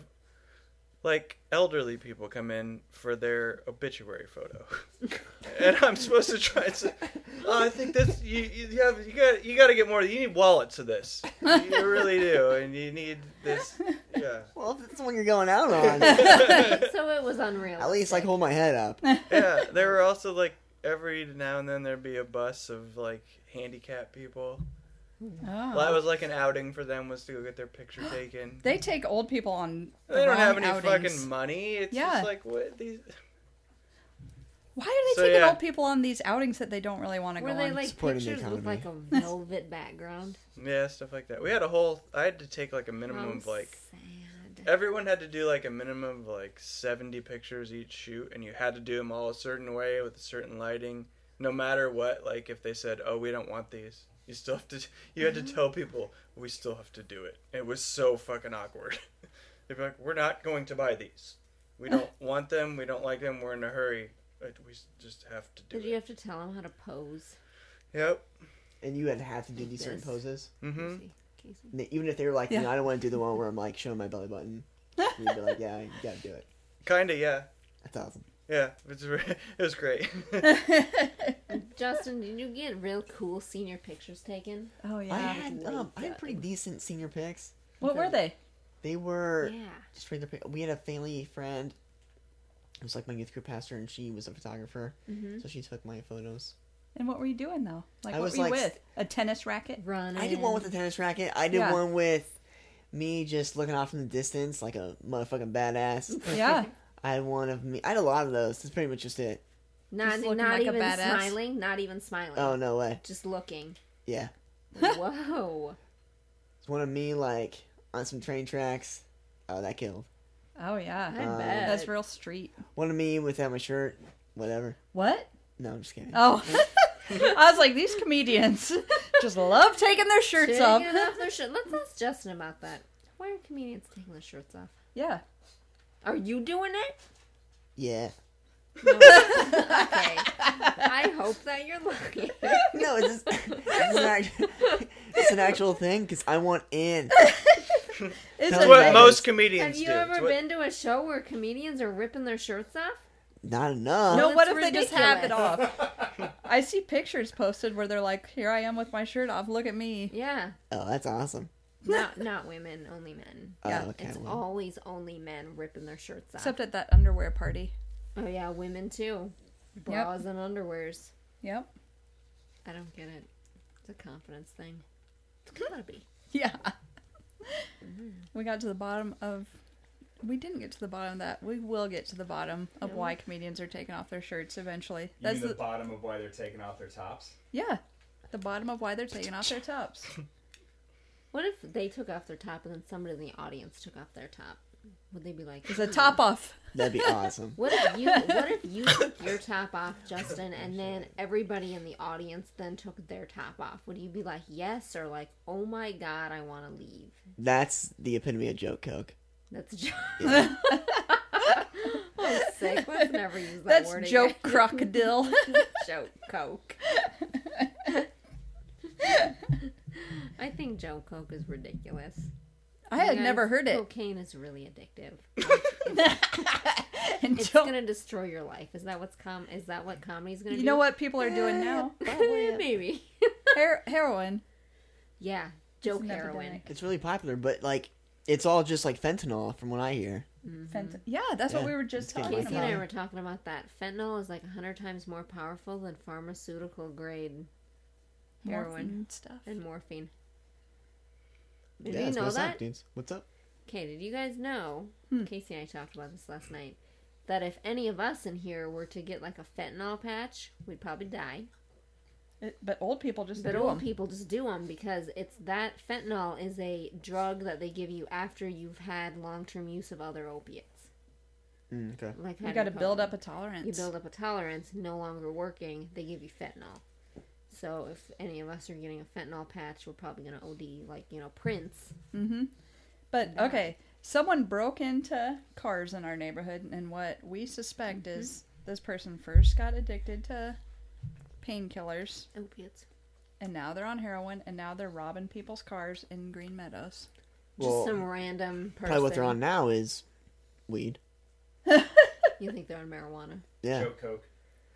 [SPEAKER 1] like elderly people come in for their obituary photo, [LAUGHS] and I'm supposed to try to. Oh, I think that's you. You have you got you got to get more. You need wallets of this. You really do, and you need this. Yeah,
[SPEAKER 4] well, if that's the one you're going out on,
[SPEAKER 2] [LAUGHS]
[SPEAKER 4] at
[SPEAKER 3] [LAUGHS]
[SPEAKER 2] so it was unreal.
[SPEAKER 4] least like hold my head up.
[SPEAKER 1] yeah. There were also like every now and then there'd be a bus of like handicapped people.
[SPEAKER 3] Oh.
[SPEAKER 1] Well, that was like an outing for them was to go get their picture taken.
[SPEAKER 3] They take old people on. The
[SPEAKER 1] they don't
[SPEAKER 3] wrong
[SPEAKER 1] have any
[SPEAKER 3] outings.
[SPEAKER 1] fucking money. It's
[SPEAKER 3] Yeah.
[SPEAKER 1] just like what these.
[SPEAKER 3] Why are they
[SPEAKER 1] So,
[SPEAKER 3] taking
[SPEAKER 1] yeah.
[SPEAKER 3] old people on these outings that they don't really want to go
[SPEAKER 2] Were they
[SPEAKER 3] on? [LAUGHS]
[SPEAKER 2] like
[SPEAKER 4] supporting the
[SPEAKER 2] pictures with
[SPEAKER 4] economy.
[SPEAKER 2] like [LAUGHS] a velvet background?
[SPEAKER 1] Yeah, stuff like that. We had a whole. I had to take like a minimum
[SPEAKER 2] How
[SPEAKER 1] of like.
[SPEAKER 2] sad.
[SPEAKER 1] Everyone had to do like a minimum of like seventy pictures each shoot, and you had to do them all a certain way with a certain lighting. No matter what, like if they said, "Oh, we don't want these," you still have to. You had to tell people we still have to do it. It was so fucking awkward. [LAUGHS] They'd be like, "We're not going to buy these. We don't want them. We don't like them. We're in a hurry. But we s- just have to do
[SPEAKER 2] Did you have
[SPEAKER 1] it."
[SPEAKER 2] to tell him how to pose?
[SPEAKER 1] Yep.
[SPEAKER 4] And you would have to do these certain
[SPEAKER 2] Yes.
[SPEAKER 4] poses,
[SPEAKER 1] Mm-hmm.
[SPEAKER 2] Casey? Casey?
[SPEAKER 4] And even if they were like,
[SPEAKER 3] Yeah.
[SPEAKER 4] "No, I don't want to do the one where I'm like showing my
[SPEAKER 3] [LAUGHS]
[SPEAKER 4] belly button." You'd be like, "Yeah, you gotta do it."
[SPEAKER 1] Kinda, yeah.
[SPEAKER 4] That's awesome.
[SPEAKER 1] Yeah, it's, [LAUGHS] it was great.
[SPEAKER 2] Justin, did you get real cool senior pictures taken?
[SPEAKER 3] oh yeah.
[SPEAKER 4] I had
[SPEAKER 2] Really
[SPEAKER 4] um, I had
[SPEAKER 2] good.
[SPEAKER 4] pretty decent senior pics.
[SPEAKER 3] what were they?
[SPEAKER 4] They were
[SPEAKER 2] Yeah.
[SPEAKER 4] just regular pic. We had a family friend. It was like my youth group pastor, and she was a photographer,
[SPEAKER 3] Mm-hmm.
[SPEAKER 4] so she took my photos.
[SPEAKER 3] And what were you doing though? Like
[SPEAKER 4] I
[SPEAKER 3] what
[SPEAKER 4] was,
[SPEAKER 3] were you
[SPEAKER 4] like,
[SPEAKER 3] with? A tennis
[SPEAKER 2] [LAUGHS]
[SPEAKER 3] racket?
[SPEAKER 2] Running.
[SPEAKER 4] I did one with a tennis racket. I did
[SPEAKER 3] Oh, Yeah.
[SPEAKER 4] one with me just looking off in the distance like a motherfucking badass.
[SPEAKER 3] [LAUGHS] Yeah.
[SPEAKER 4] I had one of me. I had a lot of those. That's pretty much just it.
[SPEAKER 2] not,
[SPEAKER 3] Just looking
[SPEAKER 2] not
[SPEAKER 3] like a
[SPEAKER 2] even
[SPEAKER 3] badass.
[SPEAKER 2] smiling. Not even smiling.
[SPEAKER 4] Oh no way.
[SPEAKER 2] Just looking.
[SPEAKER 4] Yeah,
[SPEAKER 2] [LAUGHS] Whoa.
[SPEAKER 4] it's one of me like on some train tracks. Oh, that killed.
[SPEAKER 3] Oh yeah.
[SPEAKER 2] I
[SPEAKER 1] Uh,
[SPEAKER 2] bet.
[SPEAKER 3] That's real street.
[SPEAKER 4] One of me without my shirt. Whatever.
[SPEAKER 3] What?
[SPEAKER 4] No, I'm just kidding.
[SPEAKER 3] Oh. [LAUGHS] I was like, these comedians [LAUGHS] just love taking their shirts
[SPEAKER 2] Taking
[SPEAKER 3] [LAUGHS] off.
[SPEAKER 2] off their shirt. Let's ask Justin about that. Why are comedians taking their shirts off?
[SPEAKER 3] Yeah.
[SPEAKER 2] Are you doing it?
[SPEAKER 4] Yeah.
[SPEAKER 2] [LAUGHS] Okay. I hope that you're lucky.
[SPEAKER 4] No, it's
[SPEAKER 3] [LAUGHS]
[SPEAKER 4] just, [LAUGHS] it's, an act- [LAUGHS] it's an actual thing because I want in.
[SPEAKER 3] It's a
[SPEAKER 4] Tell me
[SPEAKER 3] thing.
[SPEAKER 1] what most
[SPEAKER 2] Have
[SPEAKER 1] comedians
[SPEAKER 2] you
[SPEAKER 1] do. It's
[SPEAKER 2] ever
[SPEAKER 1] what-
[SPEAKER 2] been to a show where comedians are ripping their shirts off?
[SPEAKER 4] Not enough.
[SPEAKER 3] No,
[SPEAKER 2] That's
[SPEAKER 3] what if they just have it
[SPEAKER 2] ridiculous. [LAUGHS]
[SPEAKER 3] off? I see pictures posted where they're like, "Here I am with my shirt off. Look at me."
[SPEAKER 2] Yeah.
[SPEAKER 4] Oh, that's awesome.
[SPEAKER 2] [LAUGHS] Not not women, only men.
[SPEAKER 3] Yeah,
[SPEAKER 4] oh, okay.
[SPEAKER 2] it's
[SPEAKER 4] well.
[SPEAKER 2] always only men ripping their shirts off.
[SPEAKER 3] Except at that underwear party.
[SPEAKER 2] oh yeah, women too. Bras and underwears.
[SPEAKER 3] Yep.
[SPEAKER 2] I don't get it. It's a confidence thing. It's gotta be.
[SPEAKER 3] [LAUGHS] Yeah.
[SPEAKER 2] Mm-hmm.
[SPEAKER 3] We got to the bottom of. We didn't get to the bottom of that. We will get to the bottom of why comedians are taking off their shirts eventually.
[SPEAKER 6] You
[SPEAKER 3] That's
[SPEAKER 6] mean the,
[SPEAKER 3] the,
[SPEAKER 6] bottom of why they're taking off their tops?
[SPEAKER 3] yeah, the bottom of why they're taking off their tops.
[SPEAKER 6] [LAUGHS]
[SPEAKER 2] What if they took off their top and then somebody in the audience took off their top? Would they be like
[SPEAKER 3] It's a top off.
[SPEAKER 2] [LAUGHS]
[SPEAKER 4] That'd be awesome.
[SPEAKER 2] What if you what if you took your top off, Justin, and then everybody in the audience then took their top off? Would you be like, yes, or like, oh my god, I want to leave? [LAUGHS]
[SPEAKER 4] That's the epitome of joke coke.
[SPEAKER 2] That's just. sake. Let's never use that
[SPEAKER 3] That's
[SPEAKER 2] word
[SPEAKER 3] joke
[SPEAKER 2] [LAUGHS] again.
[SPEAKER 3] crocodile. [LAUGHS]
[SPEAKER 2] joke coke. I think joke coke is ridiculous.
[SPEAKER 3] I had
[SPEAKER 2] Guys,
[SPEAKER 3] never heard it.
[SPEAKER 2] Cocaine is really addictive.
[SPEAKER 3] [LAUGHS] And
[SPEAKER 2] It's
[SPEAKER 3] joke-
[SPEAKER 2] gonna destroy your life. Is that what's com? Is that what comedy's gonna
[SPEAKER 3] you
[SPEAKER 2] do? [LAUGHS]
[SPEAKER 3] know what people are doing now? [LAUGHS]
[SPEAKER 2] Maybe.
[SPEAKER 3] Her- heroin.
[SPEAKER 2] yeah, joke
[SPEAKER 3] an
[SPEAKER 2] heroin.
[SPEAKER 3] epidemic.
[SPEAKER 4] It's really popular, but like it's all just like fentanyl from what I hear.
[SPEAKER 3] Fent- yeah, that's what
[SPEAKER 4] Yeah,
[SPEAKER 3] we were just
[SPEAKER 4] it's getting
[SPEAKER 3] talking
[SPEAKER 2] Mm-hmm. Casey and I
[SPEAKER 3] about.
[SPEAKER 2] were talking about that. Fentanyl is like hundred times more powerful than pharmaceutical grade
[SPEAKER 3] Morphine
[SPEAKER 2] heroin
[SPEAKER 3] and stuff.
[SPEAKER 2] and morphine. Did
[SPEAKER 4] Yeah,
[SPEAKER 2] you
[SPEAKER 4] that's
[SPEAKER 2] know
[SPEAKER 4] what's
[SPEAKER 2] that?
[SPEAKER 4] up, dudes. What's up?
[SPEAKER 2] Okay, did you guys know?
[SPEAKER 3] Hmm.
[SPEAKER 2] Casey and I talked about this last night. That if any of us in here were to get like a fentanyl patch, we'd probably die.
[SPEAKER 3] It- but old people just
[SPEAKER 2] But
[SPEAKER 3] do
[SPEAKER 2] old
[SPEAKER 3] 'em.
[SPEAKER 2] people just do them because it's that fentanyl is a drug that they give you after you've had long term use of other opiates.
[SPEAKER 4] Mm, okay.
[SPEAKER 2] Like
[SPEAKER 3] You got to build
[SPEAKER 2] hydrocodone.
[SPEAKER 3] up a tolerance.
[SPEAKER 2] You build up a tolerance, no longer working, they give you fentanyl. So if any of us are getting a fentanyl patch, we're probably gonna OD like you know Prince.
[SPEAKER 3] But okay, someone broke into cars in our neighborhood, and what we suspect is this person first got addicted to painkillers,
[SPEAKER 2] Opiates.
[SPEAKER 3] and now they're on heroin, and now they're robbing people's cars in Green Meadows.
[SPEAKER 2] Just
[SPEAKER 4] Well,
[SPEAKER 2] some random person.
[SPEAKER 4] probably what they're on now is weed.
[SPEAKER 2] You think they're on marijuana?
[SPEAKER 4] Yeah,
[SPEAKER 6] Joke Coke.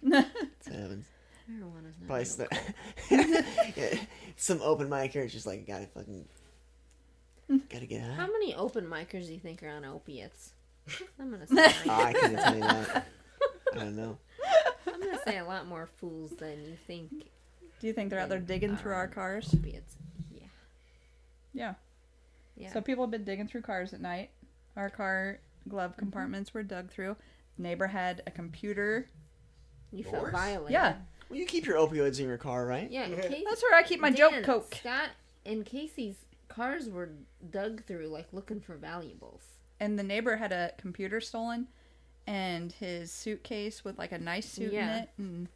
[SPEAKER 4] that's what happens.
[SPEAKER 2] Marijuana's not.
[SPEAKER 4] Probably
[SPEAKER 2] real.
[SPEAKER 4] some,
[SPEAKER 2] [LAUGHS]
[SPEAKER 4] [LAUGHS] some open mic here. Just like gotta fucking gotta get high.
[SPEAKER 2] Hmm. How many open micers do you think are on
[SPEAKER 3] [LAUGHS]
[SPEAKER 2] opiates? I'm gonna say
[SPEAKER 4] Oh, I couldn't tell
[SPEAKER 2] [LAUGHS]
[SPEAKER 4] you that. I don't know.
[SPEAKER 2] I'm gonna say a lot more fools than you think
[SPEAKER 3] Do you think they're out there digging through our cars?
[SPEAKER 2] opiates. Yeah.
[SPEAKER 3] Yeah.
[SPEAKER 2] Yeah.
[SPEAKER 3] So people have been digging through cars at night. Our car glove compartments were dug through. Neighbor had a computer.
[SPEAKER 2] you felt
[SPEAKER 6] Yours?
[SPEAKER 2] violated.
[SPEAKER 3] Yeah,
[SPEAKER 4] Well, you keep your opioids in your car, right? [LAUGHS]
[SPEAKER 2] Yeah. Casey,
[SPEAKER 3] that's where I keep my joke
[SPEAKER 2] Dan,
[SPEAKER 3] coke.
[SPEAKER 2] Scott and Casey's cars were dug through, like looking for valuables.
[SPEAKER 3] and the neighbor had a computer stolen and his suitcase with like a nice suit
[SPEAKER 2] Yeah.
[SPEAKER 3] in it and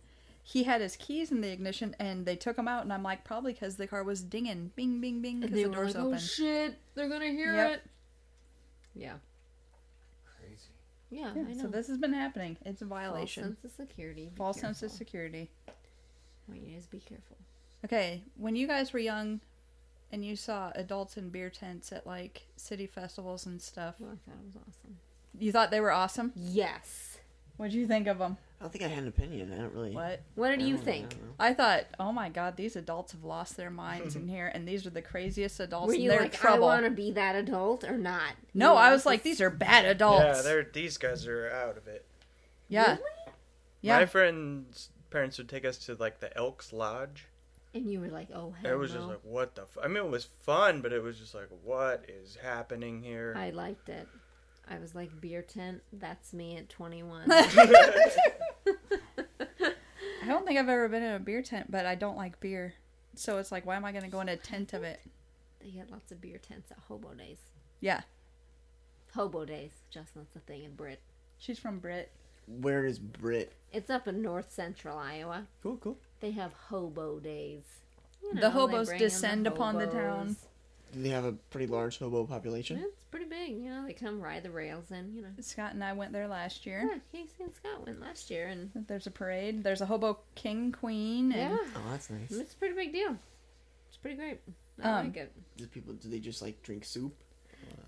[SPEAKER 3] he had his keys in the ignition and they took them out and i'm like probably because the car was dinging bing bing bing because
[SPEAKER 2] And they
[SPEAKER 3] the
[SPEAKER 2] were
[SPEAKER 3] doors
[SPEAKER 2] like,
[SPEAKER 3] open
[SPEAKER 2] "Oh shit, they're gonna hear
[SPEAKER 3] Yep.
[SPEAKER 2] it." Yeah.
[SPEAKER 6] Crazy.
[SPEAKER 2] Yeah. I
[SPEAKER 3] yeah,
[SPEAKER 2] know.
[SPEAKER 3] so this has been happening it's a
[SPEAKER 2] false
[SPEAKER 3] violation
[SPEAKER 2] sense of security. Be
[SPEAKER 3] false
[SPEAKER 2] careful.
[SPEAKER 3] sense of security
[SPEAKER 2] What you just be careful.
[SPEAKER 3] okay when you guys were young and you saw adults in beer tents at like city festivals and stuff
[SPEAKER 2] Well, I thought it was awesome.
[SPEAKER 3] you thought they were awesome
[SPEAKER 2] Yes.
[SPEAKER 3] what'd you think of them
[SPEAKER 4] I don't think I had an opinion. I don't really.
[SPEAKER 3] what
[SPEAKER 2] What did
[SPEAKER 4] I
[SPEAKER 2] you
[SPEAKER 4] don't know, I
[SPEAKER 2] think?
[SPEAKER 4] don't know.
[SPEAKER 3] I thought, oh my god, these adults have lost their minds
[SPEAKER 1] Mm-hmm.
[SPEAKER 3] in here, and these are the craziest adults.
[SPEAKER 2] Were
[SPEAKER 3] and
[SPEAKER 2] you
[SPEAKER 3] they're
[SPEAKER 2] like,
[SPEAKER 3] trouble.
[SPEAKER 2] I want to be that adult or not?
[SPEAKER 3] No,
[SPEAKER 2] You
[SPEAKER 3] I
[SPEAKER 2] know,
[SPEAKER 3] was like, these are bad adults.
[SPEAKER 1] Yeah, they're these guys are out of it.
[SPEAKER 3] yeah, yeah.
[SPEAKER 1] My friend's parents would take us to like the Elks Lodge.
[SPEAKER 2] And you were like, oh hell
[SPEAKER 1] it was
[SPEAKER 2] no.
[SPEAKER 1] just like what the. F-? I mean, it was fun, but it was just like what is happening here?
[SPEAKER 2] I liked it. I was like, beer tent, that's me at
[SPEAKER 3] [LAUGHS]
[SPEAKER 2] 21.
[SPEAKER 3] I don't think I've ever been in a beer tent, but I don't like beer, so it's like, why am I going to go in a tent of it?
[SPEAKER 2] they had lots of beer tents at Hobo Days.
[SPEAKER 3] Yeah,
[SPEAKER 2] Hobo Days, Justin's the thing in Brit.
[SPEAKER 3] she's from Brit.
[SPEAKER 4] Where is Brit?
[SPEAKER 2] It's up in north central Iowa.
[SPEAKER 4] Cool, cool.
[SPEAKER 2] They have Hobo Days. You
[SPEAKER 3] The
[SPEAKER 2] they
[SPEAKER 3] hobos
[SPEAKER 2] bring in the
[SPEAKER 3] descend upon the town.
[SPEAKER 2] hobos.
[SPEAKER 4] Do they have a pretty large hobo population?
[SPEAKER 2] Yeah, it's pretty big, you know. They come ride the rails and, you know.
[SPEAKER 3] Scott and I went there last year.
[SPEAKER 2] Yeah, Casey and Scott went last year, and
[SPEAKER 3] There's a parade. There's a hobo king, queen,
[SPEAKER 2] Hmm. yeah,
[SPEAKER 3] and
[SPEAKER 4] Oh, that's nice.
[SPEAKER 2] it's a pretty big deal. It's pretty great. I
[SPEAKER 3] Um,
[SPEAKER 2] like it.
[SPEAKER 4] Do people do they just like drink soup?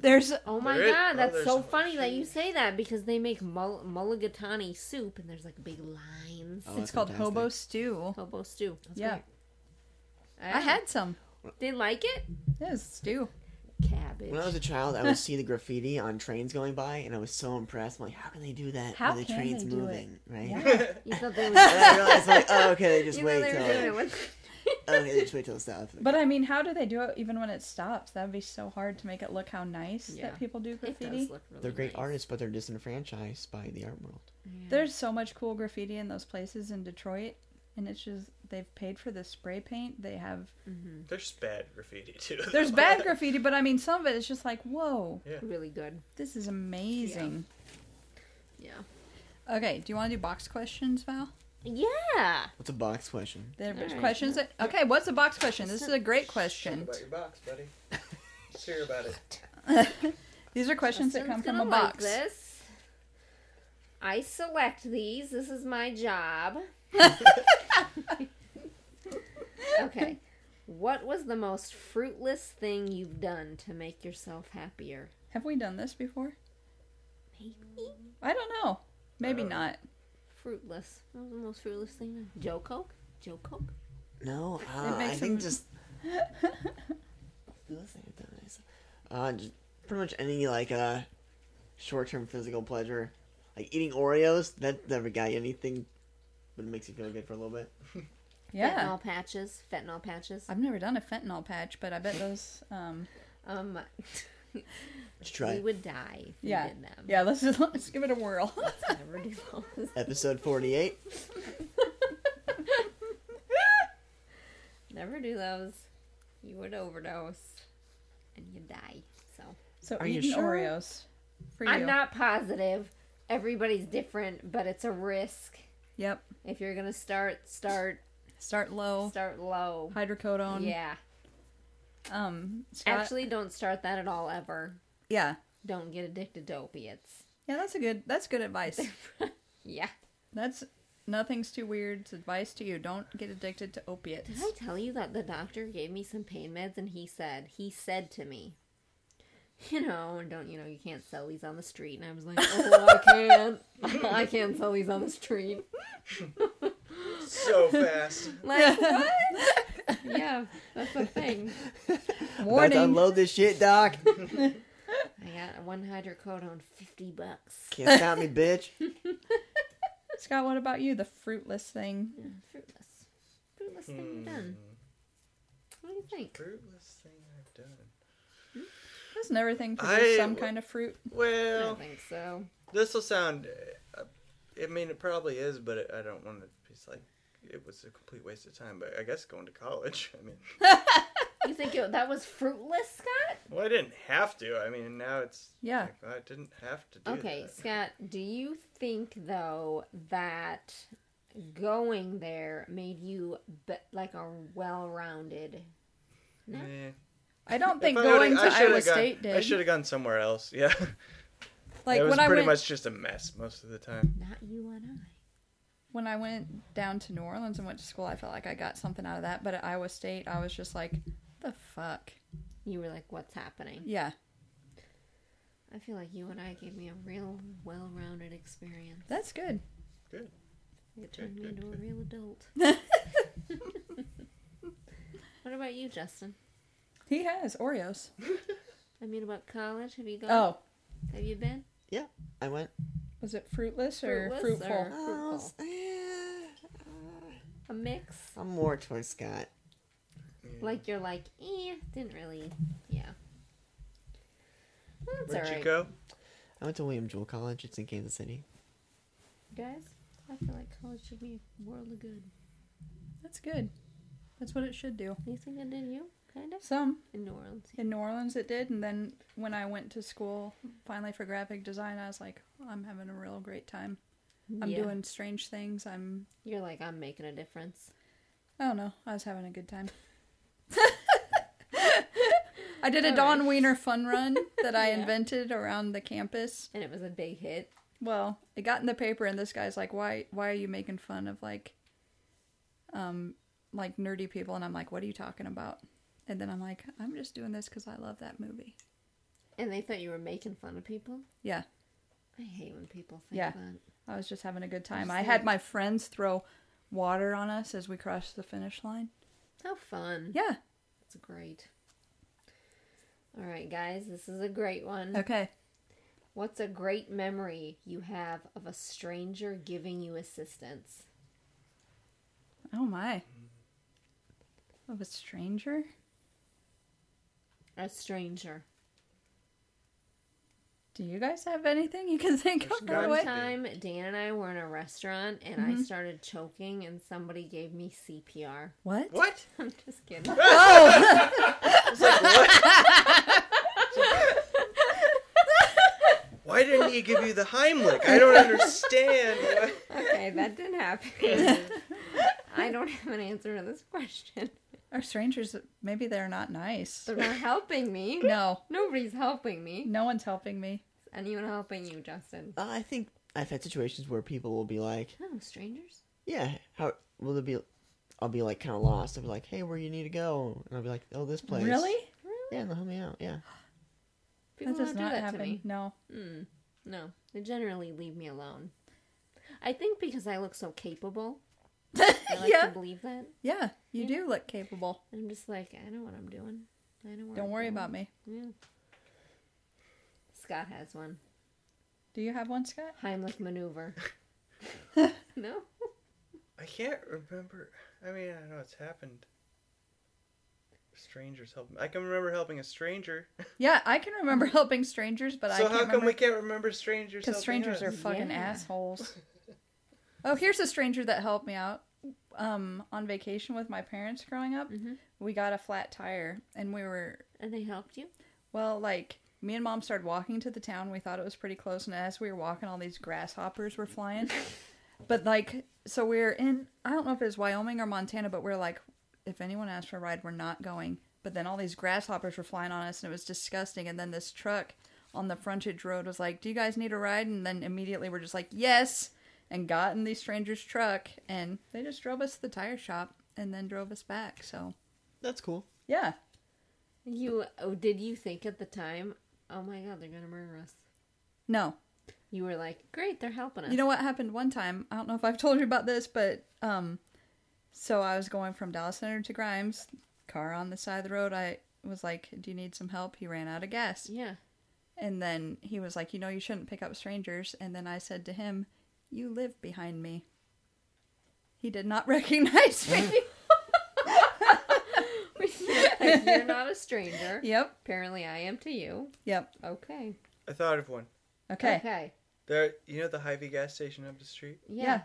[SPEAKER 3] there's
[SPEAKER 2] Oh my
[SPEAKER 1] There is-
[SPEAKER 2] god,
[SPEAKER 1] oh,
[SPEAKER 2] that's
[SPEAKER 1] there's
[SPEAKER 2] so
[SPEAKER 1] some
[SPEAKER 2] funny that you say that because they make mul- mulligatawny soup and there's like big lines.
[SPEAKER 4] Oh,
[SPEAKER 3] it's
[SPEAKER 4] that's
[SPEAKER 3] called
[SPEAKER 4] fantastic.
[SPEAKER 3] hobo stew.
[SPEAKER 2] Hobo stew. That's
[SPEAKER 3] Yeah.
[SPEAKER 2] great.
[SPEAKER 3] I had some.
[SPEAKER 2] They like it?
[SPEAKER 3] It was stew.
[SPEAKER 2] Cabbage.
[SPEAKER 4] When I was a child,
[SPEAKER 3] [LAUGHS]
[SPEAKER 4] I would see the graffiti on trains going by, and I was so impressed. I'm like, how can they do that?
[SPEAKER 3] How
[SPEAKER 4] when the
[SPEAKER 3] can
[SPEAKER 4] train's
[SPEAKER 3] they do it?
[SPEAKER 4] moving, right?
[SPEAKER 2] You thought they
[SPEAKER 4] [LAUGHS] And
[SPEAKER 2] were,
[SPEAKER 4] I realized, like, oh, okay, they just
[SPEAKER 2] you
[SPEAKER 4] wait
[SPEAKER 2] thought they were doing it
[SPEAKER 4] till.
[SPEAKER 2] with.
[SPEAKER 4] Okay, they just wait till it stops.
[SPEAKER 3] But I mean, how do they do it even when it stops? That would be so hard to make it look how nice
[SPEAKER 2] Yeah.
[SPEAKER 3] that people do
[SPEAKER 2] It
[SPEAKER 3] graffiti.
[SPEAKER 2] does look really
[SPEAKER 4] They're great
[SPEAKER 2] nice.
[SPEAKER 4] artists, but they're disenfranchised by the art world.
[SPEAKER 3] There's so much cool graffiti in those places in Detroit, and it's just they've paid for the spray paint. They have
[SPEAKER 1] There's bad graffiti too.
[SPEAKER 2] [LAUGHS]
[SPEAKER 3] there's bad graffiti, but I mean some of it is just like whoa,
[SPEAKER 2] Really good.
[SPEAKER 3] this is amazing.
[SPEAKER 2] Yeah.
[SPEAKER 3] Okay, do you want to do box questions, Val?
[SPEAKER 2] Yeah.
[SPEAKER 4] What's a box question?
[SPEAKER 3] There's
[SPEAKER 2] All right.
[SPEAKER 3] questions. That, okay, what's the box question? This is a great
[SPEAKER 1] [LAUGHS]
[SPEAKER 3] question.
[SPEAKER 1] about your box, buddy. Let's hear about it.
[SPEAKER 3] [LAUGHS] These are questions that
[SPEAKER 2] Justin's
[SPEAKER 3] come from a
[SPEAKER 2] gonna like
[SPEAKER 3] box.
[SPEAKER 2] this. I select these. This is my
[SPEAKER 3] [LAUGHS]
[SPEAKER 2] job. okay. What was the most fruitless thing you've done to make yourself happier?
[SPEAKER 3] Have we done this before?
[SPEAKER 2] Maybe
[SPEAKER 3] I don't know. Maybe not.
[SPEAKER 2] fruitless. What was the most fruitless thing? Joe Coke? Joe Coke?
[SPEAKER 4] No, uh, I
[SPEAKER 3] makes
[SPEAKER 4] think
[SPEAKER 3] them- [LAUGHS]
[SPEAKER 4] just. Let's think of that nice- Uh, just pretty much any like uh, short-term physical pleasure, like eating Oreos. That never got you anything, but it makes you feel good for a little bit.
[SPEAKER 3] Yeah.
[SPEAKER 2] Fentanyl patches. Fentanyl patches.
[SPEAKER 3] I've never done a fentanyl patch, but I bet those. Um,
[SPEAKER 2] Um, [LAUGHS]
[SPEAKER 4] Just try
[SPEAKER 2] we
[SPEAKER 4] it.
[SPEAKER 2] would die if we
[SPEAKER 3] yeah.
[SPEAKER 2] did them.
[SPEAKER 3] [LAUGHS] Yeah. Let's just, let's give it a whirl. [LAUGHS]
[SPEAKER 2] Let's never do those.
[SPEAKER 4] episode forty-eight.
[SPEAKER 2] Never do those. You would overdose and you die. So
[SPEAKER 3] so
[SPEAKER 4] Are you
[SPEAKER 3] eating
[SPEAKER 4] sure?
[SPEAKER 3] Oreos. For you.
[SPEAKER 2] I'm not positive. Everybody's different, but it's a risk.
[SPEAKER 3] Yep.
[SPEAKER 2] If you're gonna start, start,
[SPEAKER 3] Start low.
[SPEAKER 2] start low.
[SPEAKER 3] Hydrocodone.
[SPEAKER 2] Yeah.
[SPEAKER 3] Um. Scott-
[SPEAKER 2] Actually, don't start that at all ever.
[SPEAKER 3] Yeah.
[SPEAKER 2] Don't get addicted to opiates.
[SPEAKER 3] Yeah. That's a good. That's good advice.
[SPEAKER 2] Yeah.
[SPEAKER 3] [LAUGHS] That's nothing's too weird. It's advice to you. Don't get addicted to
[SPEAKER 2] Did
[SPEAKER 3] opiates.
[SPEAKER 2] I tell you that the doctor gave me some pain meds and he said, he said to me, you know, don't you know you can't sell these on the street? And I was like, oh, I can't. [LAUGHS] I can't sell these on the [LAUGHS] street.
[SPEAKER 1] so fast.
[SPEAKER 3] [LAUGHS]
[SPEAKER 2] Like, what? yeah, that's the thing.
[SPEAKER 4] About to
[SPEAKER 3] Warning.
[SPEAKER 4] unload this shit, doc.
[SPEAKER 2] I got one hydrocodone, 50 bucks.
[SPEAKER 3] [LAUGHS]
[SPEAKER 4] Can't stop me, bitch.
[SPEAKER 3] Scott, what about you? The fruitless thing.
[SPEAKER 2] Yeah, fruitless. Fruitless thing you've done. What do you think?
[SPEAKER 1] Fruitless thing I've done.
[SPEAKER 3] Doesn't everything produce
[SPEAKER 1] I-
[SPEAKER 3] some kind of fruit?
[SPEAKER 2] I
[SPEAKER 1] Well,
[SPEAKER 2] don't think so.
[SPEAKER 1] this will sound. uh, I mean, it probably is, but it, I don't want to. It's like it was a complete waste of time. But I guess going to college. [LAUGHS] I mean,
[SPEAKER 2] You think it, that was fruitless, Scott?
[SPEAKER 1] well, I didn't have to. I mean, now it's
[SPEAKER 3] Yeah.
[SPEAKER 1] like, well, I didn't have to do.
[SPEAKER 2] Okay,
[SPEAKER 1] that.
[SPEAKER 2] Scott, do you think though that going there made you be- like a well-rounded?
[SPEAKER 1] Meh.
[SPEAKER 3] I don't think
[SPEAKER 1] If I
[SPEAKER 3] going
[SPEAKER 1] would've-
[SPEAKER 3] to
[SPEAKER 1] I should've
[SPEAKER 3] Iowa
[SPEAKER 1] gone-
[SPEAKER 3] State
[SPEAKER 1] I
[SPEAKER 3] did.
[SPEAKER 1] should have gone somewhere else. [LAUGHS] Yeah,
[SPEAKER 3] like
[SPEAKER 1] it was
[SPEAKER 3] when I
[SPEAKER 1] pretty
[SPEAKER 3] went
[SPEAKER 1] much just a mess most of the time.
[SPEAKER 2] Not you and I.
[SPEAKER 3] when I went down to New Orleans and went to school, I felt like I got something out of that. But at Iowa State, I was just like, the fuck.
[SPEAKER 2] You were like, "What's happening?"
[SPEAKER 3] Yeah,
[SPEAKER 2] I feel like you and I gave me a real well-rounded experience.
[SPEAKER 3] that's good.
[SPEAKER 2] It turned me into a real
[SPEAKER 3] [LAUGHS]
[SPEAKER 2] adult. what about you, Justin?
[SPEAKER 3] He has Oreos.
[SPEAKER 2] I mean, about college? Have you gone?
[SPEAKER 3] Oh,
[SPEAKER 2] have you been?
[SPEAKER 4] Yeah, I went.
[SPEAKER 3] was it fruitless or
[SPEAKER 2] Fruitless
[SPEAKER 3] fruitful?
[SPEAKER 2] or-
[SPEAKER 4] Oh, s-
[SPEAKER 2] A mix?
[SPEAKER 4] eh, I'm more towards Scott.
[SPEAKER 2] Like you're like, eh, didn't really, yeah. That's
[SPEAKER 1] Where'd
[SPEAKER 2] alright.
[SPEAKER 1] you go?
[SPEAKER 4] I went to William Jewell College. It's in Kansas City.
[SPEAKER 2] Guys, I feel like college did me a world of good.
[SPEAKER 3] That's good. That's what it should do.
[SPEAKER 2] You think it did you? Kind of?
[SPEAKER 3] Some
[SPEAKER 2] In New Orleans.
[SPEAKER 3] in New Orleans it did, and then when I went to school finally for graphic design, I was like, I'm having a real great time. I'm
[SPEAKER 2] Yeah.
[SPEAKER 3] doing strange things. I'm
[SPEAKER 2] You're like, I'm making a difference.
[SPEAKER 3] I don't know. Oh, I was having a
[SPEAKER 2] [LAUGHS]
[SPEAKER 3] good time. I did a
[SPEAKER 2] All
[SPEAKER 3] Don
[SPEAKER 2] right.
[SPEAKER 3] Wiener fun run that
[SPEAKER 2] [LAUGHS]
[SPEAKER 3] I
[SPEAKER 2] Yeah.
[SPEAKER 3] invented around the campus.
[SPEAKER 2] And it was a big hit.
[SPEAKER 3] Well, it got in the paper, and this guy's like, "Why? Why are you making fun of like, um, like nerdy people?" And I'm like, "What are you talking about?" And then I'm like, "I'm just doing this because I love that movie."
[SPEAKER 2] And they thought you were making fun of people?
[SPEAKER 3] Yeah,
[SPEAKER 2] I hate when people think
[SPEAKER 3] Yeah.
[SPEAKER 2] that.
[SPEAKER 3] I was just having a good time. I had my friends throw water on us as we crossed the finish line.
[SPEAKER 2] How fun.
[SPEAKER 3] Yeah.
[SPEAKER 2] It's great. Alright, guys, this is a great one.
[SPEAKER 3] Okay.
[SPEAKER 2] What's a great memory you have of a stranger giving you assistance?
[SPEAKER 3] Oh my. Of a stranger.
[SPEAKER 2] A stranger.
[SPEAKER 3] Do you guys have anything you can [LAUGHS] think
[SPEAKER 1] There's
[SPEAKER 3] of?
[SPEAKER 1] gotta
[SPEAKER 3] right
[SPEAKER 1] be
[SPEAKER 3] away?
[SPEAKER 2] One time, Dan and I were in a restaurant, and
[SPEAKER 3] Mm-hmm.
[SPEAKER 2] I started choking, and somebody gave me CPR.
[SPEAKER 3] What?
[SPEAKER 1] What?
[SPEAKER 2] [LAUGHS] I'm just kidding.
[SPEAKER 1] Why didn't he give you the Heimlich?
[SPEAKER 3] [LAUGHS]
[SPEAKER 1] I don't understand. [LAUGHS] Why-
[SPEAKER 2] Okay, that didn't happen. I don't have an answer to this
[SPEAKER 3] [LAUGHS]
[SPEAKER 2] question.
[SPEAKER 3] Are strangers maybe they're not nice?
[SPEAKER 2] They're not helping me.
[SPEAKER 3] [LAUGHS] No.
[SPEAKER 2] Nobody's helping me.
[SPEAKER 3] No one's helping me.
[SPEAKER 2] Anyone helping you, Justin?
[SPEAKER 4] Uh, I think I've had situations where people will be like,
[SPEAKER 2] Oh, strangers.
[SPEAKER 4] yeah, how will it be? I'll be like kind of lost. I'll be like, hey, where you need to go? And I'll be like, oh, this place.
[SPEAKER 3] Really?
[SPEAKER 4] Yeah, and they'll help me out. Yeah.
[SPEAKER 2] People
[SPEAKER 3] that does
[SPEAKER 2] don't do
[SPEAKER 3] not
[SPEAKER 2] that
[SPEAKER 3] happen.
[SPEAKER 2] to me.
[SPEAKER 3] No.
[SPEAKER 2] Mm, no, they generally leave me alone. I think because I look so capable.
[SPEAKER 3] [LAUGHS]
[SPEAKER 2] I like
[SPEAKER 3] Yeah.
[SPEAKER 2] to believe that.
[SPEAKER 3] Yeah, you do look capable.
[SPEAKER 1] Oh
[SPEAKER 2] I'm just like, I know what I'm doing. I know. Where
[SPEAKER 3] Don't
[SPEAKER 2] I'm
[SPEAKER 3] worry
[SPEAKER 2] going.
[SPEAKER 3] about me.
[SPEAKER 2] Yeah. Scott has one.
[SPEAKER 3] Do you have one, Scott?
[SPEAKER 2] Heimlich
[SPEAKER 3] [LAUGHS]
[SPEAKER 2] maneuver. no.
[SPEAKER 1] I can't remember. I mean, I know it's happened. Strangers helping. I can remember helping a stranger.
[SPEAKER 3] Yeah, I can remember
[SPEAKER 2] Mm.
[SPEAKER 3] helping strangers, but I
[SPEAKER 1] so
[SPEAKER 3] can't
[SPEAKER 1] how come
[SPEAKER 3] remember
[SPEAKER 1] we can't remember strangers?
[SPEAKER 3] because
[SPEAKER 1] helping
[SPEAKER 3] strangers are
[SPEAKER 1] us?
[SPEAKER 3] fucking
[SPEAKER 2] Yeah.
[SPEAKER 3] assholes.
[SPEAKER 1] [LAUGHS]
[SPEAKER 3] oh, here's a stranger that helped me out. Um, on vacation with my parents growing up,
[SPEAKER 2] Mhm.
[SPEAKER 3] we got a flat tire, and we were
[SPEAKER 2] And they helped you.
[SPEAKER 3] Well, like me and mom started walking to the town. We thought it was pretty close, and as we were walking, all these grasshoppers were flying. but like, so we we're in I don't know if it was Wyoming or Montana, but we we're like, if anyone asks for a ride, we're not going. But then all these grasshoppers were flying on us, and it was disgusting. And then this truck on the frontage road was like, "Do you guys need a ride?" And then immediately we're just like, "Yes," and got in the stranger's truck, and they just drove us to the tire shop, and then drove us back. So
[SPEAKER 4] That's cool.
[SPEAKER 3] yeah,
[SPEAKER 2] You oh, did you think at the time? Oh my God, they're gonna murder us.
[SPEAKER 3] no,
[SPEAKER 2] You were like, great, they're helping us.
[SPEAKER 3] You know what happened one time? I don't know if I've told you about this, but um, so I was going from Dallas Center to Grimes, car on the side of the road. I was like, "Do you need some help?" He ran out of gas,
[SPEAKER 2] Yeah.
[SPEAKER 3] and then he was like, "You know, you shouldn't pick up strangers." And then I said to him, "You live behind me." He did not [LAUGHS] recognize
[SPEAKER 4] [LAUGHS]
[SPEAKER 3] me.
[SPEAKER 2] Like, [LAUGHS] You're not a
[SPEAKER 3] [LAUGHS]
[SPEAKER 2] stranger.
[SPEAKER 3] yep,
[SPEAKER 2] Apparently, I am to you.
[SPEAKER 3] yep.
[SPEAKER 2] Okay.
[SPEAKER 1] I thought of one.
[SPEAKER 3] Okay.
[SPEAKER 2] Okay.
[SPEAKER 1] There, you know the Hy-Vee gas station up the street.
[SPEAKER 2] Yeah.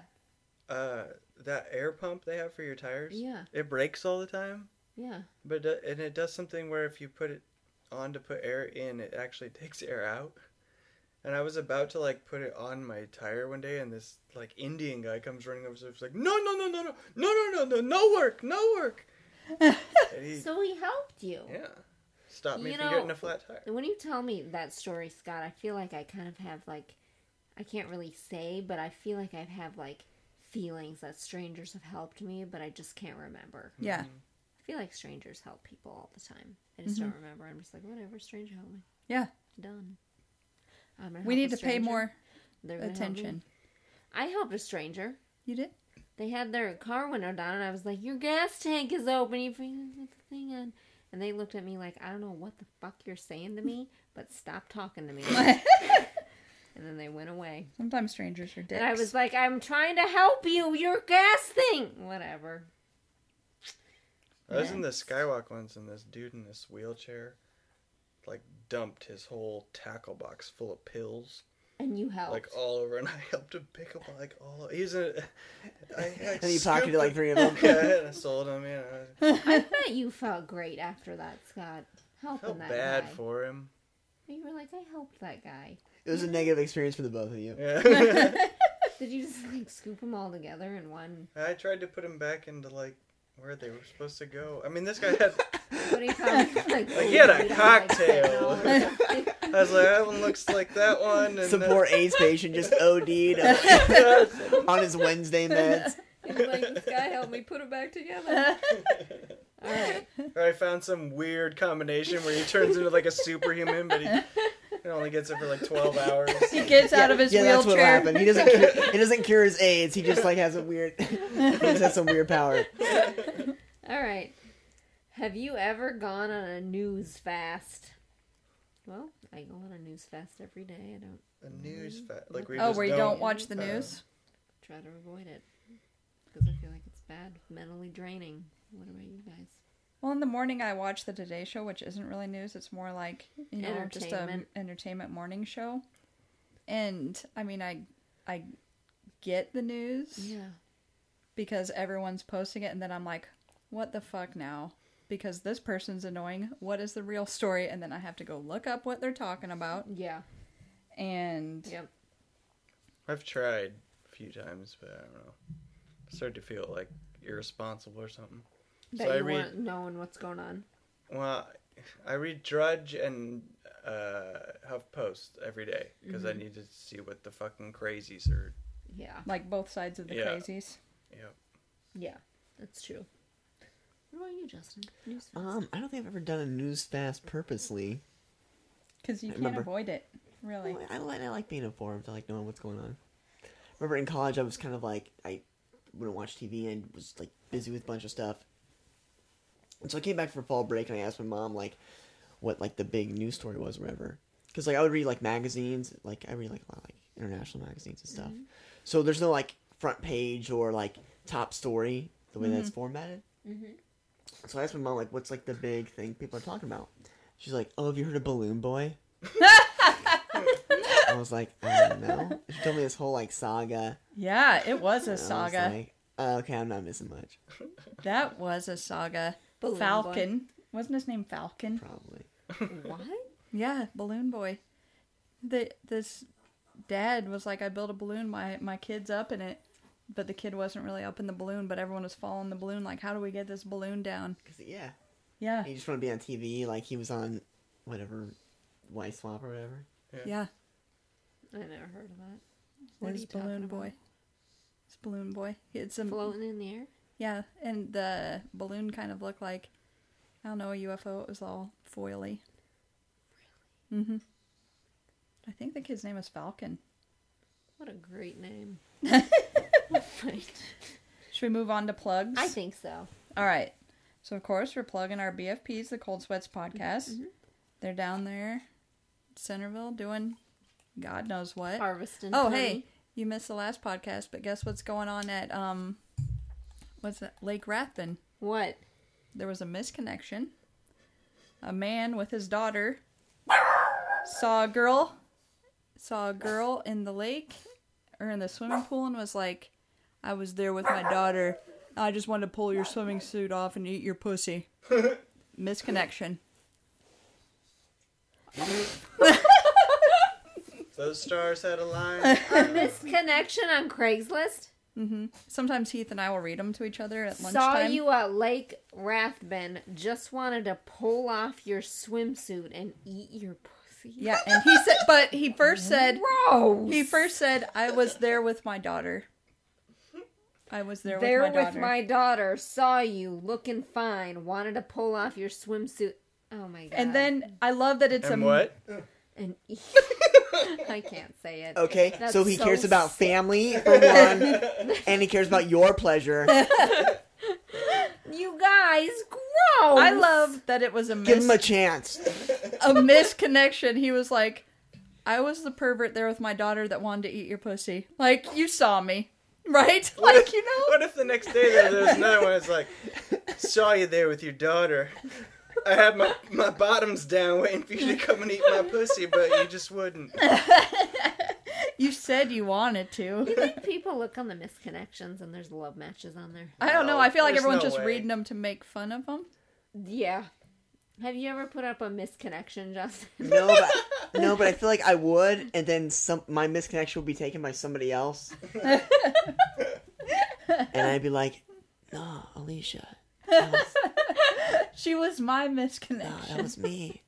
[SPEAKER 1] Uh, that air pump they have for your tires.
[SPEAKER 2] Yeah.
[SPEAKER 1] It breaks all the time,
[SPEAKER 2] Yeah.
[SPEAKER 1] but it, do- and it does something where if you put it on to put air in, it actually [LAUGHS] takes air out. And I was about to like put it on my tire one day, and this like Indian guy comes running over, so it's like, no, no, no, no, no, no, no, no, no, no work, no
[SPEAKER 4] [LAUGHS]
[SPEAKER 1] work. and he,
[SPEAKER 2] So he helped you.
[SPEAKER 1] yeah, stopped me
[SPEAKER 2] You
[SPEAKER 1] from
[SPEAKER 2] know-
[SPEAKER 1] getting a flat tire.
[SPEAKER 2] When you tell me that story, Scott, I feel like I kind of have like, I can't really say, but I feel like I have like feelings that strangers have helped me, but I just can't remember.
[SPEAKER 3] Yeah.
[SPEAKER 2] I feel like strangers help people all the time. I just don't remember. I'm just like, whatever, stranger help me.
[SPEAKER 3] Mm-hmm. Yeah.
[SPEAKER 2] Done. I'm gonna
[SPEAKER 3] We
[SPEAKER 2] help
[SPEAKER 3] need
[SPEAKER 2] a
[SPEAKER 3] to pay
[SPEAKER 2] stranger.
[SPEAKER 3] more
[SPEAKER 2] They're gonna help me.
[SPEAKER 3] attention.
[SPEAKER 2] I helped a stranger.
[SPEAKER 3] You did?
[SPEAKER 2] they had their car window down, and I was like, "Your gas tank is open. You bring the thing on." And they looked at me like, "I don't know what the fuck you're saying to me, but stop talking to me." and then they went away.
[SPEAKER 3] Sometimes strangers are dicks.
[SPEAKER 2] And I was like, "I'm trying to help you. Your gas thing, whatever."
[SPEAKER 1] I was in the skywalk once, and this dude in this wheelchair, like, dumped his whole tackle box full of pills,
[SPEAKER 2] And you helped.
[SPEAKER 1] like all over, and I [LAUGHS] helped him pick up like all. He was in.
[SPEAKER 4] [LAUGHS]
[SPEAKER 1] I, I
[SPEAKER 4] And he pocketed like three
[SPEAKER 3] [LAUGHS]
[SPEAKER 4] of them.
[SPEAKER 1] Yeah, and I sold him. Yeah, I
[SPEAKER 2] I bet you felt great after that, Scott. Helping
[SPEAKER 1] oh. felt
[SPEAKER 2] that
[SPEAKER 1] bad
[SPEAKER 2] guy.
[SPEAKER 1] for him.
[SPEAKER 3] [LAUGHS]
[SPEAKER 2] you were like, "I helped that guy."
[SPEAKER 4] It was a negative experience for the both of you.
[SPEAKER 1] Yeah. [LAUGHS]
[SPEAKER 2] Did you just like scoop them all together in one?
[SPEAKER 1] I tried to put him back into like where they were supposed to go. I mean, this guy had.
[SPEAKER 2] What do you call it? [LAUGHS] Like,
[SPEAKER 1] He had a
[SPEAKER 2] like,
[SPEAKER 1] cocktail. I
[SPEAKER 2] [LAUGHS] no.
[SPEAKER 1] was like, that one looks like that one, and
[SPEAKER 4] Some poor AIDS patient [LAUGHS] just OD'd on-
[SPEAKER 1] That,
[SPEAKER 4] on his
[SPEAKER 3] [LAUGHS]
[SPEAKER 4] Wednesday meds.
[SPEAKER 2] I'm like, this guy helped me put it back
[SPEAKER 3] [LAUGHS]
[SPEAKER 2] together. All right.
[SPEAKER 1] Or [LAUGHS] I found some weird combination where he turns into like a superhuman,
[SPEAKER 3] [LAUGHS]
[SPEAKER 1] but he, he only gets it for like 12 hours.
[SPEAKER 3] [LAUGHS] he gets out of his
[SPEAKER 4] yeah, that's what
[SPEAKER 3] wheelchair.
[SPEAKER 4] happened. He doesn't. Cure, he doesn't cure his AIDS. He just like has a weird. [LAUGHS] he just has some weird power.
[SPEAKER 2] All right. Have you ever gone on a news fast? Well, I go on a news fast every day. I don't
[SPEAKER 1] A news fa- like we
[SPEAKER 3] Oh,
[SPEAKER 1] just
[SPEAKER 3] where you
[SPEAKER 1] don't,
[SPEAKER 3] don't watch the
[SPEAKER 1] uh,
[SPEAKER 3] news?
[SPEAKER 2] try to avoid it because I feel like it's bad, mentally draining. What about you guys?
[SPEAKER 3] Well, in the morning I watch the Today Show, which isn't really news. It's more like you know, just a m-
[SPEAKER 2] Entertainment.
[SPEAKER 3] entertainment morning show. And I mean, I I get the news because everyone's posting it, and then I'm like, what the fuck now? Because this person's annoying. What is the real story? And then I have to go look up what they're talking about.
[SPEAKER 2] Yeah.
[SPEAKER 3] And
[SPEAKER 2] Yep.
[SPEAKER 1] I've tried a few times, but I don't know. I started to feel like irresponsible or something.
[SPEAKER 2] That
[SPEAKER 1] So I
[SPEAKER 2] you
[SPEAKER 1] read-
[SPEAKER 2] weren't knowing what's going on.
[SPEAKER 1] Well, I read Drudge and uh, HuffPost every day because
[SPEAKER 3] Mm-hmm.
[SPEAKER 1] I need to see what the fucking crazies are.
[SPEAKER 2] Yeah.
[SPEAKER 3] Like both sides of the
[SPEAKER 1] Yeah.
[SPEAKER 3] crazies.
[SPEAKER 1] Yeah.
[SPEAKER 2] Yeah. That's true. Uh, What about you, Justin? News fast.
[SPEAKER 4] Um, I don't think I've ever done a news fast purposely.
[SPEAKER 3] Because you can't
[SPEAKER 4] remember.
[SPEAKER 3] avoid it, really.
[SPEAKER 4] I, I like I like being informed. I like knowing what's going on. Remember in college, I was kind of like I wouldn't watch TV and was like busy with a bunch of stuff. And so I came back for fall break and I asked my mom like what like the big news story was, or whatever. Because like I would read like magazines, like I read like a lot of, like international magazines and stuff. So there's no like front page or like top story the way that's formatted. So I asked my mom like, what's like the big thing people are talking about? She's like, oh, have you heard of Balloon Boy? I was like, I don't know. She told me this whole like saga.
[SPEAKER 3] Yeah, it was a
[SPEAKER 4] I was
[SPEAKER 3] saga.
[SPEAKER 4] like, oh, okay, I'm not missing much.
[SPEAKER 3] That was a saga.
[SPEAKER 2] Balloon
[SPEAKER 3] Falcon. Wasn't his name Falcon?
[SPEAKER 4] Probably.
[SPEAKER 2] What?
[SPEAKER 3] Yeah, Balloon Boy. The this dad was like, I built a balloon, my my kid's up in it, but the kid wasn't really up in the balloon, but everyone was following the balloon. Like, how do we get this balloon down?
[SPEAKER 4] Cause yeah,
[SPEAKER 3] Yeah,
[SPEAKER 4] he just want to be on TV. Like he was on whatever, Y Swap or whatever.
[SPEAKER 3] yeah.
[SPEAKER 2] I never heard of that. What
[SPEAKER 3] What
[SPEAKER 2] are
[SPEAKER 3] is
[SPEAKER 2] you talking
[SPEAKER 3] Balloon
[SPEAKER 2] about?
[SPEAKER 3] Boy? It's Balloon Boy. It's a
[SPEAKER 2] Floating in the air?
[SPEAKER 3] yeah, and the balloon kind of looked like I don't know a UFO. It was all foily. Really? Mm-hmm. I think the kid's name is Falcon.
[SPEAKER 2] What a great
[SPEAKER 3] [LAUGHS]
[SPEAKER 2] name.
[SPEAKER 3] Should we move on to plugs?
[SPEAKER 2] I think so.
[SPEAKER 3] All right. So of course we're plugging our BFPs, the Cold Sweats podcast. They're down there, Centerville, doing God knows what.
[SPEAKER 2] Harvesting.
[SPEAKER 3] oh
[SPEAKER 2] honey.
[SPEAKER 3] hey, you missed the last podcast, but guess what's going on at um, what's that Lake Rathbun?
[SPEAKER 2] What?
[SPEAKER 3] There was a misconnection. A man with his daughter saw a girl, saw a girl in the lake or in the swimming pool, and was like, "I was there with my daughter. I just wanted to pull your swimming suit off and eat your pussy." [LAUGHS] misconnection.
[SPEAKER 1] Those stars had a
[SPEAKER 3] [LAUGHS]
[SPEAKER 1] line.
[SPEAKER 2] Misconnection on Craigslist?
[SPEAKER 3] Sometimes Heath and I will read them to each other at
[SPEAKER 2] Saw
[SPEAKER 3] lunchtime.
[SPEAKER 2] you at Lake Rathbun. Just wanted to pull off your swimsuit and eat your pussy.
[SPEAKER 3] yeah, and he said, but he first said,
[SPEAKER 2] Gross.
[SPEAKER 3] he first said, "I was there with my daughter." I was there,
[SPEAKER 2] there
[SPEAKER 3] with my daughter.
[SPEAKER 2] daughter. Saw you looking fine. Wanted to pull off your swimsuit. Oh my god.
[SPEAKER 3] And then I love that it's
[SPEAKER 1] and
[SPEAKER 3] a
[SPEAKER 1] what?
[SPEAKER 2] And e-
[SPEAKER 3] [LAUGHS]
[SPEAKER 2] I can't say it.
[SPEAKER 4] Okay,
[SPEAKER 2] That's
[SPEAKER 4] so he
[SPEAKER 2] so
[SPEAKER 4] cares about family for one, and he cares about your pleasure.
[SPEAKER 2] You guys, gross.
[SPEAKER 3] I love that it was a
[SPEAKER 4] Give
[SPEAKER 3] mis-
[SPEAKER 4] him a chance.
[SPEAKER 3] a misconnection. He was like, "I was the pervert there with my daughter that wanted to eat your pussy. Like you saw me, [LAUGHS] right? Like you know."
[SPEAKER 1] What if the next day there, there's another one? It's like, saw you there with your daughter. I had my my bottoms down waiting for you to come and eat my pussy, but you just
[SPEAKER 3] [LAUGHS]
[SPEAKER 1] wouldn't.
[SPEAKER 3] You said you wanted to.
[SPEAKER 2] think people look on the misconnections and there's love matches on there.
[SPEAKER 3] I don't know. I feel like
[SPEAKER 1] There's
[SPEAKER 3] everyone's
[SPEAKER 1] no
[SPEAKER 3] just
[SPEAKER 1] way.
[SPEAKER 3] reading them to make fun of them.
[SPEAKER 2] Yeah. Have you ever put up a misconnection, Justin? [LAUGHS]
[SPEAKER 4] No, but, no, but I feel like I would, and then some. My misconnection would be taken by somebody else, and I'd be like, "No, Alicia, that was,
[SPEAKER 3] She was my
[SPEAKER 4] no, that
[SPEAKER 3] misconnection.
[SPEAKER 4] was me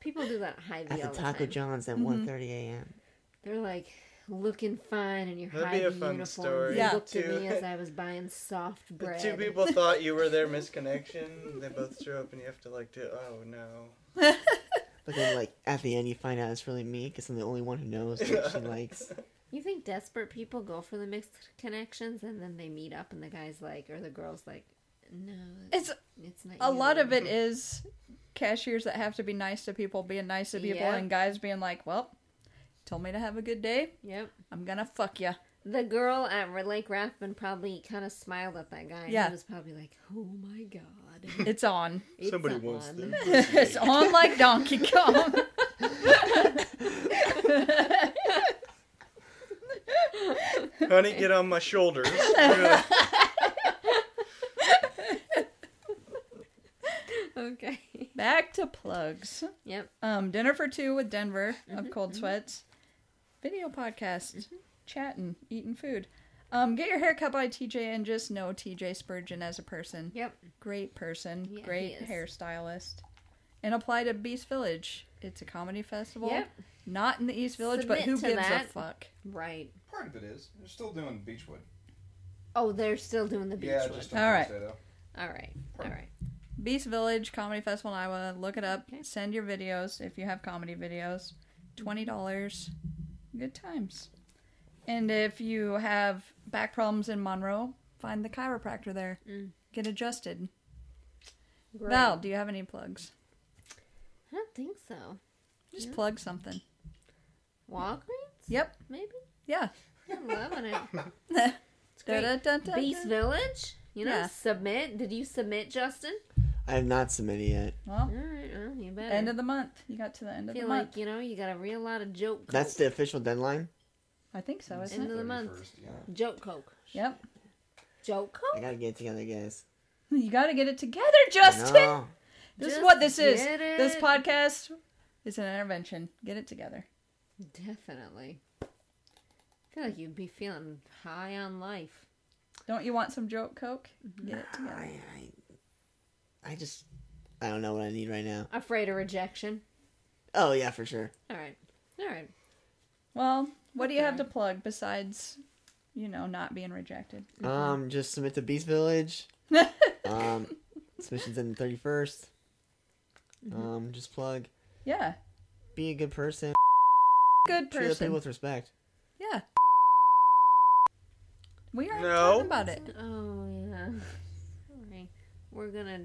[SPEAKER 2] People do that high
[SPEAKER 4] at
[SPEAKER 2] V
[SPEAKER 4] the
[SPEAKER 2] all the
[SPEAKER 4] Taco
[SPEAKER 2] time. Mm-hmm.
[SPEAKER 4] John's at 1.30 a.m."
[SPEAKER 2] They're like looking fine in your
[SPEAKER 1] That'd
[SPEAKER 2] high
[SPEAKER 1] be
[SPEAKER 2] V
[SPEAKER 1] a fun
[SPEAKER 2] uniform.
[SPEAKER 1] story.
[SPEAKER 2] You
[SPEAKER 3] Yeah.
[SPEAKER 2] looked at
[SPEAKER 1] Two- [LAUGHS]
[SPEAKER 2] me as I was buying soft bread.
[SPEAKER 1] Two people thought you were their misconnection. They both threw up, and you have to like do. Oh no.
[SPEAKER 4] But then, like at the end, you find out it's really me because I'm the only one who knows what
[SPEAKER 2] [LAUGHS]
[SPEAKER 4] she likes.
[SPEAKER 2] You think desperate people go for the mixed connections and then they meet up and the guy's like or the girl's like, no,
[SPEAKER 3] It's
[SPEAKER 2] it's not.
[SPEAKER 3] a
[SPEAKER 2] you."
[SPEAKER 3] lot of it is cashiers that have to be nice to people being nice to people,
[SPEAKER 2] Yeah.
[SPEAKER 3] and guys being like, "Well, told me to have a good day.
[SPEAKER 2] Yep.
[SPEAKER 3] I'm gonna fuck you."
[SPEAKER 2] The girl at Red Lake Rathbun probably kind of smiled at that guy. And
[SPEAKER 3] Yeah.
[SPEAKER 2] He was probably like, oh my god.
[SPEAKER 3] It's on. [LAUGHS]
[SPEAKER 2] It's
[SPEAKER 1] Somebody
[SPEAKER 2] a
[SPEAKER 1] wants
[SPEAKER 2] one."
[SPEAKER 1] them.
[SPEAKER 3] It's on like Donkey Kong.
[SPEAKER 1] Honey, get on my
[SPEAKER 3] [LAUGHS]
[SPEAKER 1] shoulders.
[SPEAKER 2] [LAUGHS] Okay. [LAUGHS]
[SPEAKER 3] Back to plugs.
[SPEAKER 2] Yep.
[SPEAKER 3] Um, Dinner for Two with Denver
[SPEAKER 2] Mm-hmm,
[SPEAKER 3] of Cold Sweats. Video podcast. Chatting, eating food. Um, get your hair cut by TJ and just know TJ Spurgeon as a person.
[SPEAKER 2] Yep.
[SPEAKER 3] Great person.
[SPEAKER 2] Yeah, he
[SPEAKER 3] great
[SPEAKER 2] is.
[SPEAKER 3] hairstylist. and apply to Beast Village. It's a comedy festival.
[SPEAKER 2] Yep.
[SPEAKER 3] Not in the East Village, but
[SPEAKER 2] Submit
[SPEAKER 3] who
[SPEAKER 2] to
[SPEAKER 3] gives a
[SPEAKER 2] that.
[SPEAKER 3] fuck?
[SPEAKER 2] Right.
[SPEAKER 6] Part of it is they're still doing Beechwood.
[SPEAKER 2] Oh, they're still doing the beach
[SPEAKER 6] yeah,
[SPEAKER 2] one.
[SPEAKER 6] just on
[SPEAKER 3] All right.
[SPEAKER 6] Thursday, though.
[SPEAKER 2] All right. All right.
[SPEAKER 3] Beast Village Comedy Festival in Iowa. Look it up.
[SPEAKER 2] Okay.
[SPEAKER 3] Send your videos if you have comedy videos. Twenty dollars. Good times. And if you have back problems in Monroe, find the chiropractor there.
[SPEAKER 2] Mm.
[SPEAKER 3] Get adjusted.
[SPEAKER 2] Great.
[SPEAKER 3] Val, do you have any plugs?
[SPEAKER 2] I don't think so.
[SPEAKER 3] Just plug something.
[SPEAKER 2] Walgreens?
[SPEAKER 3] Yep.
[SPEAKER 2] Maybe?
[SPEAKER 3] Yeah.
[SPEAKER 2] I'm loving it. [LAUGHS]
[SPEAKER 3] Da, da, da, da,
[SPEAKER 2] Beast
[SPEAKER 3] da.
[SPEAKER 2] Village? You know,
[SPEAKER 3] Yeah.
[SPEAKER 2] submit. Did you submit, Justin?
[SPEAKER 4] I have not submitted yet.
[SPEAKER 2] All
[SPEAKER 3] Well,
[SPEAKER 2] right. Well, you better.
[SPEAKER 3] end of the month. You got to the end
[SPEAKER 2] I
[SPEAKER 3] of the
[SPEAKER 2] feel
[SPEAKER 3] month.
[SPEAKER 2] like, you know, you got a real lot of joke coke.
[SPEAKER 4] That's the official deadline.
[SPEAKER 3] I think so, isn't
[SPEAKER 2] End
[SPEAKER 3] it?
[SPEAKER 2] of the month.
[SPEAKER 6] 31st, yeah.
[SPEAKER 2] Joke coke.
[SPEAKER 3] Yep. [LAUGHS]
[SPEAKER 2] Joke
[SPEAKER 4] I
[SPEAKER 2] coke?
[SPEAKER 4] gotta get it together, guys.
[SPEAKER 3] You got to get it together, Justin.
[SPEAKER 4] No.
[SPEAKER 3] This
[SPEAKER 2] Just
[SPEAKER 3] is what this is.
[SPEAKER 2] get it.
[SPEAKER 3] This podcast is an intervention. Get it together.
[SPEAKER 2] Definitely. I feel like you'd be feeling high on life.
[SPEAKER 3] Don't you want some joke coke? Get it
[SPEAKER 4] I,
[SPEAKER 3] together.
[SPEAKER 4] I, I just, I don't know what I need right now.
[SPEAKER 2] Afraid of rejection.
[SPEAKER 4] Oh yeah, for sure.
[SPEAKER 2] All right. All right.
[SPEAKER 3] Well, what do you have to plug besides, you know, not being rejected?
[SPEAKER 2] Mm-hmm.
[SPEAKER 4] Um, just submit to
[SPEAKER 2] [LAUGHS]
[SPEAKER 4] Beast Village. um, submissions in the thirty first.
[SPEAKER 2] Mm-hmm.
[SPEAKER 4] Um, just plug.
[SPEAKER 3] Yeah.
[SPEAKER 4] Be a good person.
[SPEAKER 3] Good
[SPEAKER 4] Treat other
[SPEAKER 3] person.
[SPEAKER 4] people with respect.
[SPEAKER 3] Yeah. We already
[SPEAKER 1] No.
[SPEAKER 3] talking about it.
[SPEAKER 2] Oh, yeah. Sorry. We're gonna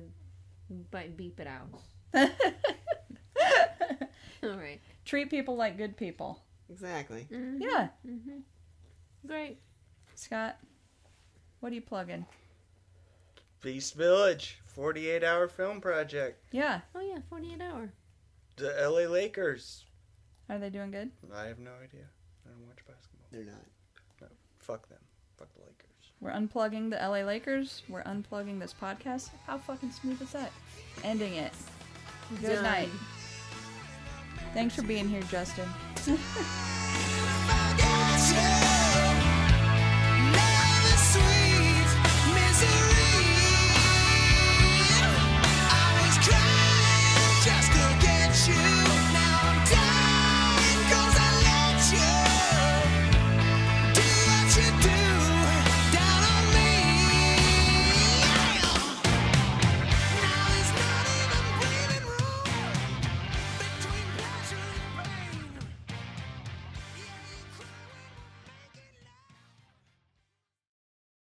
[SPEAKER 2] bi- beep it
[SPEAKER 3] [LAUGHS]
[SPEAKER 2] out. All right. Mm-hmm.
[SPEAKER 3] Treat people like good people.
[SPEAKER 4] Exactly.
[SPEAKER 3] Yeah.
[SPEAKER 2] Great.
[SPEAKER 3] Scott, what are you plugging?
[SPEAKER 1] Beast Village, 48 hour film project.
[SPEAKER 3] Yeah.
[SPEAKER 2] Oh, yeah. 48 hour.
[SPEAKER 1] The LA Lakers.
[SPEAKER 3] Are they doing good?
[SPEAKER 1] I have no idea. I don't watch basketball.
[SPEAKER 4] They're not.
[SPEAKER 1] Fuck them. Fuck the Lakers.
[SPEAKER 3] We're unplugging the LA Lakers. We're unplugging this podcast. How fucking smooth is that? Ending it. Good
[SPEAKER 2] Done.
[SPEAKER 3] night. Thanks for being here, Justin.